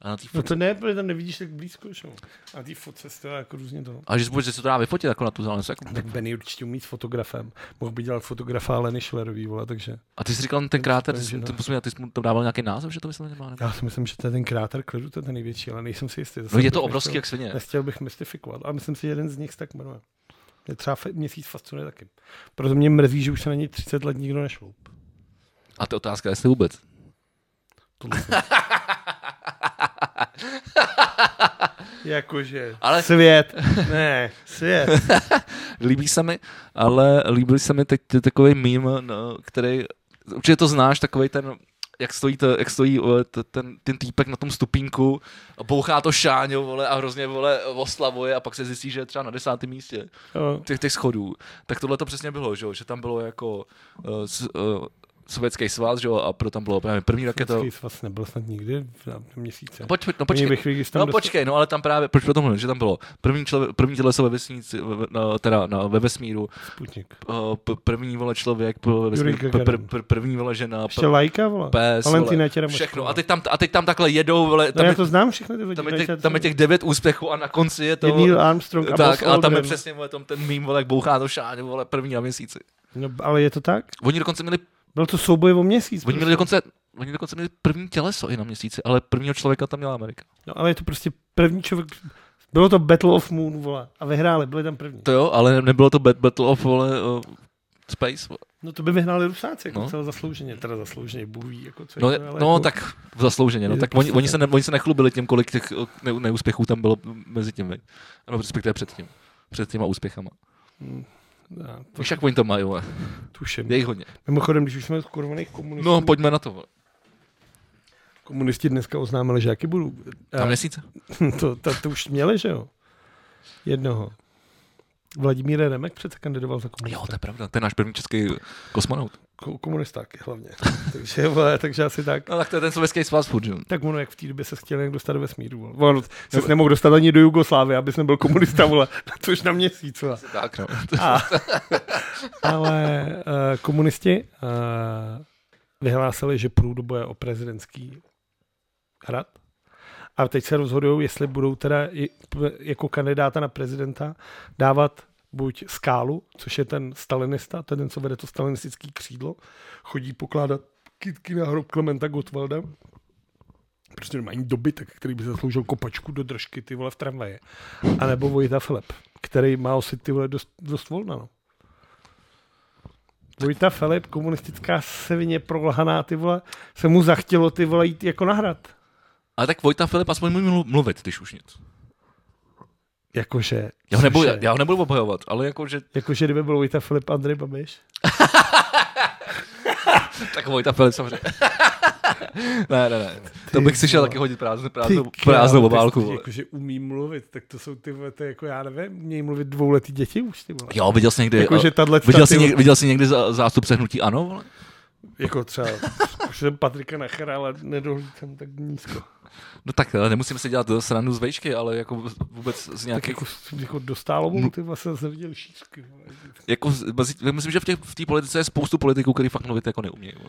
B: A na té
A: No
B: fotce.
A: to ne, protože tam nevidíš tak blízko, že? jo. A ty fotce jste jako různě to.
B: A že, si- že se to dá vyfotit jako na tu záležitost. Jako...
A: Tak Benny určitě umí s fotografem. Mohl by dělat fotografa Leny Schillerový, vole, takže.
B: A ty jsi říkal ten kráter, ty jsi,
A: No.
B: to, musím, ty jsi mu to dával nějaký název, že to vysloveně má? Nebo?
A: Já si myslím, že to je ten kráter klidu, to je ten největší, ale nejsem si jistý. Zase
B: No je
A: bych
B: to obrovský
A: nechtěl-
B: jak svině.
A: Nechtěl bych mystifikovat, ale myslím si, že jeden z nich se tak jmenuje. Mě třeba fe- měsíc fascinuje taky. Proto mě mrzí, že už se na něj 30 let nikdo nešloup.
B: A to je otázka, jestli vůbec.
A: Tohle jsem- Jakože
B: Ale-
A: svět, ne, svět.
B: Líbí se mi, ale líbil se mi teď takový mím, no, který, určitě to znáš, takový ten, jak stojí, to, jak stojí vole, t- ten, ten týpek na tom stupínku, a bouchá to šáňo, vole, a hrozně, vole, oslavuje a pak se zjistí, že je třeba na desátém místě
A: Jo.
B: těch, těch schodů. Tak tohle to přesně bylo, že, jo, že tam bylo jako uh, s, uh, sovětský svaz, že jo, a pro tam bylo já nevím, první raketa.
A: Vždycky jsi vlastně nebyl snad nikdy v v měsíce.
B: No, počkej,
A: Oni
B: no počkej,
A: ve chvíli, když tam
B: no
A: dostal-
B: počkej, no ale tam právě, proč o tom mluvím, že tam bylo, první, člověk, první těle jsou ve, vesnici, ve- ve, na, teda na, ve vesmíru,
A: Sputnik.
B: Uh, p- první vole člověk, p-
A: Yuri
B: pr-
A: Gagarin.
B: pr- pr- první vole žena,
A: Ještě
B: p-
A: lajka, vole.
B: pes,
A: Valentina
B: vole,
A: Těremošková.
B: všechno. A teď, tam, a teď tam takhle jedou, vole,
A: No,
B: tam,
A: já
B: je,
A: to znám všechny ty lidi.
B: tam, je,
A: lajka,
B: těch, tam je těch devět úspěchů a na konci je to...
A: Je Neil Armstrong a
B: tak,
A: Buzz
B: a tam je
A: Aldrin.
B: přesně vole, tam ten mým, vole, jak bouchá to šáně, vole, první na měsíci.
A: No, ale je to tak?
B: Oni dokonce měli,
A: Byl to souboj o měsíc.
B: oni
A: prostě.
B: měli dokonce, oni dokonce měli první těleso i na měsíci, ale prvního člověka tam měla Amerika.
A: No, ale je to prostě první člověk. Bylo to Battle of Moon, vole. A vyhráli, byli tam první.
B: To jo, ale nebylo to Bad Battle of, vole, uh, Space, vole.
A: No to by vyhráli Rusáci, jako
B: No.
A: no. celé zaslouženě. Teda zaslouženě, Bůh ví, jako co je
B: No,
A: to,
B: je-
A: ale
B: no
A: jako,
B: tak zaslouženě, no,
A: Je
B: tak
A: to
B: oni,
A: prostě
B: oni, se ne, oni se nechlubili tím, kolik těch eh, ne, neúspěchů tam bylo mezi tím, veď. nebo respektive před tím, před těma úspěchama.
A: Já to
B: Víš, jak oni to mají, vole.
A: tuším.
B: je jich hodně.
A: Mimochodem, když už jsme z kurvaných komunistů,
B: No, pojďme na to, vole.
A: komunisti dneska oznámili, že jaký budou.
B: Na měsíce.
A: To, to, to už měli, že jo? Jednoho. Vladimír Remek přece kandidoval za komunista.
B: Jo, to je pravda, to je náš první český kosmonaut.
A: Ko- komunistáky hlavně. takže, vole, takže asi tak.
B: No tak to je ten sovětský svaz furt, že jo.
A: Tak ono, jak v té době se chtěl nějak dostat do vesmíru. vole. Ono se nemohl dostat ani do Jugoslávie, abys nebyl komunista, vole, což na měsíc. Vole.
B: Tak, no.
A: A, ale uh, komunisti uh, vyhlásili, že půjdou do boje o prezidentský hrad. A teď se rozhodují, jestli budou teda i, p- jako kandidáta na prezidenta dávat buď Skálu, což je ten stalinista, to je ten, co vede to stalinistický křídlo, chodí pokládat kytky na hrob Klementa Gottwalda, prostě normální dobytek, který by zasloužil kopačku do držky, ty vole, v tramvaje. A nebo Vojta Filip, který má osit ty vole dost, dost volna, no. Vojta Filip, komunistická svině prolhaná, ty vole, se mu zachtělo ty vole jít jako na hrad.
B: Ale tak Vojta Filip aspoň může mlu- mluvit, když už nic.
A: Jakože,
B: Já ho nebudu,
A: cože,
B: já ho nebudu obhajovat, ale jako, jakože,
A: jakože kdyby byl Vojta Filip Andrej Babiš.
B: tak Vojta Filip samozřejmě. ne, ne, ne. To bych si šel
A: vole.
B: taky hodit prázdnou,
A: Ty
B: prázdnou,
A: krávo,
B: prázdnou
A: ty-
B: obálku.
A: ty
B: vole.
A: Jakože umí mluvit, tak to jsou ty vole, to je jako já nevím, umějí mluvit dvouletý děti už, ty vole.
B: Jo, viděl jsi někdy, eh,
A: Jakože Jako, tahle
B: viděl, jsi někdy, viděl jsi někdy za- zástupce hnutí Ano, vole?
A: Jako třeba, už jsem Patrika Nachera, ale nedohlíd jsem tak nízko.
B: No tak ale nemusím si dělat eh, srandu z vejšky, ale jako vůbec z
A: Tak
B: nějakých...
A: jako, jako dostálo ty vlastně jsem viděl šířky. vole.
B: Jako, z- mezi- myslím, že v té v té politice je spoustu politiků, který fakt mluvit jako neumějí. vole.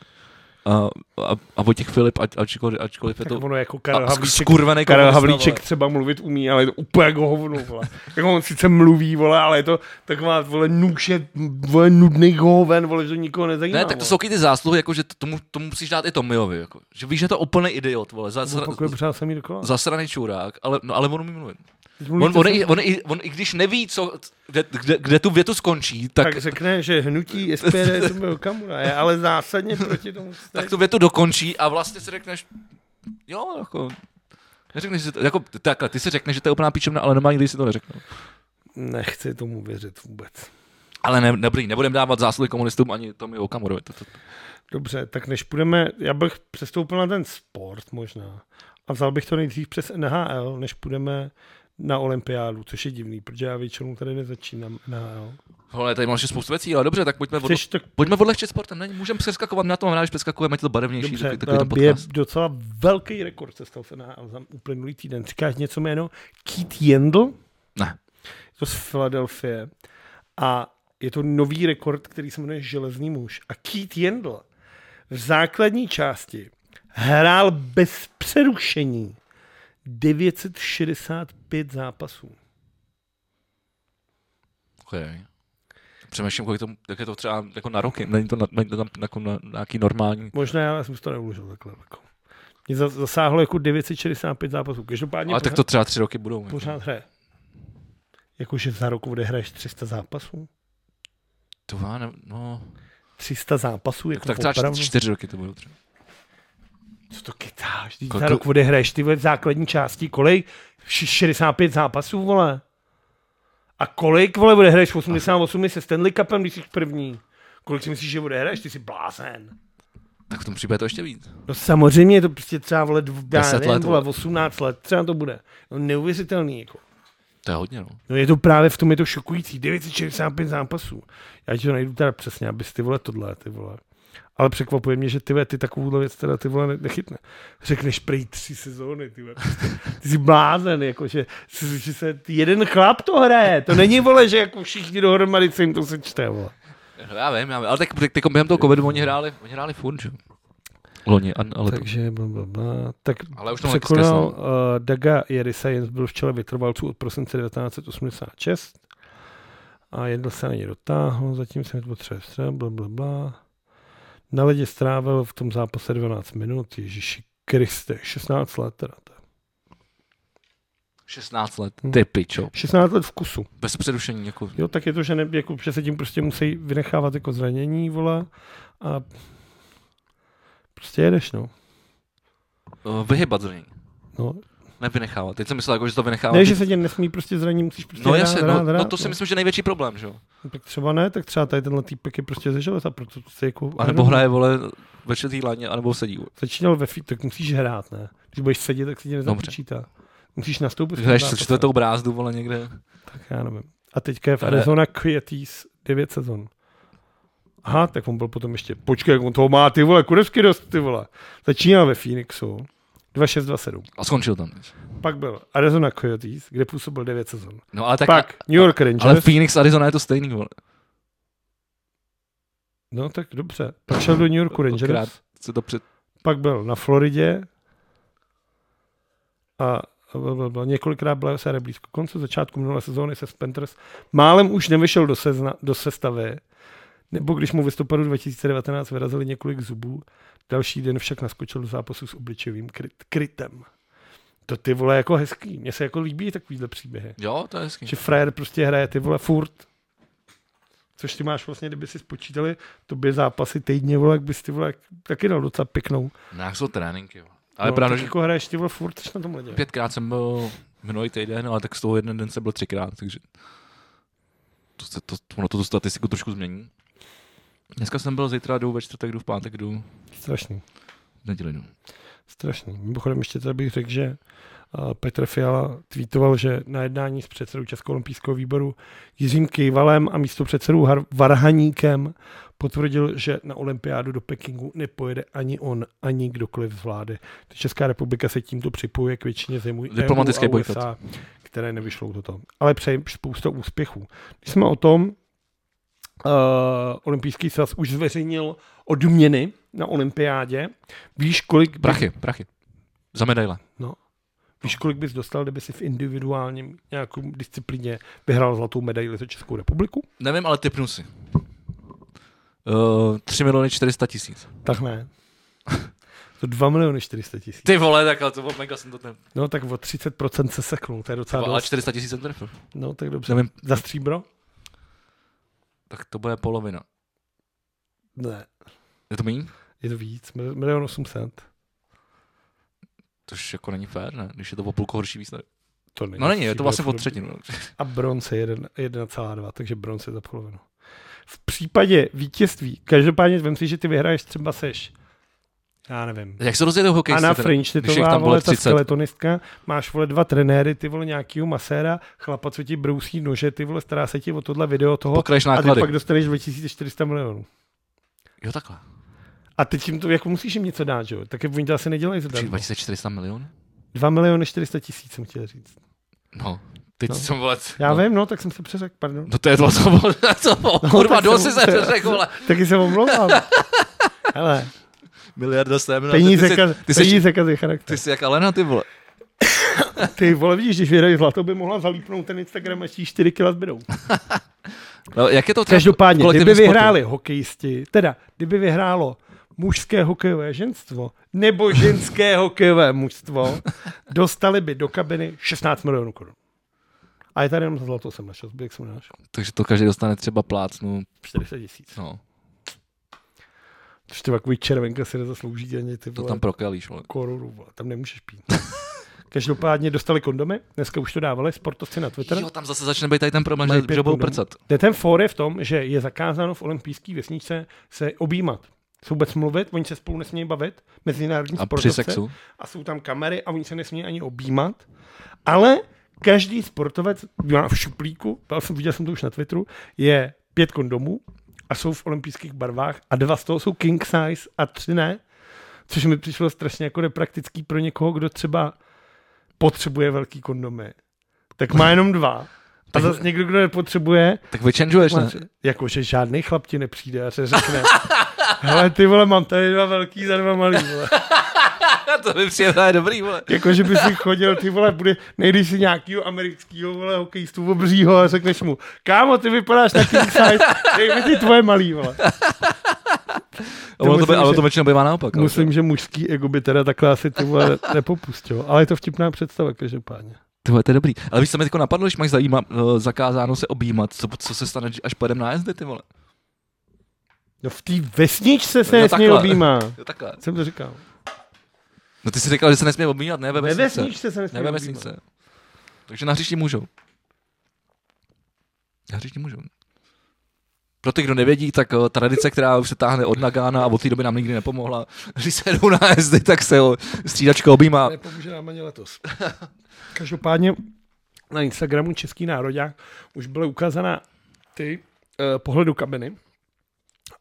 B: A, a, a o těch Filip, ať, ačkoliv, ačkoliv je
A: Tak
B: to
A: ono jako Karel
B: a,
A: Havlíček,
B: skurvený
A: Karel
B: komunista,
A: Havlíček
B: vole.
A: třeba mluvit umí, ale je to úplně jako hovno, vole. Jako on sice mluví, vole, ale je to taková, vole, nůše, vole, nudný hoven, vole, že to nikoho nezajímá,
B: Ne, tak to
A: vole.
B: jsou taky ty zásluhy, jako, že to- tomu, tomu musíš dát i Tomiovi. Jako, že víš, že to je úplný idiot, vole, za, za,
A: Nebo pokud je přál samý dokola.
B: zasraný čurák, ale, no, ale on umí mluvit.
A: Když
B: On,
A: mluvíte
B: on, on,
A: sami-
B: i, on, i, on, i když neví, co, kde, kde, kde tu větu skončí, tak,
A: tak řekne, že hnutí SPD je Tomio Okamura, je ale zásadně proti tomu.
B: tak tu větu dokončí a vlastně si řekneš, jo, jako, neřekneš si to, jako, takhle, ty si řekneš, že to je úplná píčemna, ale normálně nikdy si to neřeknu.
A: Nechci tomu věřit vůbec.
B: Ale ne, dobrý, nebudem dávat zásluhy komunistům ani Tomi Okamurovi. To, to, to.
A: Dobře, tak než půjdeme, já bych přestoupil na ten sport možná a vzal bych to nejdřív přes NHL, než půjdeme na olympiádu, což je divný, protože já většinou tady nezačínám NHL.
B: Hele, tady máš ještě spoustu věcí, ale dobře, tak pojďme, od,
A: Chceš to
B: pojďme odlehčit sportem, ne, můžeme přeskakovat, na to mám rád, že přeskakujeme, ať je to barevnější, Dobře,
A: dobře,
B: takový, takový ten
A: eh, je
B: podcast.
A: docela velký rekord se stal v NHL za uplynulý týden. Říkáš něco jméno? Keith Jendl?
B: Ne.
A: Je to z Filadelfie. A je to nový rekord, který se jmenuje Železný muž. A Keith Jendl v základní části hrál bez přerušení 965 zápasů.
B: Okay. Přemýšlím, kolik to, jak je to třeba jako na roky, není to, na, není to tam jako na, na nějaký normální.
A: Možná já jsem si to neuložil takhle. Jako. Mě za- zasáhlo jako 965 zápasů. Každopádně
B: Ale tak to třeba tři roky budou. jako.
A: pořád hraje. Jakože za roku odehraješ 300 zápasů?
B: To já ne, no,
A: 300 zápasů? Jako
B: tak třeba
A: opravdu?
B: čtyři, čtyři roky to budou. Třeba.
A: Co to kytáš? Když
B: Kolik
A: za
B: to-
A: rok odehraješ ty vole, v základní části kolik? Š- 65 zápasů, vole. A kolik, vole, odehraješ 88 se Stanley Cupem, když jsi první? Kolik si myslíš, že odehraješ? Ty jsi blázen.
B: Tak v tom případě to ještě víc.
A: No samozřejmě, je to prostě třeba vole, dv- já
B: 10
A: nevím,
B: let,
A: vole,
B: vole.
A: 18 let, třeba to bude. No, neuvěřitelný, jako.
B: To je hodně, no.
A: No je to právě v tom je to šokující. 965 zápasů. Já ti to najdu teda přesně, abys ty vole tohle, ty vole. Ale překvapuje mě, že ty, vole, ty takovouhle věc teda ty vole ne- nechytne. Řekneš prej tři sezóny, ty, vole. Prostě ty jsi blázen, jako, že, že, se jeden chlap to hraje. To není vole, že jako všichni dohromady se jim to sečte, vole.
B: No, Já vím, já vím. Ale tak, tak, tak během toho covidu oni hráli, oni hráli furt, že? jo? Loni, a, ale tak.
A: Takže bla, bla, bla. Tak
B: Ale už to
A: překonal uh, Daga Jerisa, Jens byl v čele vytrvalců od prosince 1986 a jedno se na ně dotáhl, zatím jsem potřeboval střel, bla, bla, bla. Na ledě strávil v tom zápase 12 minut, ježiši Kriste, 16 let teda. to je.
B: 16 let,
A: Hm.
B: ty pičo.
A: 16 let v kusu.
B: Bez přerušení, jako.
A: Jo, tak je to, že, ne, jako, že se tím prostě musí vynechávat jako zranění, vole, a prostě jedeš, no.
B: Uh, vyhybat zranění.
A: no.
B: Nevynechávat. Teď jsem myslel, jako, že to vynechává.
A: Ne, že se tě nesmí prostě zranit, musíš prostě
B: No
A: hrát,
B: jasně,
A: hrát,
B: no, no,
A: hrát,
B: to si myslím, že je největší problém, že jo.
A: No Tak třeba ne, tak třeba tady tenhle týpek je prostě ze železa, proto to se jako...
B: A nebo hraje, vole, ve čtvrtý láně, anebo sedí.
A: Začínal ve fit, tak musíš hrát, ne? Když budeš sedět, tak se ti nezapočítá. Musíš nastoupit. v tom
B: Hraješ
A: zápase.
B: čtvrtou brázdu, vole, někde.
A: Tak já nevím. A teďka je v
B: Ale-
A: Arizona Coyotes 9 sezon. Aha, tak on byl potom ještě, počkej, jak on toho má, ty vole, kurevsky dost, ty vole. Začínal ve Phoenixu, 2627.
B: A skončil tam. víš.
A: Pak byl Arizona Coyotes, kde působil 9 sezon.
B: No ale tak...
A: Pak New York Rangers.
B: ale Phoenix, Arizona je to stejný, vole.
A: No tak dobře. Pak šel do New Yorku Rangers.
B: Dvakrát Se to před...
A: pak byl na Floridě a blablabla. několikrát byla série blízko konce, začátku minulé sezóny se Spenters málem už nevyšel do, sezna, do sestavy, nebo když mu v listopadu 2019 vyrazili několik zubů, další den však naskočil do zápasu s obličejovým kryt, krytem. To ty vole jako hezký, mně se jako líbí takovýhle příběhy.
B: Jo, to je hezký.
A: Že frajer prostě hraje ty vole furt. Což ty máš vlastně, kdyby si spočítali tobě zápasy týdně, vole, jak bys ty vole taky dal docela pěknou
B: No, jak jsou tréninky, vole. Ale
A: no,
B: pravda,
A: tak
B: že
A: jako hraješ ty vole furt jsi na tom ledě.
B: pětkrát jsem byl minulý týden, ale tak z toho jeden den jsem byl třikrát, takže to, se, to, ono to tu statistiku trošku změní. Dneska jsem byl, zítra jdu, ve čtvrtek jdu, v pátek jdu,
A: Strašný,
B: v neděli jdu.
A: strašný. Mimochodem ještě teda bych řekl, že a, Petr Fiala tweetoval, že na jednání s předsedou Českého olympijského výboru Jiřím Kejvalem a místo předsedou Har- Varhaníkem potvrdil, že na olympiádu do Pekingu nepojede ani on, ani kdokoliv z vlády. Teď Česká republika se tímto připojuje k většině zemů
B: Diplomatický
A: EU a
B: bojkot.
A: USA, které nevyšlou toto. Ale přeji spousta úspěchů. Když eh, jsme o tom, uh, Olympijský svaz už zveřejnil odměny na olympiádě, víš, kolik, by,
B: Prachy, prachy. Za medaile.
A: víš, kolik bys dostal, kdyby si v individuálním nějakou disciplíně vyhrál zlatou medaili za Českou republiku?
B: Nevím, ale typnu si. Uh, 3 miliony 400 tisíc.
A: Tak ne. To 2 miliony 400 tisíc.
B: Ty vole, tak ale to bylo mega, jsem to ten.
A: No tak o 30% se seknul, to je docela
B: Ale
A: dost.
B: 400 tisíc jsem trefil.
A: No tak dobře.
B: Nevím,
A: Za stříbro?
B: tak to bude polovina.
A: Ne.
B: Je to míň?
A: Je to víc, mil- milion 800.
B: Což jako není fér, ne? Když je to o půlku horší výsledek.
A: To není.
B: No není, je to
A: stříbro,
B: vlastně o
A: dobrý.
B: třetinu. no.
A: A bronz je jeden- 1,2, takže bronz je za polovinu. V případě vítězství, každopádně vem si, že ty vyhraješ třeba seš, já nevím,
B: Jak se rozjede hokej?
A: Anna Fringe, ty to
B: když jich tam bylo
A: vole, ta
B: 30.
A: skeletonistka, máš vole dva trenéry, ty vole nějakýho maséra, chlapa, co ti brousí nože, ty vole stará se ti o tohle video toho
B: Pokraješ
A: a ty
B: náklady.
A: pak dostaneš 2400 milionů.
B: Jo, takhle.
A: A teď jim to, jako musíš jim něco dát, že jo? Tak oni to asi nedělají
B: Přijde
A: zadarmo.
B: 2400 milionů?
A: 2 miliony 400 tisíc jsem chtěl říct.
B: No, teď
A: No.
B: jsem vole.
A: Já
B: no.
A: vím, no, tak jsem se přeřekl, pardon.
B: No to je to, co bylo, co bylo. kurva,
A: tak
B: no,
A: jsem-
B: si se řekl, vole.
A: Taky se omlouvám. Hele,
B: Miliarda sto milionů.
A: peníze,
B: No, ty,
A: ka-
B: jsi- ty, jsi,
A: peníze kazí charakter.
B: ty jsi jak Alena, ty vole.
A: Ty vole, vidíš, když vyhrají zlato, by mohla zalípnout ten Instagram a ještě 4 kila zbydou.
B: No, jak je to třeba v
A: Každopádně, kdyby
B: kolektivním sportu?
A: vyhráli hokejisti, teda, kdyby vyhrálo mužské hokejové ženstvo nebo ženské hokejové mužstvo, dostali by do kabiny 16 milionů korun. A je tady jenom za zlato jsem našel, zbytek jsem nenašel.
B: Takže to každý dostane třeba plácnu.
A: 40 tisíc.
B: No,
A: Což ty takový červenka si nezaslouží ani ty
B: to
A: vole,
B: tam prokelíš, vole.
A: korunu, vole, tam nemůžeš pít. Každopádně dostali kondomy, dneska už to dávali sportovci na Twitter.
B: Jo, tam zase začne být tady ten problém,
A: Mají
B: že,
A: pět
B: že budou
A: bodů.
B: prcat.
A: Ne, ten fór je v tom, že je zakázáno v olympijské vesničce se objímat. Se vůbec mluvit, oni se spolu nesmějí bavit, mezinárodní
B: A při
A: sportovce,
B: sexu.
A: a jsou tam kamery a oni se nesmějí ani objímat. Ale každý sportovec má v šuplíku, dal jsem- viděl jsem to už na Twitteru, je pět kondomů a jsou v olympijských barvách a dva z toho jsou king size a tři ne, což mi přišlo strašně jako nepraktický pro někoho, kdo třeba potřebuje velký kondomy. Tak má jenom dva. A zase někdo, kdo nepotřebuje,
B: Tak vyčenžuješ, ne?
A: Máš, jakože žádný chlap ti nepřijde a se řekne, hele ty vole, mám tady dva velký za dva malý, vole.
B: to by přijde, to je dobrý, vole.
A: Jakože Jako, by si chodil, ty vole, bude, nejdeš si nějakýho amerického, vole, hokejistu obřího a řekneš mu, kámo, ty vypadáš na king size, dej mi ty tvoje malý, vole.
B: To ono to, by,
A: myslím,
B: ale
A: že-
B: to většinou bývá naopak. ale-
A: Musím, že mužský ego by teda takhle asi ty vole nepopustilo, ale je to vtipná představa, každopádně.
B: Ty vole, to je dobrý. Ale víš, co mi jako napadlo, když máš zajíma, eh, zakázáno se objímat, co, co se stane, až pojedeme na jezdy, ty vole.
A: No v té vesničce se
B: No
A: no, nesmí
B: takhle.
A: objímá.
B: Jo, takhle.
A: Jsem to říkal.
B: No ty jsi říkal, že se nesmí objímat, ne ve
A: Ve
B: vesnice.
A: vesničce se nesmí
B: Ne ve
A: objímat.
B: vesnice. Takže na hřišti můžou. Na hřišti můžou. Pro ty, kdo nevědí, tak eh, tradice, která už se táhne od Nagána a od té doby nám nikdy nepomohla, když se jdou na jezdy, tak se ho střídačka objímá.
A: Nepomůže nám ani letos. Každopádně na Instagramu Český národák už byla ukázána ty eh, pohled do kabiny.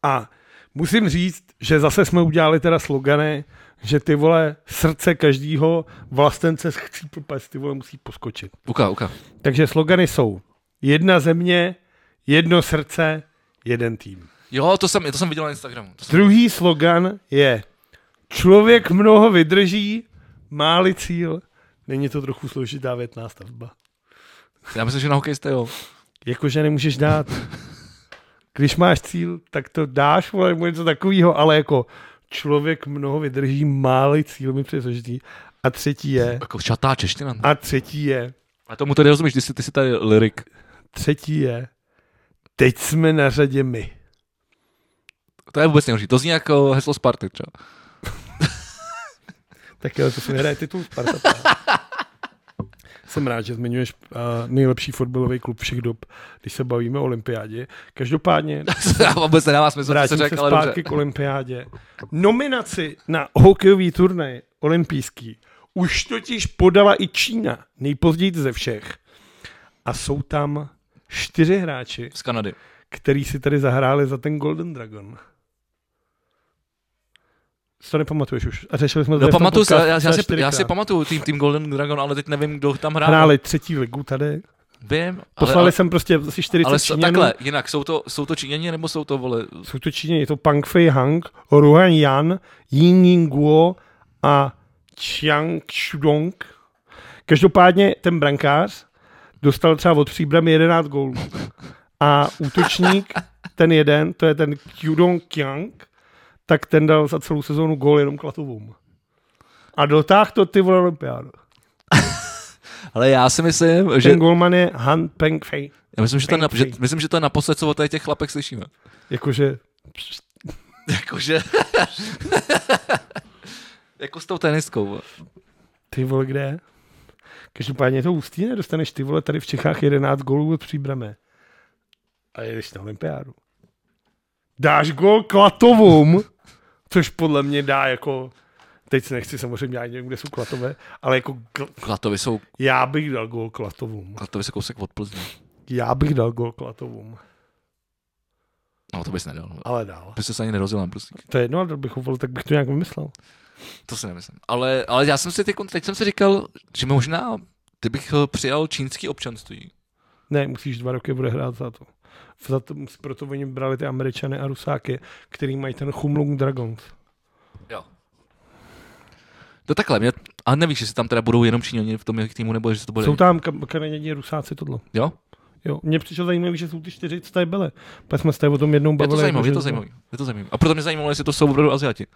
A: A musím říct, že zase jsme udělali teda slogany, že ty vole srdce každýho vlastence chcí propast, ty vole musí poskočit.
B: Uka, uka.
A: Takže slogany jsou jedna země, jedno srdce, jeden tým.
B: Jo, to jsem, to jsem viděl na Instagramu. To jsem...
A: Druhý slogan je člověk mnoho vydrží, máli cíl, není to trochu složitá větná stavba.
B: Já myslím, že na hokejiste, jo.
A: Jakože nemůžeš dát. Když máš cíl, tak to dáš, vole, nebo něco takového, ale jako člověk mnoho vydrží, máli cíl mi přesložitý. A třetí je,
B: Jako šatá čeština.
A: a třetí je,
B: A tomu tady rozumíš, ty jsi, ty jsi tady lyrik.
A: třetí je, teď jsme na řadě my.
B: To je vůbec nejhorší. To zní jako heslo Sparty třeba.
A: Tak jo, to se hraje titul Sparta. Praha. Jsem rád, že zmiňuješ uh, nejlepší fotbalový klub všech dob, když se bavíme o olympiádě. Každopádně
B: To vůbec nedává smysl, co jsi
A: vrátím se
B: řekl, ale dobře.
A: zpátky k olympiádě. Nominaci na hokejový turnaj olympijský už totiž podala i Čína, nejpozději ze všech. A jsou tam čtyři hráči,
B: Z Kanady.
A: který si tady zahráli za ten Golden Dragon. Si To nepamatuješ už. A řešili jsme to
B: No
A: tady v tom
B: pamatuju se,
A: podcastu
B: já, já,
A: třeba
B: si, já
A: čtyřikrát.
B: si pamatuju tým, tým Golden Dragon, ale teď nevím, kdo tam hrál.
A: Hráli třetí ligu tady
B: Vím, ale,
A: Poslali
B: ale,
A: jsem prostě asi 40
B: ale s-
A: Číňanů.
B: takhle, jinak, jsou to, jsou to Číňani nebo jsou to, vole,
A: Jsou to Číně, je to Pang Fei Hang, Ruhan Yan, Yin Ying Guo a Chiang Shudong. Každopádně ten brankář dostal třeba od příbramy 11 gólů. A útočník, ten jeden, to je ten Kyudong Kyang, tak ten dal za celou sezónu gól jenom Klatovům. A dotáhl to ty vole olympiádu.
B: ale já si myslím, že,
A: Ten golman je Han Peng Fei.
B: já myslím, že, to je na, že,
A: Pengfei.
B: myslím, že to je naposled, co o tady těch chlapech slyšíme.
A: Jakože
B: Jakože, jako s tou teniskou. vole.
A: Ty vole, kde? je? Každopádně je to ústí, nedostaneš ty vole tady v Čechách 11 gólů od příbrame. A jedeš na olympiádu. Dáš gól Klatovům, což podle mě dá jako... Teď se nechci samozřejmě ani nevím, kde jsou Klatové, ale jako kl-
B: Klatovy jsou,
A: já bych dal gól Klatovům.
B: Klatovy jsou kousek od Plzně.
A: Já bych dal gól Klatovům.
B: No, to bys nedal. vole.
A: Ale dal.
B: Prostě se ani nerozjel na prstík.
A: To je jedno, ale bych ho volil, tak bych to nějak vymyslel.
B: To si nemyslím. Ale, ale já jsem si teď, teď jsem si říkal, že možná kdybych eh, přijal čínský občanství.
A: Ne, musíš dva roky bude hrát za to. Za to proto oni brali ty Američany a Rusáky, který mají ten Humlung Dragons.
B: Jo. To takhle, mě, a nevíš, jestli tam teda budou jenom Číňani v tom jejich týmu, nebo jestli to bude...
A: Jsou tam kam- Kanaděni, Rusáci, tohle.
B: Jo?
A: Jo, mně přišlo zajímavé, že jsou ty čtyři, co tady byly. Pak jsme se tady o tom jednou
B: Je
A: bavili. jako,
B: to zajímavé,
A: jakože-
B: je to zajímavé. Je to zajímavé. A proto mě zajímalo, jestli to jsou opravdu Aziati.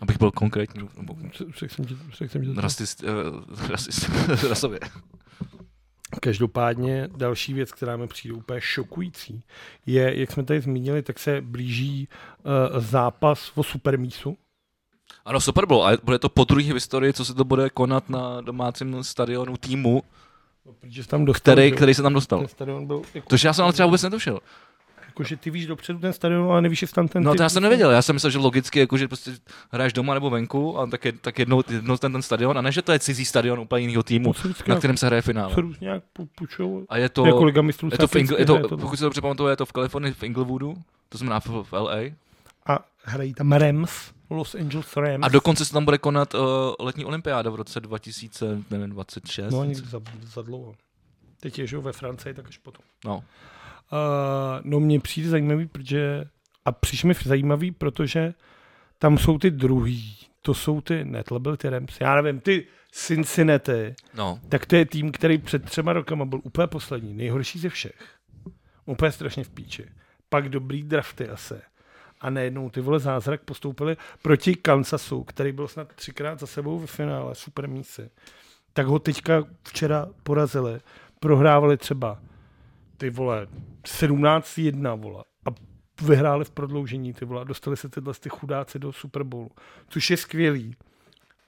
B: Abych byl konkrétní, nebo
A: Řekl jsem ti, řekl jsem ti to.
B: rasist, uh, rasist, rasově.
A: Každopádně další věc, která mi přijde úplně šokující, je, jak jsme tady zmínili, tak se blíží uh, zápas o Supermísu.
B: Ano, super bylo. A bude to po druhé v historii, co se to bude konat na domácím stadionu týmu,
A: Protože se tam dostal,
B: který,
A: že-
B: který se tam dostal.
A: ten stadion byl, jako,
B: Což já jsem ale třeba vůbec netušil.
A: jako, že ty víš dopředu ten stadion, ale nevíš, jestli tam ten...
B: No
A: ty-
B: to já jsem nevěděl, já jsem myslel, že logicky, jako, že prostě hraješ doma nebo venku, a tak, je, tak jednou, jednou ten, ten stadion, a ne, že to je cizí stadion úplně jiného týmu,
A: To se vždycky
B: na
A: nějak-
B: kterém se hraje finále.
A: se různě nějak pu- půjčou.
B: A je
A: To, jako
B: to,
A: Liga mistrů
B: je
A: se
B: to, v Ingl, je
A: hraje
B: to pokud se dobře pamatuju, je to v Kalifornii v Inglewoodu, to znamená v, v LA,
A: A hrají tam Rams, Los Angeles Rams.
B: a dokonce se tam bude konat uh, letní olympiáda v roce 2026.
A: No a někdy za, za dlouho. Teď je, že jo, ve Francii, tak až potom.
B: no.
A: Uh, no mně přijde zajímavý, protože a přišlo mi zajímavý, protože tam jsou ty druhý, to jsou ty, ne, to byly ty Rams, já nevím, ty Cincinnati,
B: no.
A: tak to je tým, který před třema rokama byl úplně poslední, nejhorší ze všech. Úplně strašně v píči. Pak dobrý drafty asi. A najednou ty vole zázrak postoupili proti Kansasu, který byl snad třikrát za sebou ve finále, super mísy. Tak ho teďka včera porazili. Prohrávali třeba ty vole 17-1 vole a vyhráli v prodloužení ty vole a dostali se tyhle ty chudáci do Super Bowlu, což je skvělý.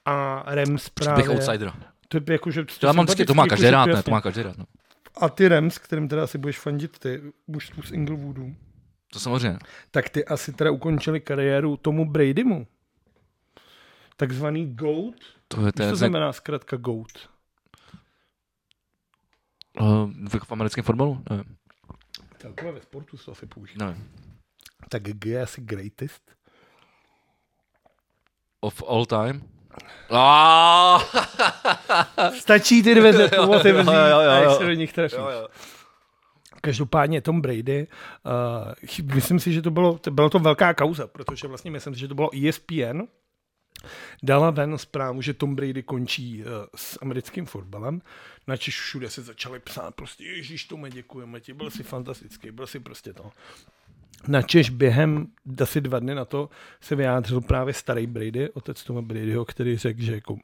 A: A Rams právě...
B: Bych outsidera.
A: To je jako, že
B: To, já mám vždycky, to má každý rád, ne, to má každý rád. No.
A: A ty Rams, kterým teda asi budeš fandit ty, mužstvu z Inglewoodu,
B: To samozřejmě.
A: tak ty asi teda ukončili kariéru tomu Bradymu. Takzvaný GOAT.
B: To je, to
A: Víš,
B: je
A: co
B: znak,
A: znamená zkrátka GOAT?
B: uh, v, v americkém fotbalu? Nevím.
A: Celkově ve sportu se to asi používá.
B: Nevím.
A: Tak G je asi greatest.
B: Of all time? Ah!
A: Stačí ty dveře,
B: Jo,
A: to ty
B: jo,
A: vzít
B: jo, jo,
A: a jak
B: jo.
A: se do nich trefíš. Každopádně Tom Brady, uh, chy- myslím si, že to bylo, to bylo to velká kauza, protože vlastně myslím si, že to bylo ESPN, dala ven zprávu, že Tom Brady končí uh, s americkým fotbalem, načež všude se začali psát prostě, ježíš, Tome, děkujeme ti, byl jsi fantastický, byl jsi prostě to. Načež během asi dva dny na to se vyjádřil právě starý Brady, otec Toma Bradyho, který řekl, že jako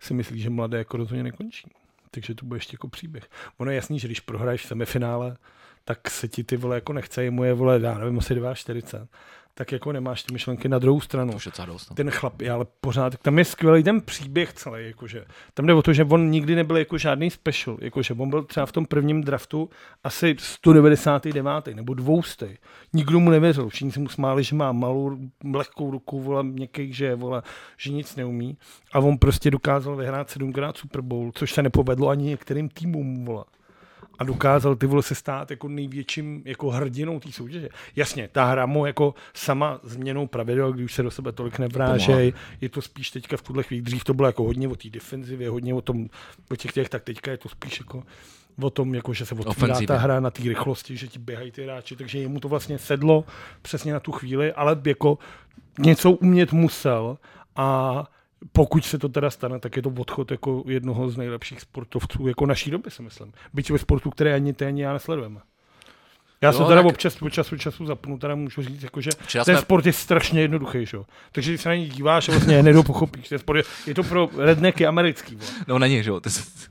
A: si myslí, že mladé jako rozhodně nekončí. Takže to bude ještě jako příběh. Ono je jasný, že když prohraješ v semifinále, tak se ti ty vole jako nechce, jemu je vole, já nevím, asi 42, tak jako nemáš ty myšlenky na druhou stranu.
B: To už je docela dost. no.
A: Ten chlap je ale pořád, tam je skvělý ten příběh celý, jakože. Tam jde o to, že on nikdy nebyl jako žádný special, jakože on byl třeba v tom prvním draftu asi 199. nebo 200. Nikdo mu nevěřil, všichni se mu smáli, že má malou, lehkou ruku, vole, měkký, že je, vole, že nic neumí. A on prostě dokázal vyhrát sedmkrát Super Bowl, což se nepovedlo ani některým týmům, vole. A a dokázal ty vole se stát jako největším jako hrdinou té soutěže. Jasně, ta hra mu jako sama změnou pravidel, když už se do sebe tolik nevrážej, je to spíš teďka v tuhle chvíli, dřív to bylo jako hodně o té defenzivě, hodně o tom, o těch těch, tak teďka je to spíš jako o tom, jako, že se otvírá ta
B: Ofenzivě.
A: hra na té rychlosti, že ti běhají ty hráči, takže jemu to vlastně sedlo přesně na tu chvíli, ale jako něco umět musel a pokud se to teda stane, tak je to odchod jako jednoho z nejlepších sportovců jako naší doby, si myslím. Byť ve sportu, které ani ty, ani já nesledujeme. Já
B: Jo,
A: jo, se teda
B: tak-
A: tak... občas od času času zapnu, teda můžu říct, jako, že
B: Včera
A: ten
B: jsme-
A: sport je strašně jednoduchý, že? jo. Takže když se na něj díváš, vlastně nedopochopíš. Ten sport je, je to pro rednecky americký. Vole.
B: No není, že jo. Ty, se-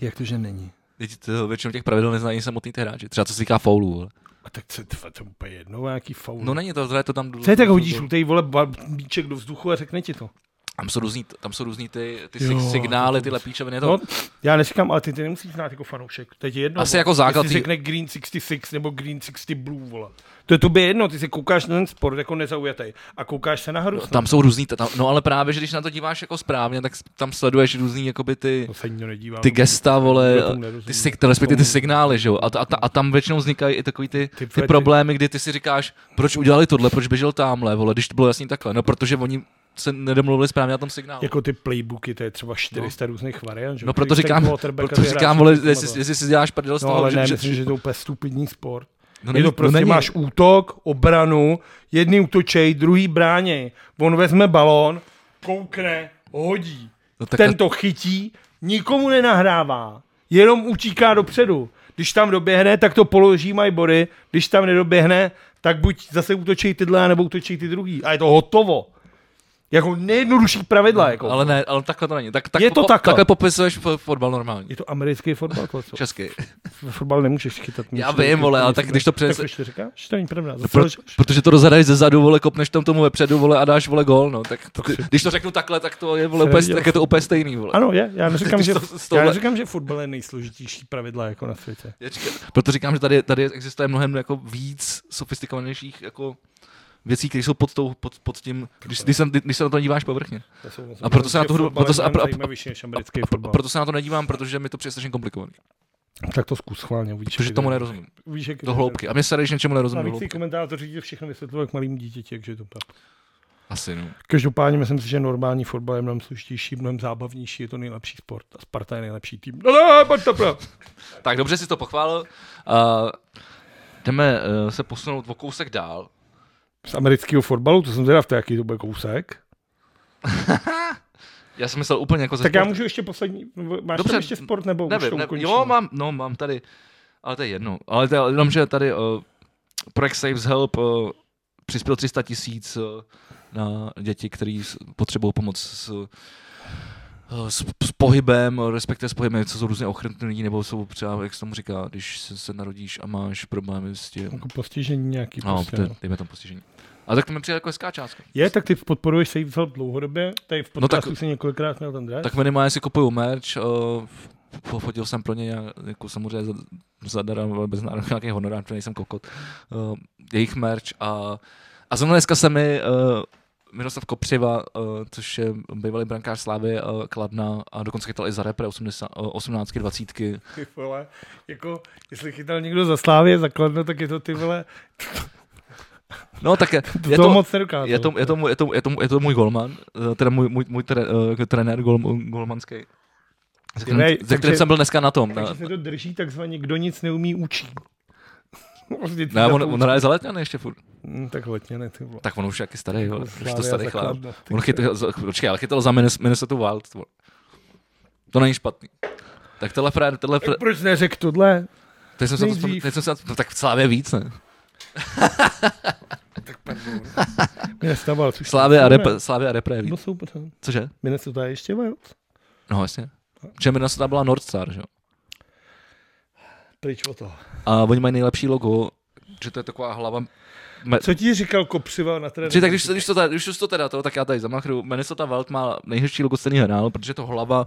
A: Jak to, že není?
B: teď to, většinou těch pravidel neznají samotný ty hráči. Třeba co se týká foulů. vole.
A: A tak se tfa, to je úplně jedno, jaký faul.
B: No není to, tohle je to tam...
A: Co je jako tak
B: mm,
A: hodíš žlutej, vole, ba- bíček do vzduchu a řekne ti to.
B: Tam jsou různý, tam jsou různý ty, ty
A: Jo,
B: jo, signály,
A: to-
B: ty lepíčoviny. je To,
A: No, já neříkám, ale ty, ty nemusíš znát jako fanoušek. To je ti jedno.
B: Asi
A: vole.
B: jako základ
A: Jestli
B: tý-
A: řekne Green 66 nebo Green 60 Blue, vole. To je tobě jedno, ty se koukáš na ten sport jako nezaujatý a koukáš se na hru.
B: No, tam jsou různý, ta- tam, no ale právě, že když na to díváš jako správně, tak s- tam sleduješ různý jakoby ty,
A: To se nikdo nedívá.
B: ty gesta, vole,
A: tomu nerozumím.
B: ty, sig, ty, respektive ty signály, že jo, a, ta- a, ta- a tam většinou vznikají i takový ty,
A: Ty
B: ty
A: vole, ty-
B: problémy, kdy ty si říkáš, proč udělali tohle, proč běžel tamhle, vole, když to bylo jasný takhle, no protože oni se nedomluvili správně na tom signálu.
A: Jako ty playbooky, to je třeba 400 různých variant. Že?
B: No
A: Když
B: proto
A: ten
B: říkám,
A: quarterback
B: proto
A: vyhraje
B: říkám,
A: všechny
B: vole,
A: tyhle,
B: jestli,
A: vole.
B: jestli si děláš prdel z
A: No,
B: toho,
A: ale
B: že,
A: ne,
B: že,
A: myslím, že to je úplně stupidní sport.
B: No,
A: je
B: není-
A: to
B: no,
A: prostě,
B: není.
A: máš útok, obranu, jedný útočej, druhý bráně. On vezme balón, koukne, hodí.
B: No,
A: No,
B: tak-
A: Ten to chytí, nikomu nenahrává, jenom utíká dopředu. Když tam doběhne, tak to položí mají body, když tam nedoběhne, tak buď zase útočí tyhle, nebo útočí ty druhý. A je to hotovo. Jako nejjednodušší pravidla. Jako.
B: ale ne, ale takhle to není. Tak, tak
A: Je to
B: po-
A: takhle.
B: takhle popisuješ fo- fotbal normálně.
A: Je to americký fotbal, to co?
B: Česky.
A: fotbal nemůžeš chytat.
B: Já vím, vole, ale tak když to přes-
A: Tak to říkáš, to není pravda. Zase
B: Pro,
A: lžeš.
B: protože to rozhraješ ze zadu, vole, kopneš tam tomu vepředu, vole, a dáš, vole, gol, no. Tak to, když to řeknu takhle, tak to je, vole,
A: Se
B: úplně,
A: neviděl.
B: tak je to úplně stejný, vole.
A: Ano, je. Já neříkám,
B: Když
A: že,
B: to- s
A: já
B: tohle-
A: neříkám, že fotbal je nejsložitější pravidla jako na světě.
B: Já říkám- Proto říkám, že tady, tady existuje mnohem jako víc sofistikovanějších jako věcí, které jsou pod, tou, pod, pod tím, když, když, se, když se na to díváš povrchně.
A: To jsou moc-
B: A proto se na
A: že
B: tu hru-
A: fotbal je
B: proto se- a
A: mnohem
B: pro- a-
A: zajímavější než americký
B: A, pro-
A: fotbal.
B: a proto se na to nedívám, protože mi to přijde strašně komplikovaný.
A: Tak to zkus chválně, uvidíš.
B: Protože
A: jak
B: tomu
A: jde.
B: nerozumím.
A: Uvidíš, jak
B: Do
A: jde.
B: hloubky. A mě se když něčemu nerozumím. do
A: Navíc ty
B: hloubky.
A: komentátoři ti všechno vysvětlují k malým dítěti, takže je to tak.
B: Asi, no.
A: Každopádně myslím si, že normální fotbal je mnohem složitější, mnohem zábavnější, je to nejlepší sport a Sparta je nejlepší tým. No, no, pojď to pro.
B: Tak dobře si to pochválil. Uh, jdeme uh, se posunout o kousek dál.
A: Z amerického fotbalu, to jsem zvědav, to je, jaký to bude kousek.
B: Já jsem myslel úplně jako ze
A: Tak já
B: sportu.
A: můžu ještě poslední, máš
B: Dobře,
A: tam ještě sport nebo už to
B: Nevím, nevím.
A: ukončíme?
B: Jo, mám, no, mám tady, ale to je jedno. Ale to je jenom, že tady uh, projekt Saves Help uh, přispěl 300 tisíc uh, na děti, které potřebují pomoc s, uh, s, s pohybem, respektive s pohybem, co jsou různě ochrnutí, nebo jsou třeba, jak se tomu říká, když se, se narodíš a máš problémy s tím.
A: Jako postižení nějaký.
B: No,
A: prostě,
B: to, dejme tomu postižení. A tak to mi přijde jako hezká částka.
A: Je, tak ty podporuješ Save Help dlouhodobě, tady v
B: No tak-
A: podcastu no tak, si několikrát měl ten dres.
B: Tak minimálně si kupuju merch, uh, pofotil jsem pro ně nějak- jako samozřejmě za- zadara, ale bez nároku na nějaký honorár, protože nejsem kokot, uh, jejich merch a, a zrovna dneska se mi uh, Miroslav Kopřiva, uh, což je bývalý brankář Slávy, uh, Kladna a dokonce chytal i za repre 80, uh, 18, 20.
A: Ty vole, jako, jestli chytal někdo za slávě, za kladno, tak je to ty vole,
B: No tak je,
A: to,
B: je
A: to,
B: to,
A: moc nedokázal.
B: je to, je to, můj- je to, je to, je to můj golman, eh, teda můj, můj, můj tre, eh, trenér gol, golmanský, se kterým,
A: Jinej,
B: se kterým
A: takže-
B: jsem byl dneska na tom. Na,
A: Takže se to drží takzvaně, kdo nic neumí, učí. Vlastně ty
B: ne, on,
A: zapouč-
B: on hraje za letňany ještě furt.
A: Hm, Tak letně ne, ty vole.
B: Tak on už jaký starý, jo.
A: Slávia
B: už to starý
A: za
B: chlap.
A: Kladno, ty
B: On chytal, za- počkej, ale chytal za Minnes- Minnesota Wild. To, to není špatný. Tak tenhle frér, tenhle frér,
A: Tak proč neřekl tohle?
B: teď jsem se na to, vzpomněl-
A: nejdřív.
B: teď jsem se na to, no tak v Slávě víc, ne?
A: Mě nestával, což
B: Slávě a,
A: ne.
B: repre, Slávě a repre je
A: No
B: víc.
A: super. hm.
B: Cože?
A: Minnesota je ještě Wild.
B: No jasně. Že Minnesota byla North Star, že jo?
A: Pryč o to.
B: A oni mají nejlepší logo, že to je taková hlava me-
A: Co ti říkal Kopřiva na tréninku?
B: Že tak když, když, to, tady- když už to teda to, tak já tady zamachru. Minnesota Wild má nejhezčí logo stejný hrál, protože to hlava,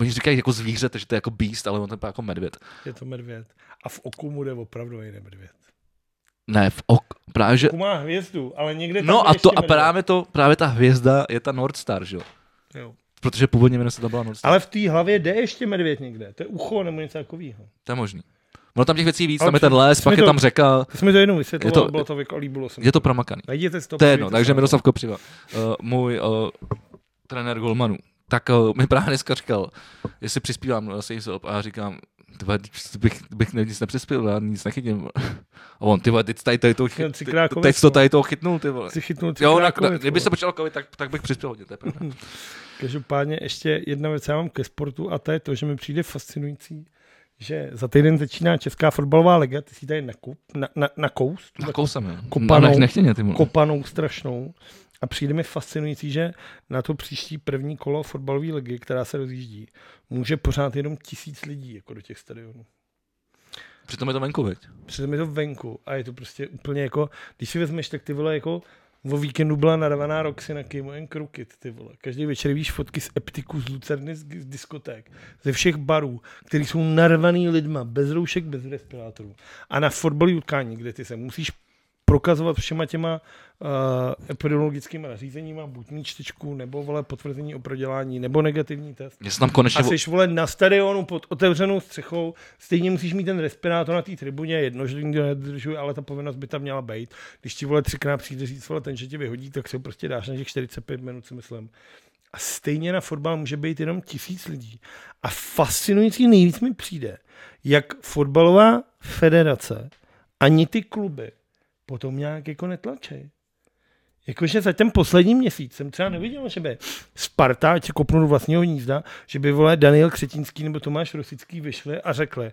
B: oni říkají jako zvíře, takže to je jako beast, ale on to je jako medvěd.
A: Je to medvěd. A v oku mu jde opravdu jiný medvěd.
B: Ne, v ok, právě že
A: Oku má hvězdu, ale někde tam
B: No
A: bude
B: a
A: ještě
B: to a
A: medvěd.
B: právě to, právě ta hvězda je ta North Star, že jo?
A: Jo.
B: protože původně Minnesota byla noc.
A: Ale v té hlavě jde ještě medvěd někde. To je ucho nebo něco takového.
B: To je možný. Ono tam těch věcí víc,
A: Ale
B: tam je
A: před-
B: ten les,
A: jsme
B: pak je
A: to-
B: tam řeka,
A: To jsme to jednou
B: Je
A: vysvětlovali,
B: to-
A: bylo to vyko- líbilo se mi.
B: je to pramakaný.
A: Najděte si to.
B: To je jedno,
A: podívejte
B: takže
A: se na
B: Miroslav Kopřiva, uh, můj uh, trenér Golmanů, tak uh, mi právě dneska říkal, jestli přispívám na Save Up a já říkám, ty vole, vždyť bych, bych ne- nic nepřispěl, já nic nechytím. A on, ty vole, teď tady, tady toho,
A: Měl
B: chyt,
A: třikrát covid,
B: teď jsi to
A: no.
B: tady toho chytnul, ty vole.
A: to. Jsi chytnul tři
B: Jo, na,
A: krákovec,
B: na, kdyby
A: vole.
B: se počal covid, tak, tak bych přispěl hodně, to je pravda.
A: Každopádně ještě jedna věc já mám ke sportu a to je to, že mi přijde fascinující, že za týden začíná Česká fotbalová liga, ty si tady nakup, na, na, na kous, tu
B: Na kousem, jo. Na
A: Kopanou.
B: nech, nechtěně, ty vole.
A: kopanou strašnou a přijde mi fascinující, že na to příští první kolo fotbalové ligy, která se rozjíždí, může pořád jenom tisíc lidí jako do těch stadionů.
B: Přitom je to venku, veď.
A: Přijde mi to venku a je to prostě úplně jako, když si vezmeš, tak ty vole jako o víkendu byla narvaná Roxy na Kimoen Krukit, ty vole. Každý večer víš fotky z Eptiku, z Lucerny, z, z diskoték, ze všech barů, který jsou narvaný lidma, bez roušek, bez respirátorů. A na fotbalový utkání, kde ty se musíš prokazovat všema těma uh, epidemiologickými nařízeníma, buď mít čtečku, nebo vole potvrzení o prodělání, nebo negativní test.
B: Mě se tam konečně...
A: A jsi vole na stadionu pod otevřenou střechou, stejně musíš mít ten respirátor na té tribuně, jedno, že nikdo nedržuje, ale ta povinnost by tam měla být. Když ti vole třikrát přijde říct, vole, ten, že tě vyhodí, tak si ho prostě dáš na těch 45 minut, si myslím. A stejně na fotbal může být jenom tisíc lidí. A fascinující nejvíc mi přijde, jak fotbalová federace ani ty kluby potom nějak jako netlačej. Jakože za ten poslední měsíc jsem třeba neviděl, že by Sparta, ať se kopnu do vlastního hnízda, že by vole Daniel Křetínský nebo Tomáš Rosický vyšli a řekli,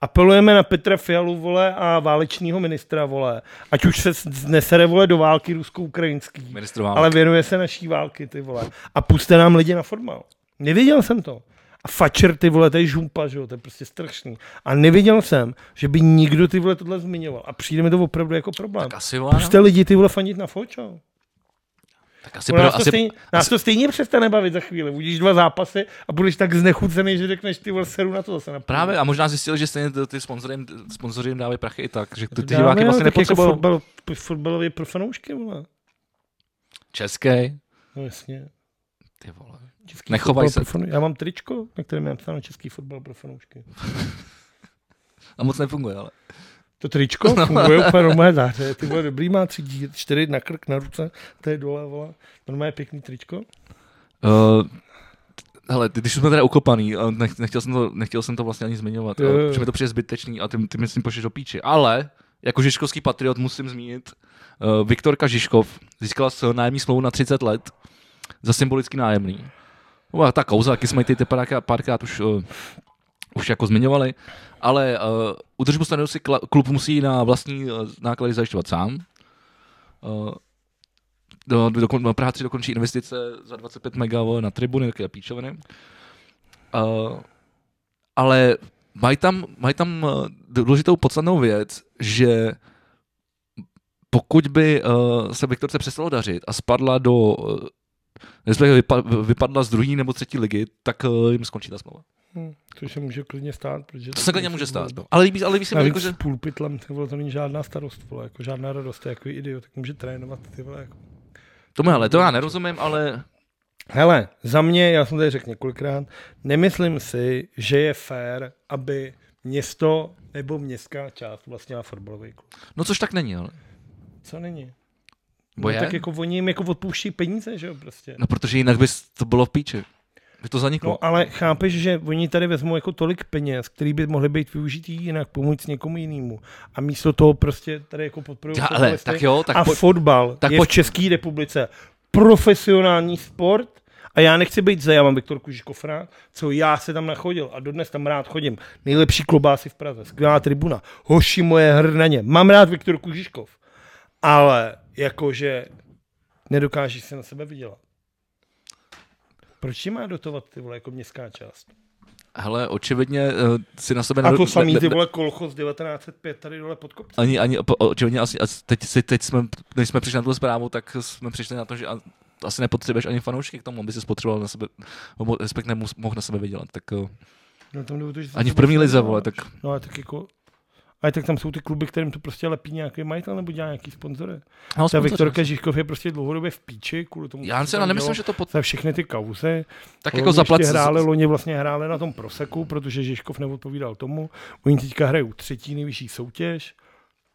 A: apelujeme na Petra Fialu, vole, a válečního ministra, vole, ať už se znesere, vole, do války rusko-ukrajinský,
B: Ministr
A: ale věnuje se naší války, ty vole, a puste nám lidi na fotbal. Nevěděl jsem to. A fačer, ty vole, to je žumpa, že jo, to je prostě strašný. A nevěděl jsem, že by nikdo ty vole tohle zmiňoval. A přijde mi to opravdu jako problém.
B: Tak asi, vole, no.
A: Puste lidi ty vole fanit na fočo.
B: tak asi,
A: Ono
B: pro,
A: nás, to
B: asi,
A: stejně, nás to stejně přestane bavit za chvíli. Uvidíš dva zápasy a budeš tak znechucený, že řekneš ty vole seru na to zase. Na půl.
B: Právě, a možná zjistil, že stejně ty- ty sponzory jim, sponzory jim dávají prachy i tak, že ty, ty
A: Já
B: diváky
A: nevím,
B: vlastně
A: tak
B: nepotřebují.
A: Jako fotbal, fotbalově pro fanoušky, vole.
B: Český.
A: No jasně.
B: Ty vole.
A: Český
B: Nechovají
A: fotbal
B: se.
A: Pro fanu... Já mám tričko, na kterém je napsáno český fotbal pro fanoušky.
B: A moc nefunguje, ale.
A: To tričko
B: No.
A: funguje úplně normálně záře. Ty vole dobrý, má tři díry, čtyři na krk, na ruce, to je dole, vole. Normálně pěkný tričko. Eh,
B: Uh, hele, ty- když jsme teda ukopaný, a nech, nechtěl, jsem to, nechtěl jsem to vlastně ani zmiňovat,
A: Jo, jo.
B: jo, že mi to přijde zbytečný a ty, ty mi s tím pošleš do píči. Ale, jako žižkovský patriot musím zmínit, uh, Viktorka Žižkov získala s- nájemní smlouvu na 30 let za symbolický nájemný. No a ta kauza, taky jsme ji tady párkrát, párkrát už, uh, už jako zmiňovali, ale uh, udržbu stanu si kla- klub musí na vlastní uh, náklady zajišťovat sám. Uh, do, do, do, Praha 3 dokončí investice za 25 mega vole, na tribuny, takové píčoviny. Uh, ale mají tam, mají tam eh, důležitou podstatnou věc, že pokud by uh, se Viktorce přestalo dařit a spadla do, uh, respektive vypa, vypadla z druhé nebo třetí ligy, tak uh, jim skončí ta smlouva.
A: Hm, což se může klidně stát. Protože
B: To se klidně může stát. no. Ale líbí, ale líbí se mi,
A: Navíc
B: jako,
A: s
B: že
A: půlpitlem, ty vole, to není žádná starost, vole, jako žádná radost, to je jako idiot, tak může trénovat, ty vole, jako.
B: tomu hele, to já nerozumím, ale
A: Hele, za mě, já jsem tady řekl několikrát, nemyslím si, že je fér, aby město nebo městská část vlastnila fotbalový klub.
B: no což tak není, ale.
A: Co není?
B: Bo je?
A: no, tak jako oni jim jako odpouští peníze, že jo, prostě.
B: No protože jinak by s- to bylo v píči. By to zaniklo.
A: No ale chápeš, že oni tady vezmou jako tolik peněz, který by mohly být využitý jinak, pomoct někomu jinému. A místo toho prostě tady jako podporují
B: Já, ale,
A: fotbalisty.
B: tak jo, tak
A: a
B: pojď-
A: fotbal
B: tak
A: tak je
B: pojď-
A: v České republice profesionální sport a já nechci být za, já mám Viktorku Žikofra, co já se tam nachodil a dodnes tam rád chodím. Nejlepší klobásy v Praze, skvělá tribuna, hoši moje hrnaně, mám rád Viktorku Žižkov, ale jakože nedokážeš se na sebe vydělat. Proč ti má dotovat ty vole jako městská část?
B: Hele, očividně uh, si na sebe...
A: A to
B: nero-
A: samý
B: ne-
A: ty
B: ne-
A: vole kolchoz 1905 tady dole pod kopcem.
B: Ani, ani, po- očividně asi, asi teď, si- teď jsme, než jsme přišli na tu zprávu, tak jsme přišli na to, že a- asi nepotřebuješ ani fanoušky k tomu, aby si spotřeboval na sebe, mo- respekt nemu- mohl na sebe vydělat. Tak eh,
A: No, tam jde o to, že se
B: ani v
A: to
B: první
A: prostě
B: lize,
A: nedělá.
B: vole, tak
A: No a tak jako... Ale tak tam jsou ty kluby, kterým to prostě lepí nějaký majitel nebo dělá nějaký sponzory.
B: No,
A: Ta
B: sponzoři.
A: Viktorka Žižkov je prostě dlouhodobě v píči kvůli tomu.
B: Já
A: co
B: si
A: tam
B: ale nemyslím,
A: dělo.
B: že to pod...
A: za všechny ty kauzy.
B: Tak
A: Loni
B: jako zaplat...
A: Ještě hráli, loni vlastně hráli na tom proseku, protože Žižkov neodpovídal tomu. Oni teďka hrajou třetí nejvyšší soutěž,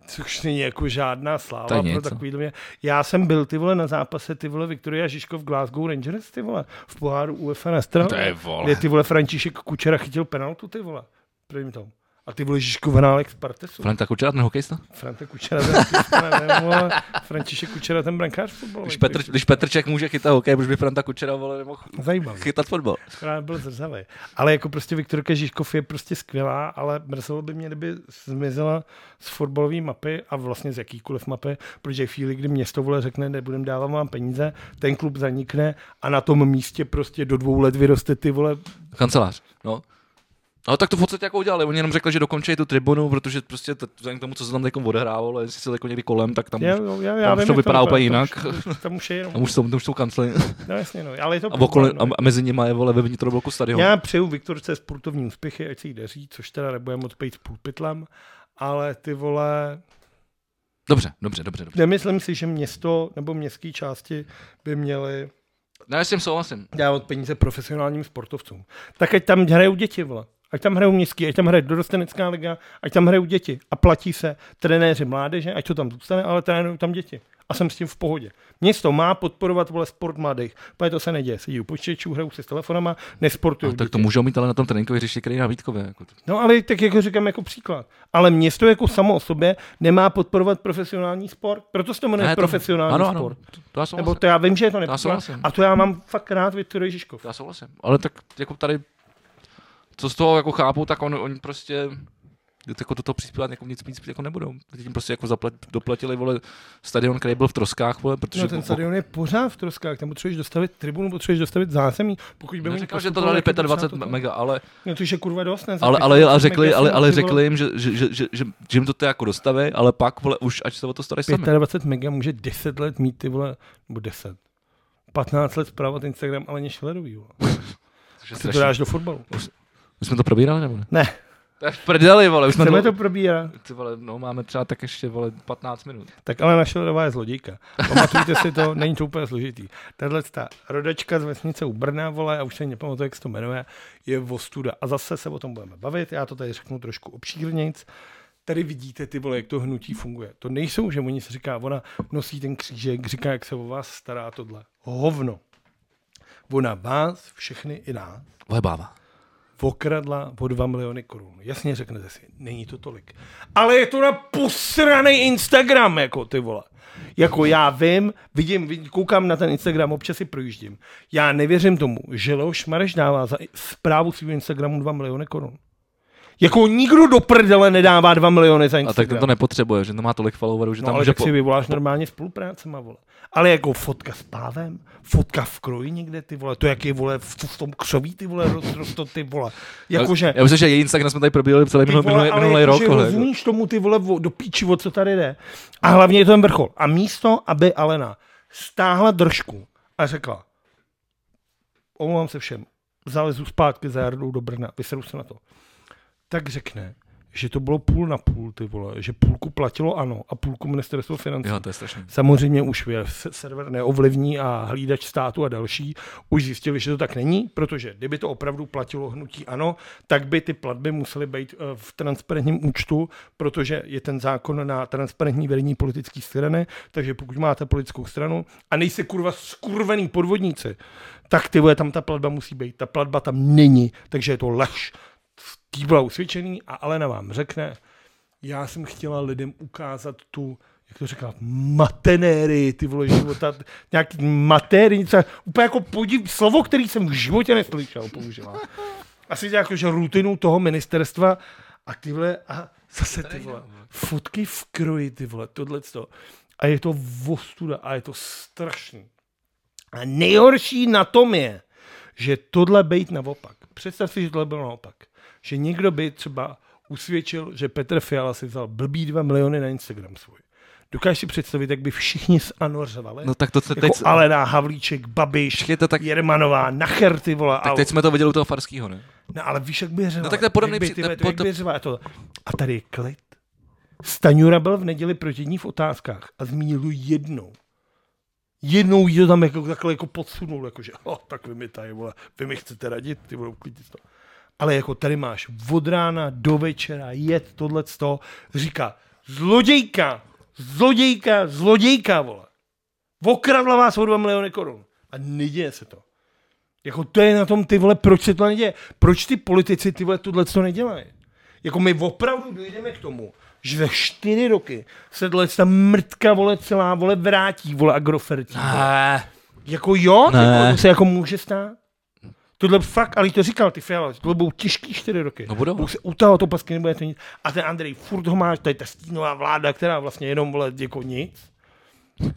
A: což není jako žádná
B: To
A: sláva
B: je
A: pro
B: něco.
A: takový mě. Já jsem byl ty vole na zápase ty vole Viktoria Žižkov Glasgow Rangers ty vole v poháru UEFA na stranu.
B: To je vole.
A: Kde ty vole František Kučera chytil penaltu ty vole. Prvním tom. A ty vole Žižkov hrál jak Spartesu.
B: Flenta Kučera, ten hokejista?
A: Franta Kučera, ten nevím, vole, František Kučera, ten brankář fotbalový.
B: Když, Petr, když Petrček může chytat hokej, proč by Franta Kučera vole, nemohl
A: Zajímavý.
B: chytat fotbal?
A: Akorát byl zrzavý. Ale jako prostě Viktorka Žižkov je prostě skvělá, ale mrzelo by mě, kdyby zmizela z fotbalové mapy a vlastně z jakýkoliv mapy, protože v chvíli, kdy město vole řekne, nebudem dávat vám peníze, ten klub zanikne a na tom místě prostě do dvou let vyroste ty vole.
B: Kancelář, no. No tak to v podstatě jako udělali, oni jenom řekli, že dokončí tu tribunu, protože prostě t- vzhledem k tomu, co se tam teď odehrávalo, jestli se jako někdy kolem, tak tam,
A: Já,
B: už,
A: já, já
B: tam
A: vím,
B: už to
A: jak
B: vypadá
A: vypadá,
B: úplně jinak.
A: Tam už, tam už je jenom,
B: Tam už jsou, tam už jsou kancly
A: no jasně, no, ale je to
B: a, okolo,
A: problém, no.
B: a- a mezi nimi je vole ve vnitrobloku stadion.
A: Já přeju Viktorce sportovní úspěchy, ať se jí daří, což teda nebudeme odpejt s pulpitlem, ale ty vole,
B: Dobře, dobře, dobře, dobře.
A: nemyslím si, že město nebo městské části by měly
B: No, já s tím souhlasím.
A: dávat peníze profesionálním sportovcům. Tak ať tam hrajou děti, vole. Ať tam hrajou městský, ať tam hraje dorostenecká liga, ať tam hrajou děti. A platí se trenéři mládeže, ať to tam zůstane, ale trénují tam děti. A jsem s tím v pohodě. Město má podporovat vole sport mladých, ale to se neděje. Sedí u počítačů, hrajou si s telefonama,
B: No,
A: nesportují.
B: tak to můžou mít ale na tom tréninkově řešit, který je na Vítkově. Jako to.
A: No ale tak jako říkám jako příklad. Ale město jako samo o sobě nemá podporovat profesionální sport. Proto se to jmenuje
B: Ne, to-
A: profesionální
B: ano, ano,
A: sport.
B: to, to já souhlasím.
A: Nebo to já vím, že je to nepopulární.
B: souhlasím.
A: A to já mám fakt rád Viktor Ježiškov.
B: Já souhlasím, ale tak jako tady, co z toho jako chápu, tak on, oni prostě jako do toho přispívat jako nic víc jako nebudou. Teď jim prostě jako zaplet, doplatili vole, stadion, který byl v Troskách, vole, protože...
A: No ten stadion je pořád v troskách, tam potřebuješ dostavit tribunu, potřebuješ dostavit zázemí. Pokud by mu
B: Neříkám, že to
A: postupovali,
B: dali
A: tak by třeba
B: 25
A: toto-
B: mega, ale,
A: No to už je kurva dost, ne?
B: ale, ale, ale, řekli, ale, ale
A: Ty vole,
B: řekli jim, že, že, že, že, že, že jim to teda jako dostaví, ale pak vole, už ať se o to starají sami.
A: 25 mega může 10 let mít ty vole, nebo 10. 15 let zpravovat Instagram, ale než Lerový, vole.
B: Což
A: Ty
B: je
A: to
B: strašný.
A: dáš do fotbalu.
B: Už jsme to probírali nebo ne?
A: Ne,
B: To je v prdeli, vole, už jsme
A: chceme
B: to...
A: to probírat.
B: Ty vole, no máme třeba tak ještě vole 15 minut.
A: Tak ale naše Lerová je zlodějka. Pamatujte si to, není to úplně složitý. Tahle ta rodačka z vesnice u Brna, vole, a už se ani nepamatuju, jak se to jmenuje, je ostuda. A zase se o tom budeme bavit, já to tady řeknu trošku obšírnějc. Tady vidíte ty vole, jak to hnutí funguje. To nejsou, že oni se říká, ona nosí ten křížek, říká, jak se o vás stará tohle. Hovno. Ona vás, všechny i nás,
B: Lebává.
A: okradla o 2 miliony korun. Jasně řeknete si, není to tolik. Ale je to na posraný Instagram, jako ty vole. Jako já vím, vidím, vidím, koukám na ten Instagram, občas si projíždím. Já nevěřím tomu, že Leoš Mareš dává za i- zprávu svého Instagramu 2 miliony korun. Jako nikdo do prdele nedává 2 miliony za
B: A tak
A: Instagram.
B: ten to nepotřebuje, že to má tolik followerů, že
A: No,
B: tam
A: ale
B: může...
A: tak
B: Po...
A: si vyvoláš normálně spolupráce, má vole. Ale jako fotka s pávem, fotka v kroji někde, ty vole, to jak je, vole, v, v tom křoví, ty vole, rozrosto, ty vole. Jakože,
B: Já myslím, že její Instagram jsme tady probírali celý
A: ty
B: minulý, minulý,
A: ale
B: minulý rok.
A: jakože
B: vole, jako.
A: rozumíš tomu ty vole vo- do píči, o co tady jde. A hlavně je to ten vrchol. A místo, aby Alena stáhla držku a řekla, omlouvám se všem, zalezu zpátky za Jardou do Brna, vyseru se na to, tak řekne, že to bylo půl na půl, ty vole, že půlku platilo ano a půlku ministerstvo financí.
B: Jo, to je strašný.
A: Samozřejmě už je s- server neovlivní a hlídač státu a další už zjistili, že to tak není, protože kdyby to opravdu platilo hnutí ano, tak by ty platby musely být eh, v transparentním účtu, protože je ten zákon na transparentní vedení politické strany, takže pokud máte politickou stranu a nejste kurva skurvený podvodníci, tak ty vole, tam ta platba musí být. Ta platba tam není, takže je to lež. Tý byla usvědčený a Alena vám řekne, já jsem chtěla lidem ukázat tu, jak to říká, matenéry, ty vole života, nějaký matéry, něco, úplně jako podiv, slovo, který jsem v životě neslyšel, používá. Asi jako, že rutinu toho ministerstva a ty vole, a zase ty vole, fotky v kroji, ty vole, tohle to. A je to vostuda a je to strašný. A nejhorší na tom je, že tohle bejt naopak. Představ si, že tohle bylo naopak. Že někdo by třeba usvědčil, že Petr Fiala si vzal blbý 2 miliony na Instagram svůj. Dokážeš si představit, jak by všichni z ANO řvali?
B: No tak to se
A: jako
B: teď...
A: Alena, Havlíček, Babiš,
B: Počkej, to tak-
A: Jermanová, Nacher, ty vole.
B: Tak
A: ale-
B: teď jsme to viděli u toho Farskýho, ne?
A: No ale víš, jak by řvala.
B: No tak to je podobný
A: Jak by,
B: při-
A: ty
B: to je
A: vole, to, jak
B: pod-
A: by řvala, to. A tady je klid. Staňura byl v neděli proti ní v otázkách a zmínil ji jednou. Jednou jí to tam jako, takhle jako podsunul, jakože, oh, tak vy mi tady, vole, vy mi chcete radit, ty budou klidit to. Ale jako tady máš od rána do večera jet tohle to, říká, zlodějka, zlodějka, zlodějka, vole. Okradla vás o 2 miliony korun. A neděje se to. Jako to je na tom, ty vole, proč se to neděje? Proč ty politici, ty vole, tohle to nedělají? Jako my opravdu dojdeme k tomu, že za čtyři roky se tohle ta mrtka, vole, celá, vole, vrátí, vole, agrofertí.
B: Ah,
A: vole.
B: Ne.
A: Jako jo, ty
B: Ne.
A: vole, to se jako může stát. Tohle fakt, ale to říkal ty Fiala, tohle budou těžký čtyři roky.
B: No budou.
A: Budou se utahovat opasky, nebude to nic. A ten Andrej furt ho má, to je ta stínová vláda, která vlastně jenom, vole, jako nic.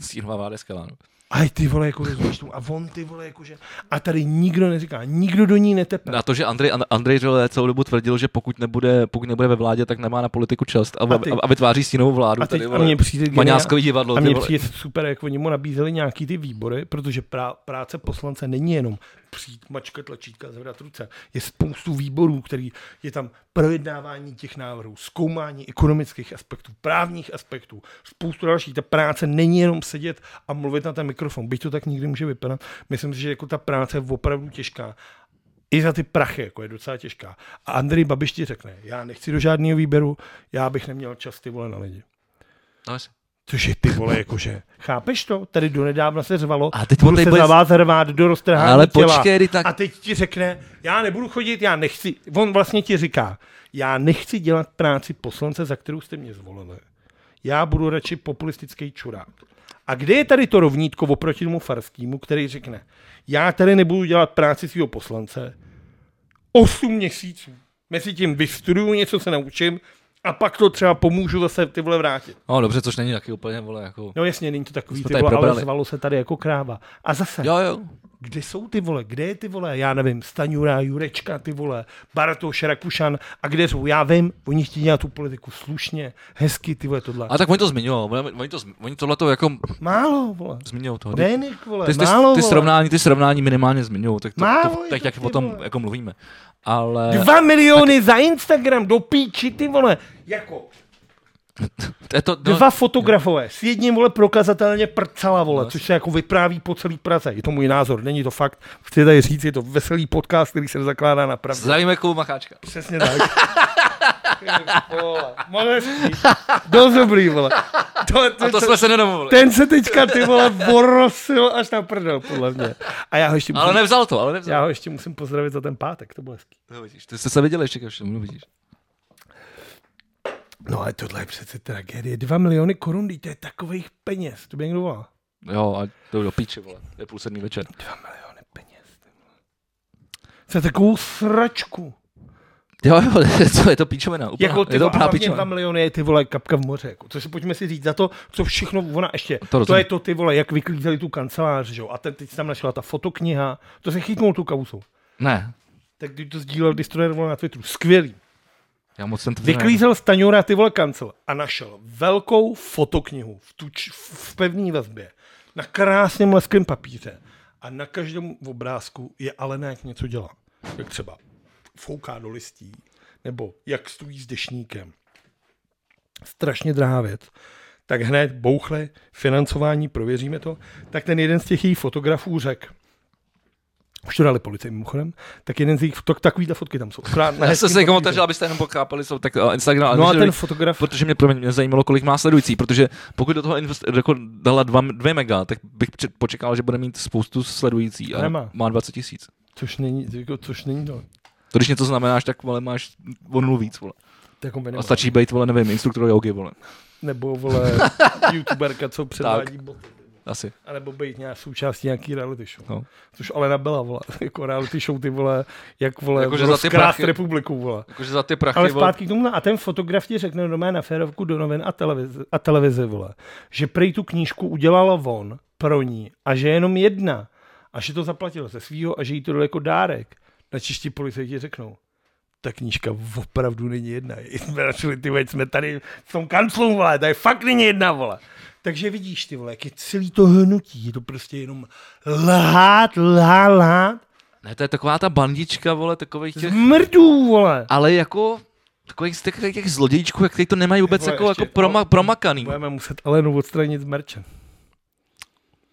B: Stínová vláda no. skalánu.
A: A ty vole, jako rozumíš tomu. A on ty vole, jakože. A tady nikdo neříká, nikdo do ní netepe.
B: Na to, že Andrej, And- Andrej Řele celou dobu tvrdil, že pokud nebude, pokud nebude ve vládě, tak nemá na politiku čas a,
A: A
B: a,
A: ty-
B: a vytváří stínovou vládu.
A: a teď
B: tady,
A: a
B: vole.
A: mně přijde geniál-
B: Maňáskový divadlo.
A: A
B: ty
A: mně
B: vole.
A: přijde super, jak oni mu nabízeli nějaký ty výbory, protože prá, práce poslance není jenom přijít, mačkat tlačítka, zvedat ruce. Je spoustu výborů, který je tam projednávání těch návrhů, zkoumání ekonomických aspektů, právních aspektů, spoustu dalších. Ta práce není jenom sedět a mluvit na ten mikrofon. Byť to tak nikdy může vypadat. Myslím si, že jako ta práce je opravdu těžká. i za ty prachy, jako je docela těžká. A Andrej Babiš ti řekne, já nechci do žádného výběru, já bych neměl čas ty vole na lidi.
B: No, jasně.
A: Což je ty vole, jakože. Chápeš to? Tady donedávna se řvalo.
B: A teď
A: budu
B: on tady
A: se
B: bude-
A: za vás rvát do roztrhání
B: Ale
A: těla.
B: počkej, ty tak-
A: A teď ti řekne, já nebudu chodit, já nechci. On vlastně ti říká, já nechci dělat práci poslance, za kterou jste mě zvolili. Já budu radši populistický čurák. A kde je tady to rovnítko oproti tomu farskému, který řekne, já tady nebudu dělat práci svého poslance, 8 měsíců. Mezi tím vystuduju, něco se naučím a pak to třeba pomůžu zase ty vole vrátit.
B: no, dobře, což není taky úplně, vole, jako...
A: No jasně, není to takový,
B: Jsme
A: ty
B: tady
A: vole, ale
B: probrali.
A: zvalo se tady jako kráva. A zase, jo.
B: Jo, jo.
A: kde jsou ty vole, kde je ty vole, já nevím, Staňura, Jurečka, ty vole, Bartoš, Rakušan, a kde jsou, já vím, oni chtějí dělat tu politiku slušně, hezky, ty vole, tohle. A...
B: A tak oni to zmiňují, oni, oni, to, zmi- oni tohleto jako
A: Málo, vole.
B: zmiňují toho. Ty,
A: Denik, vole,
B: ty, ty,
A: málo,
B: ty,
A: vole.
B: srovnání, ty srovnání minimálně zmiňují, tak to,
A: Málo
B: to,
A: je
B: tak
A: to,
B: jak
A: ty
B: o tom
A: vole.
B: jako mluvíme. Ale
A: Dva miliony tak... za Instagram, do píči, ty vole. Jako,
B: to je to, no,
A: dva fotografové, s jedním, vole, prokazatelně prcala, vole,
B: No,
A: což se jako vypráví po celý Praze. Je to můj názor, není to fakt. Chci tady říct, je to veselý podcast, který se zakládá na pravdě.
B: zdravíme Kubu Macháčka.
A: Přesně tak. Vole, Moleští. Dost dobrý, vole. To, to,
B: A to jsme se nedomluvili.
A: ten se teďka, ty vole, borosil až na prdel, podle mě. A já ho ještě musím,
B: Ale nevzal to, ale nevzal.
A: já ho ještě musím pozdravit za ten pátek, to bylo hezký.
B: No, vidíš, ty jste se viděli ještě ke všemu, vidíš.
A: No ale tohle je přece tragédie. Dva miliony korun, teď to je takových peněz. To by někdo volal.
B: Jo, a to do píče, vole. Je půl sedmý večer.
A: Dva miliony peněz. ty vole. Za takovou sračku.
B: Jo, jo, je to, je to píčovina. Úplná,
A: Jako ty
B: je to
A: vole, a
B: úplná
A: hlavně dva
B: píčovina.
A: miliony je ty vole kapka v moře. Jako. Co si pojďme si říct za to, co všechno ona ještě. To, to
B: rozumím.
A: je to ty vole, jak vyklízeli tu kancelář, že jo. A ten, teď se tam našla ta fotokniha, to se chytnul tu kauzu.
B: Ne,
A: Tak když to sdílel Destroyer vole, na Twitteru, skvělý.
B: já moc jsem to
A: Vyklízel Staňura ty vole kancel a našel velkou fotoknihu v, tuč, v pevné vazbě na krásném leském papíře a na každém obrázku je Alena, jak něco dělá. Jak třeba fouká do listí, nebo jak stojí s dešníkem. Strašně drahá věc. Tak hned bouchle, financování, prověříme to. Tak ten jeden z těch jejich fotografů řekl, už to dali policii mimochodem, tak jeden z jejich, tak, takovýhle fotky tam jsou. Akorát na
B: Já jsem
A: hezkém
B: se někomu
A: papíře.
B: otevřel, abyste jenom pokrápali jsou tak eh, Instagram. ale
A: No a
B: že-
A: ten fotograf,
B: Protože mě, promiň, mě zajímalo, kolik má sledující, protože pokud do toho invest, jako dala 2 mega, tak bych před- počekal, že bude mít spoustu sledující a
A: Nemá.
B: má 20 tisíc.
A: což není, jako, což není to.
B: To když něco znamenáš, tak vole, máš o nulu víc, vole.
A: to jako minimum.
B: A stačí být, vole, nevím, instruktor jogy, vole.
A: Nebo vole youtuberka, co předvádí boty.
B: Asi.
A: A nebo být nějak součástí nějaký reality show.
B: No.
A: Což Alena byla, vole. Jako reality show, ty vole, jak vole,
B: Jakože
A: jako,
B: za ty
A: rozkrást
B: prachy-
A: republiku, vole.
B: Jakože za ty prachy,
A: Ale zpátky k tomu, na- a ten fotograf ti řekne doma na férovku do novin a televize, a televize, vole, že prej tu knížku udělala on pro ní a že je jenom jedna a že to zaplatil ze svýho a že jí to dal jako dárek. Na čeští policajti řeknou, ta knížka opravdu není jedna. Jsme našli ty věc, jsme tady v tom kanclu, vole, tady fakt není jedna, vole. Takže vidíš, ty vole, jak je celý to hnutí, je to prostě jenom lhát, lhát, lhát,
B: Ne, to je taková ta bandička, vole, takových těch...
A: mrdů, vole.
B: Ale jako... takových těch, těch zlodějíčků, jak teď to nemají vůbec
A: Vole,
B: jako,
A: ještě-
B: jako proma, promakaný.
A: Budeme muset Alenu odstranit z merče.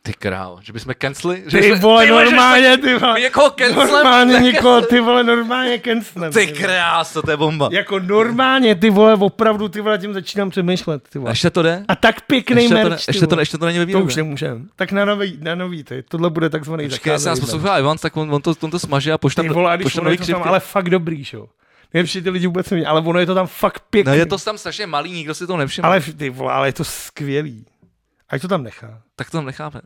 B: Ty král, že bychom canceli? Že
A: Ty
B: bychom-
A: vole,
B: vole, že jako bychom-
A: normálně, ty
B: My
A: vole.
B: Někoho canclem?
A: Normálně někoho, ty vole, normálně kencnem.
B: Ty krása, to je bomba.
A: Jako normálně, ty vole, opravdu, ty vole, tím začínám přemýšlet, ty vole.
B: Ještě to jde?
A: A tak pěkný
B: Ještě to, ne,
A: merch, ty
B: ještě to,
A: vole.
B: ne, ještě to není ve
A: to
B: výrobě.
A: už nemůžem. Tak na nový, na nový, ty. Tohle bude takzvaný
B: Počkej, jestli nás
A: zakázaný merch.
B: poslouchá Ivan, tak on, on, to, on to smaže a pošle
A: Ty vole, a když
B: pošle
A: ono je
B: nový
A: to tam
B: křivky.
A: ale fakt dobrý, že jo. Nejlepší ty lidi vůbec neví, ale ono je to tam fakt pěkný.
B: No je to tam strašně malý, nikdo si to nevšiml.
A: Ale ty vole, ale je to skvělý. Ať to tam nechá.
B: Tak to tam necháme.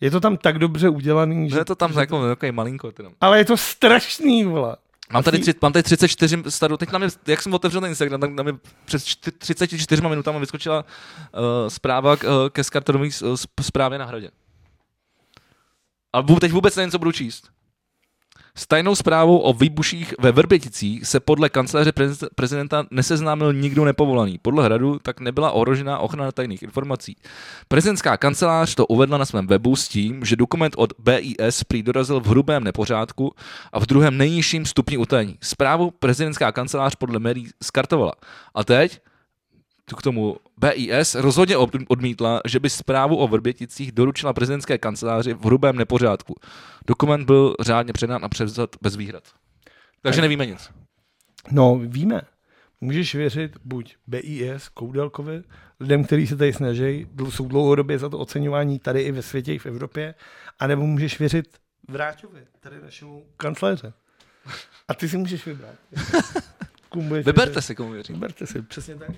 A: Je to tam tak dobře udělaný, že...
B: No je to tam jako takový malinko. Teda.
A: Ale je to strašný, vole.
B: Mám tady, tři, mám tady 34 starů, teď na mě, jak jsem otevřel ten Instagram, tak na mě před čty- 34 minutami vyskočila uh, zpráva k, uh, ke skartonové uh, zprávě na hradě. A vů, teď vůbec nevím, co budu číst. S tajnou zprávou o výbuších ve Vrběticích se podle kancléře prez- prezidenta neseznámil nikdo nepovolaný. Podle hradu tak nebyla ohrožena ochrana tajných informací. Prezidentská kancelář to uvedla na svém webu s tím, že dokument od BIS prý dorazil v hrubém nepořádku a v druhém nejnižším stupni utajení. Zprávu prezidentská kancelář podle médií skartovala. A teď tu k tomu BIS rozhodně ob- odmítla, že by zprávu o Vrběticích doručila prezidentské kanceláři v hrubém nepořádku. Dokument byl řádně předán a převzat bez výhrad. Takže nevíme nic.
A: No, víme. Můžeš věřit buď BIS, Koudelkovi, lidem, kteří se tady snaží, dl- jsou dlouhodobě za to oceňování tady i ve světě, i v Evropě, anebo můžeš věřit Vráťovi, tady našemu kancléře. A ty si můžeš vybrat. Komu budeš
B: Vyberte
A: věřit.
B: si, komu věřím.
A: Vyberte si, přesně tak.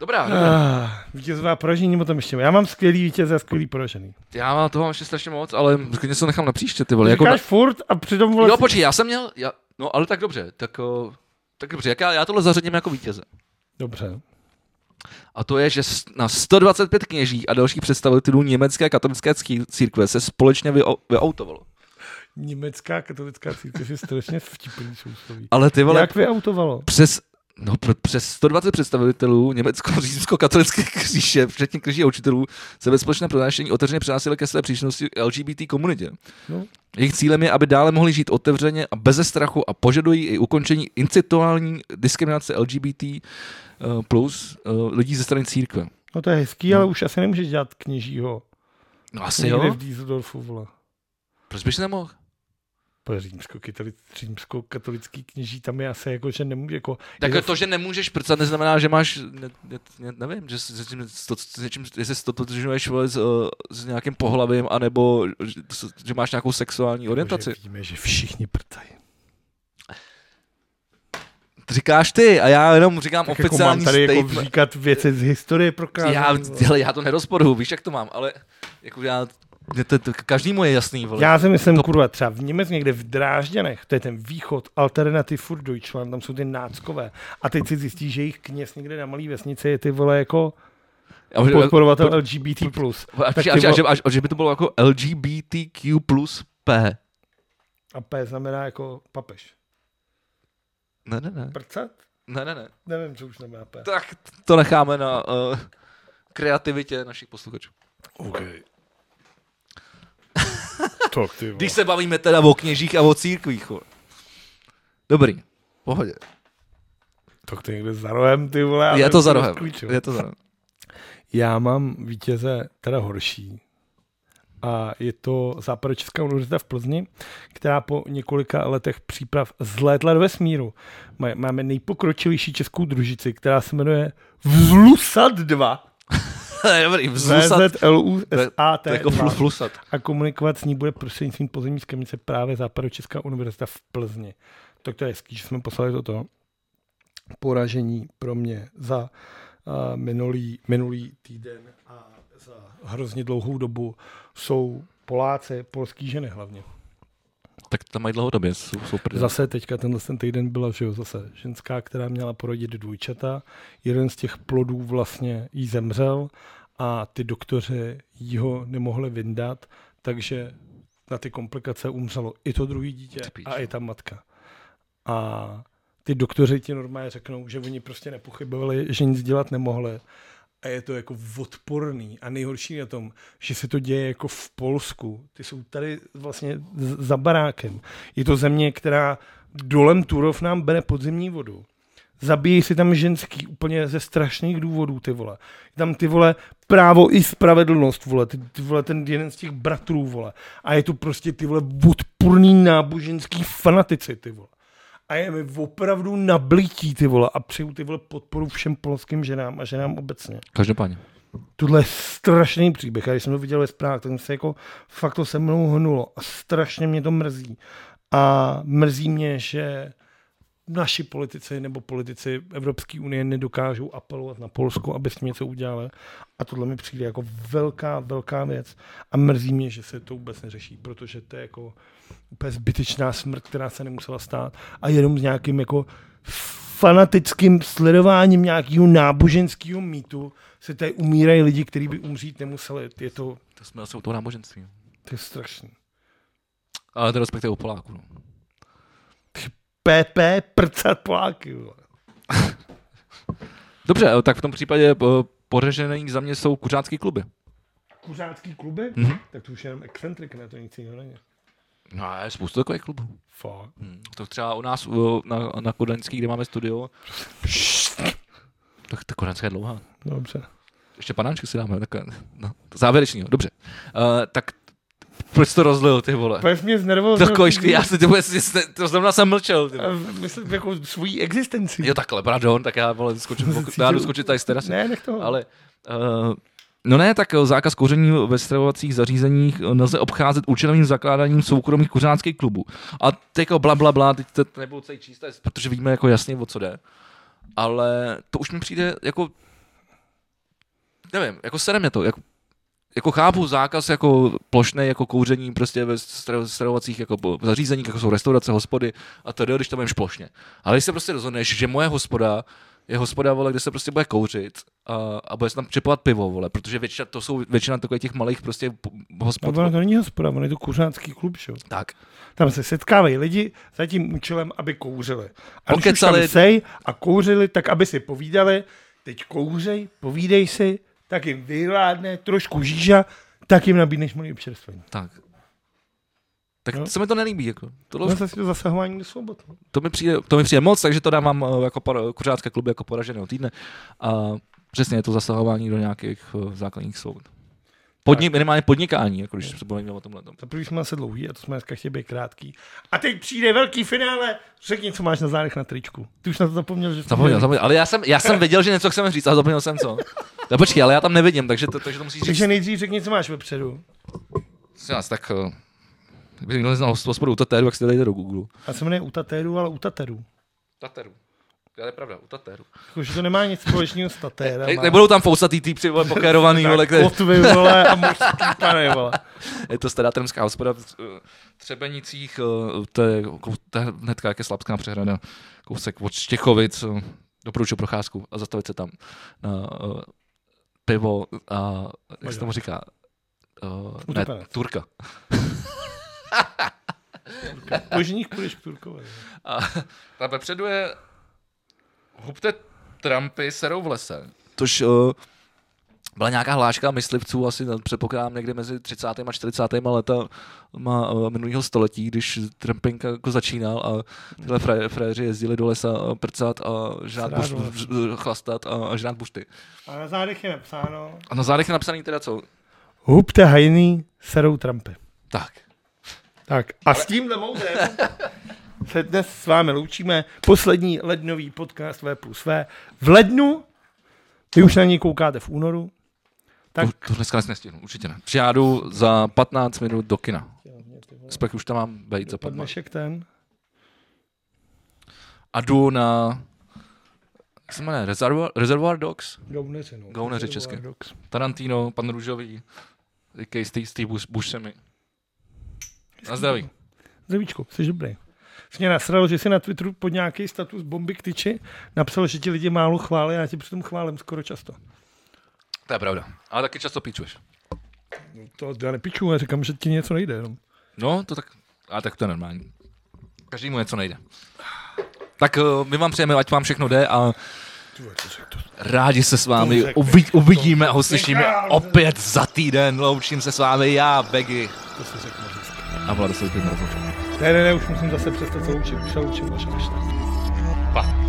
B: Dobrá, dobrá.
A: Ah, vítězová poražení, nebo tam ještě. Já mám skvělý vítěz a skvělý poražený.
B: já toho mám ještě strašně moc, ale něco nechám na příště, ty vole.
A: Jako
B: Jako na-
A: Říkáš furt a přitom vole,
B: Jo, počkej, já jsem měl, já, no ale tak dobře, tak, o, tak dobře, jak já, já tohle zařadím jako vítěze.
A: Dobře.
B: A to je, že s- na 125 kněží a dalších představitelů německé katolické cí- církve se společně vyau- vyautovalo.
A: Německá katolická církev je strašně vtipný soustaví.
B: Ale ty vole,
A: Jak vyautovalo?
B: přes, no, pr- přes 120 představitelů německo-římsko-katolické kříže, včetně kříží a učitelů, se ve společném pronášení otevřeně přihlásili ke své příčnosti LGBT komunitě.
A: No.
B: Jejich cílem je, aby dále mohli žít otevřeně a beze strachu a požadují i ukončení instituální diskriminace LGBT eh, plus eh, lidí ze strany církve.
A: No to je hezký, ale už asi nemůžeš dělat kněžího.
B: No asi
A: Někde
B: Hmm. jo.
A: v Düsseldorfu, vole.
B: Proč byš nemohl?
A: Po římsko-katolický kněží tam je asi jako, že nemůže jako...
B: Tak
A: je
B: to, že nemůžeš prcat, neznamená, že máš, ne, ne, ne, nevím, že s, s, tím, s, to, s něčím, jestli se totožňuješ vole, s, eh, s nějakým pohlavím, anebo že, s- že máš nějakou sexuální orientaci.
A: Bože, víme, jako, že všichni prcají.
B: Říkáš ty a já jenom říkám
A: Tak jako mám
B: oficiální
A: tady
B: statement.
A: jako říkat věci z historie pro
B: já, hele, já to nerozporuju, víš, jak to mám, ale jako já, mě to, to, každému je jasný, vole.
A: Já si myslím,
B: To-
A: kurva, třeba v Německu někde v Drážďanech, to je ten východ, alternativ furt Deutschland, tam jsou ty náckové. A teď si zjistíš, že jejich kněz někde na malý vesnici je ty vole jako
B: a, že-
A: podporovatel LGBT+.
B: a,
A: Tak
B: že- a,
A: ty
B: že- a,
A: vole-
B: že- a, že- a, že by to bylo jako LGBTQ plus P.
A: A P znamená jako papež.
B: Ne, ne, ne,
A: Prcat?
B: ne, ne, ne.
A: Nevím, co už znamená P.
B: Tak to necháme na uh, kreativitě našich posluchačů.
A: OK. tak ty vole.
B: Když se bavíme teda o kněžích a o církvích. vole. Dobrý, pohodě.
A: Tak to někde za rohem, ty vole. a
B: Je to za rohem.
A: rozklíčil.
B: Je to za rohem.
A: Já mám vítěze teda horší. A je to Západočeská univerzita v Plzni, která po několika letech příprav zlétla do vesmíru. Má- Máme nejpokročilejší českou družici, která se jmenuje Vzlusat 2.
B: Dobrý, vzlusat. To je
A: VZLUSAT
B: jako flu- flusat.
A: a komunikovat s ní bude prostřednictvím pozemní skrnice právě Západočeská univerzita v Plzni. Tak to je hezký, že jsme poslali toto poražení pro mě za a, minulý, minulý týden a za hrozně dlouhou dobu jsou Poláci, polský ženy hlavně.
B: Tak tam mají dlouhodobě, jsou, jsou prdele.
A: Zase teďka tenhle ten týden byla, že jo, zase ženská, která měla porodit dvojčata. Jeden z těch plodů vlastně jí zemřel a ty doktoři jí ho nemohli vyndat, takže na ty komplikace umřelo i to druhé dítě
B: Ty píčo.
A: a i ta matka. A ty doktoři ti normálně řeknou, že oni prostě nepochybovali, že nic dělat nemohli. A je to jako odporný. A nejhorší je na tom, že se to děje jako v Polsku. Ty jsou tady vlastně z- za barákem. Je to země, která dolem Turov nám bere podzemní vodu. Zabíjí si tam ženský úplně ze strašných důvodů, ty vole. Je tam ty vole právo i spravedlnost, vole. Ty, ty vole, ten jeden z těch bratrů, vole. A je tu prostě ty vole odpurný náboženský fanatici, ty vole. A je mi opravdu nablítí, ty vole. A přeju ty vole podporu všem polským ženám a ženám obecně.
B: Každopádně.
A: Tohle je strašný příběh. A když jsem to viděl ve zprávách, tak mi se jako fakt to se mnou hnulo. A strašně mě to mrzí. A mrzí mě, že naši politici nebo politici Evropské unie nedokážou apelovat na Polsko, aby s tím něco udělali. A tohle mi přijde jako velká, velká věc. A mrzí mě, že se to vůbec neřeší, protože to je jako úplně zbytečná smrt, která se nemusela stát. A jenom s nějakým jako fanatickým sledováním nějakého náboženského mýtu se tady umírají lidi, kteří by umřít nemuseli. Je to,
B: To jsme zase u toho náboženství.
A: to je strašný.
B: Ale to respektive u Poláků. No.
A: PP prcat Poláky. vole.
B: Dobře, eh, tak v tom případě eh, pořežený za mě jsou kuřácký kluby.
A: Kuřácký kluby?
B: Mhm.
A: Mm-hmm. Tak to už je jenom excentrik, ne? To nic jiného není.
B: No, je spoustu takových klubů.
A: Fuck.
B: Hmm. To třeba u nás eh, na, na Kodaňský, kde máme studio. Tak ta Kodaňská je dlouhá.
A: Dobře.
B: Ještě panáčky si dáme. Tak, no, závěrečního, dobře. Uh, tak t- proč to rozlil, ty vole?
A: Pes mě znervoznil.
B: To košky, já si ty vole, si- to znamená, jsem mlčel. Ty. vole.
A: A Myslím, jako svojí existenci.
B: Jo takhle, pardon, tak já vole, skočím,
A: Cítil-
B: já jdu skočit tady z terasy.
A: Ne, nech toho.
B: Ale, uh, no ne, tak eh, zákaz kouření ve stravovacích zařízeních eh, nelze obcházet účelovým zakládáním soukromých kuřáckých klubů. A teď jako bla, bla, bla, teď to nebudu celý číst, to je- protože víme jako jasně, o co jde. Ale to už mi přijde jako, nevím, jako sere mě to, jako, jako chápu zákaz jako plošné jako kouření prostě ve stra- stravovacích jako po- zařízeních, jako jsou restaurace, hospody a to když to budeš plošně. Ale když se prostě rozhodneš, že moje hospoda je hospoda, vole, kde se prostě bude kouřit a, a bude se tam přepovat pivo, vole, protože většina, to jsou většina takových těch malých prostě p-
A: No,
B: hospod.
A: ono to není hospoda, ono je to kuřácký klub, že? jo.
B: Tak.
A: Tam se setkávají lidi za tím účelem, aby kouřili. A když už
B: Pokecali.
A: tam sej a kouřili, tak aby si povídali, teď kouřej, povídej si, tak jim vyhládne trošku žíža, tak jim nabídneš malý občerstvení.
B: Tak. Tak
A: No.
B: no. se mi to nelíbí, jako. Tohle,
A: No
B: už-
A: zase to zasahování do svobod. no.
B: to, mi přijde, to mi přijde moc, takže to dávám eh, jako por- kuřácké kluby jako poraženého týdne. A přesně je to zasahování do nějakých eh, základních soud. Podnik, minimálně podnikání, jako když se bavíme o tomhle.
A: Za prvý jsme se dlouhý a to jsme dneska chtěli být krátký. A teď přijde velký finále. Řekni, co máš na zádech na tričku. Ty už na to zapomněl, že jsi
B: Zapomněl, zapomněl. Ale já jsem, já jsem věděl, že něco chceme říct, ale zapomněl jsem co. No počkej, ale já tam nevidím, takže to, takže to musíš říct.
A: Takže nejdřív řekni, co máš vepředu.
B: Prosím vás, tak... eh, Kdyby někdo neznal hospodu u Tatéru, tak si to dejte do Google.
A: A se jmenuje u Tatéru, ale u Tatéru.
B: Tatéru. To je pravda, u Tatéru.
A: Jakože to nemá nic společného s Tatérem.
B: Ne, nebudou tam fousatý týpci, vole, pokérovaný, vole, které,
A: Kotvy, vole, a mořský pany, vole.
B: je to stará trmská hospoda v eh, Třebenicích, eh, to je, kou- to je hnedka jak je Slabská přehrada, kousek od Štěchovic, eh, doporučuji procházku a zastavit se tam na eh, pivo a, jak se tomu říká, eh, ne,
A: Utopenec.
B: Turka.
A: Koženík půjdeš k Turkové.
B: A tam vepředu je hubte Trumpy serou v lese. Tož uh, byla nějaká hláška myslivců, asi no, předpokládám někdy mezi 30. a 40. leta má, uh, minulého století, když Trumping jako začínal a tyhle fré- fréři jezdili do lesa uh, prcat a žrát
A: Srát
B: buš,
A: do lesa.
B: vž- chlastat a, a žrát bušty.
A: A na zádech je napsáno.
B: A na zádech je napsaný teda co?
A: Hubte hajný, serou trampy.
B: Tak.
A: Tak a s tímhle moudrem se dnes s vámi loučíme. Poslední lednový podcast V plus V. V lednu, vy už na něj koukáte v únoru,
B: tak.
A: tak
B: To, to dneska dnes nestihnu, určitě ne. Přijdu za 15 minut do kina. Spek už tam mám být za 15.
A: dnešek ten.
B: a jdu na jak se jmenuje, Reservoir, Reservoir Dogs,
A: Gauneři, no.
B: Gauneři české. Tarantino, pan Růžový, jaký s tý- s tý Bush- Bushem. Na zdraví.
A: Zdravíčko, jsi dobrý. Jsi mě nasral, že jsi na Twitteru pod nějaký status bomby k tyči napsal, že ti lidi málo chválí, já ti přitom chválím skoro často.
B: To je pravda. Ale taky často píčuješ.
A: To já nepiču, já říkám, že ti něco nejde. Jenom.
B: No, to tak, ale tak to je normální. Každému něco nejde. Tak eh, my vám přejeme, ať vám všechno jde a rádi se s vámi uvi- uvidíme a uslyšíme opět za týden. Loučím se s vámi já, Begy.
A: To si řeknu.
B: A Vlado se rozloučil.
A: Ne, ne, ne, už musím zase přestat se učit. Přeloučit, až, až.
B: Pa.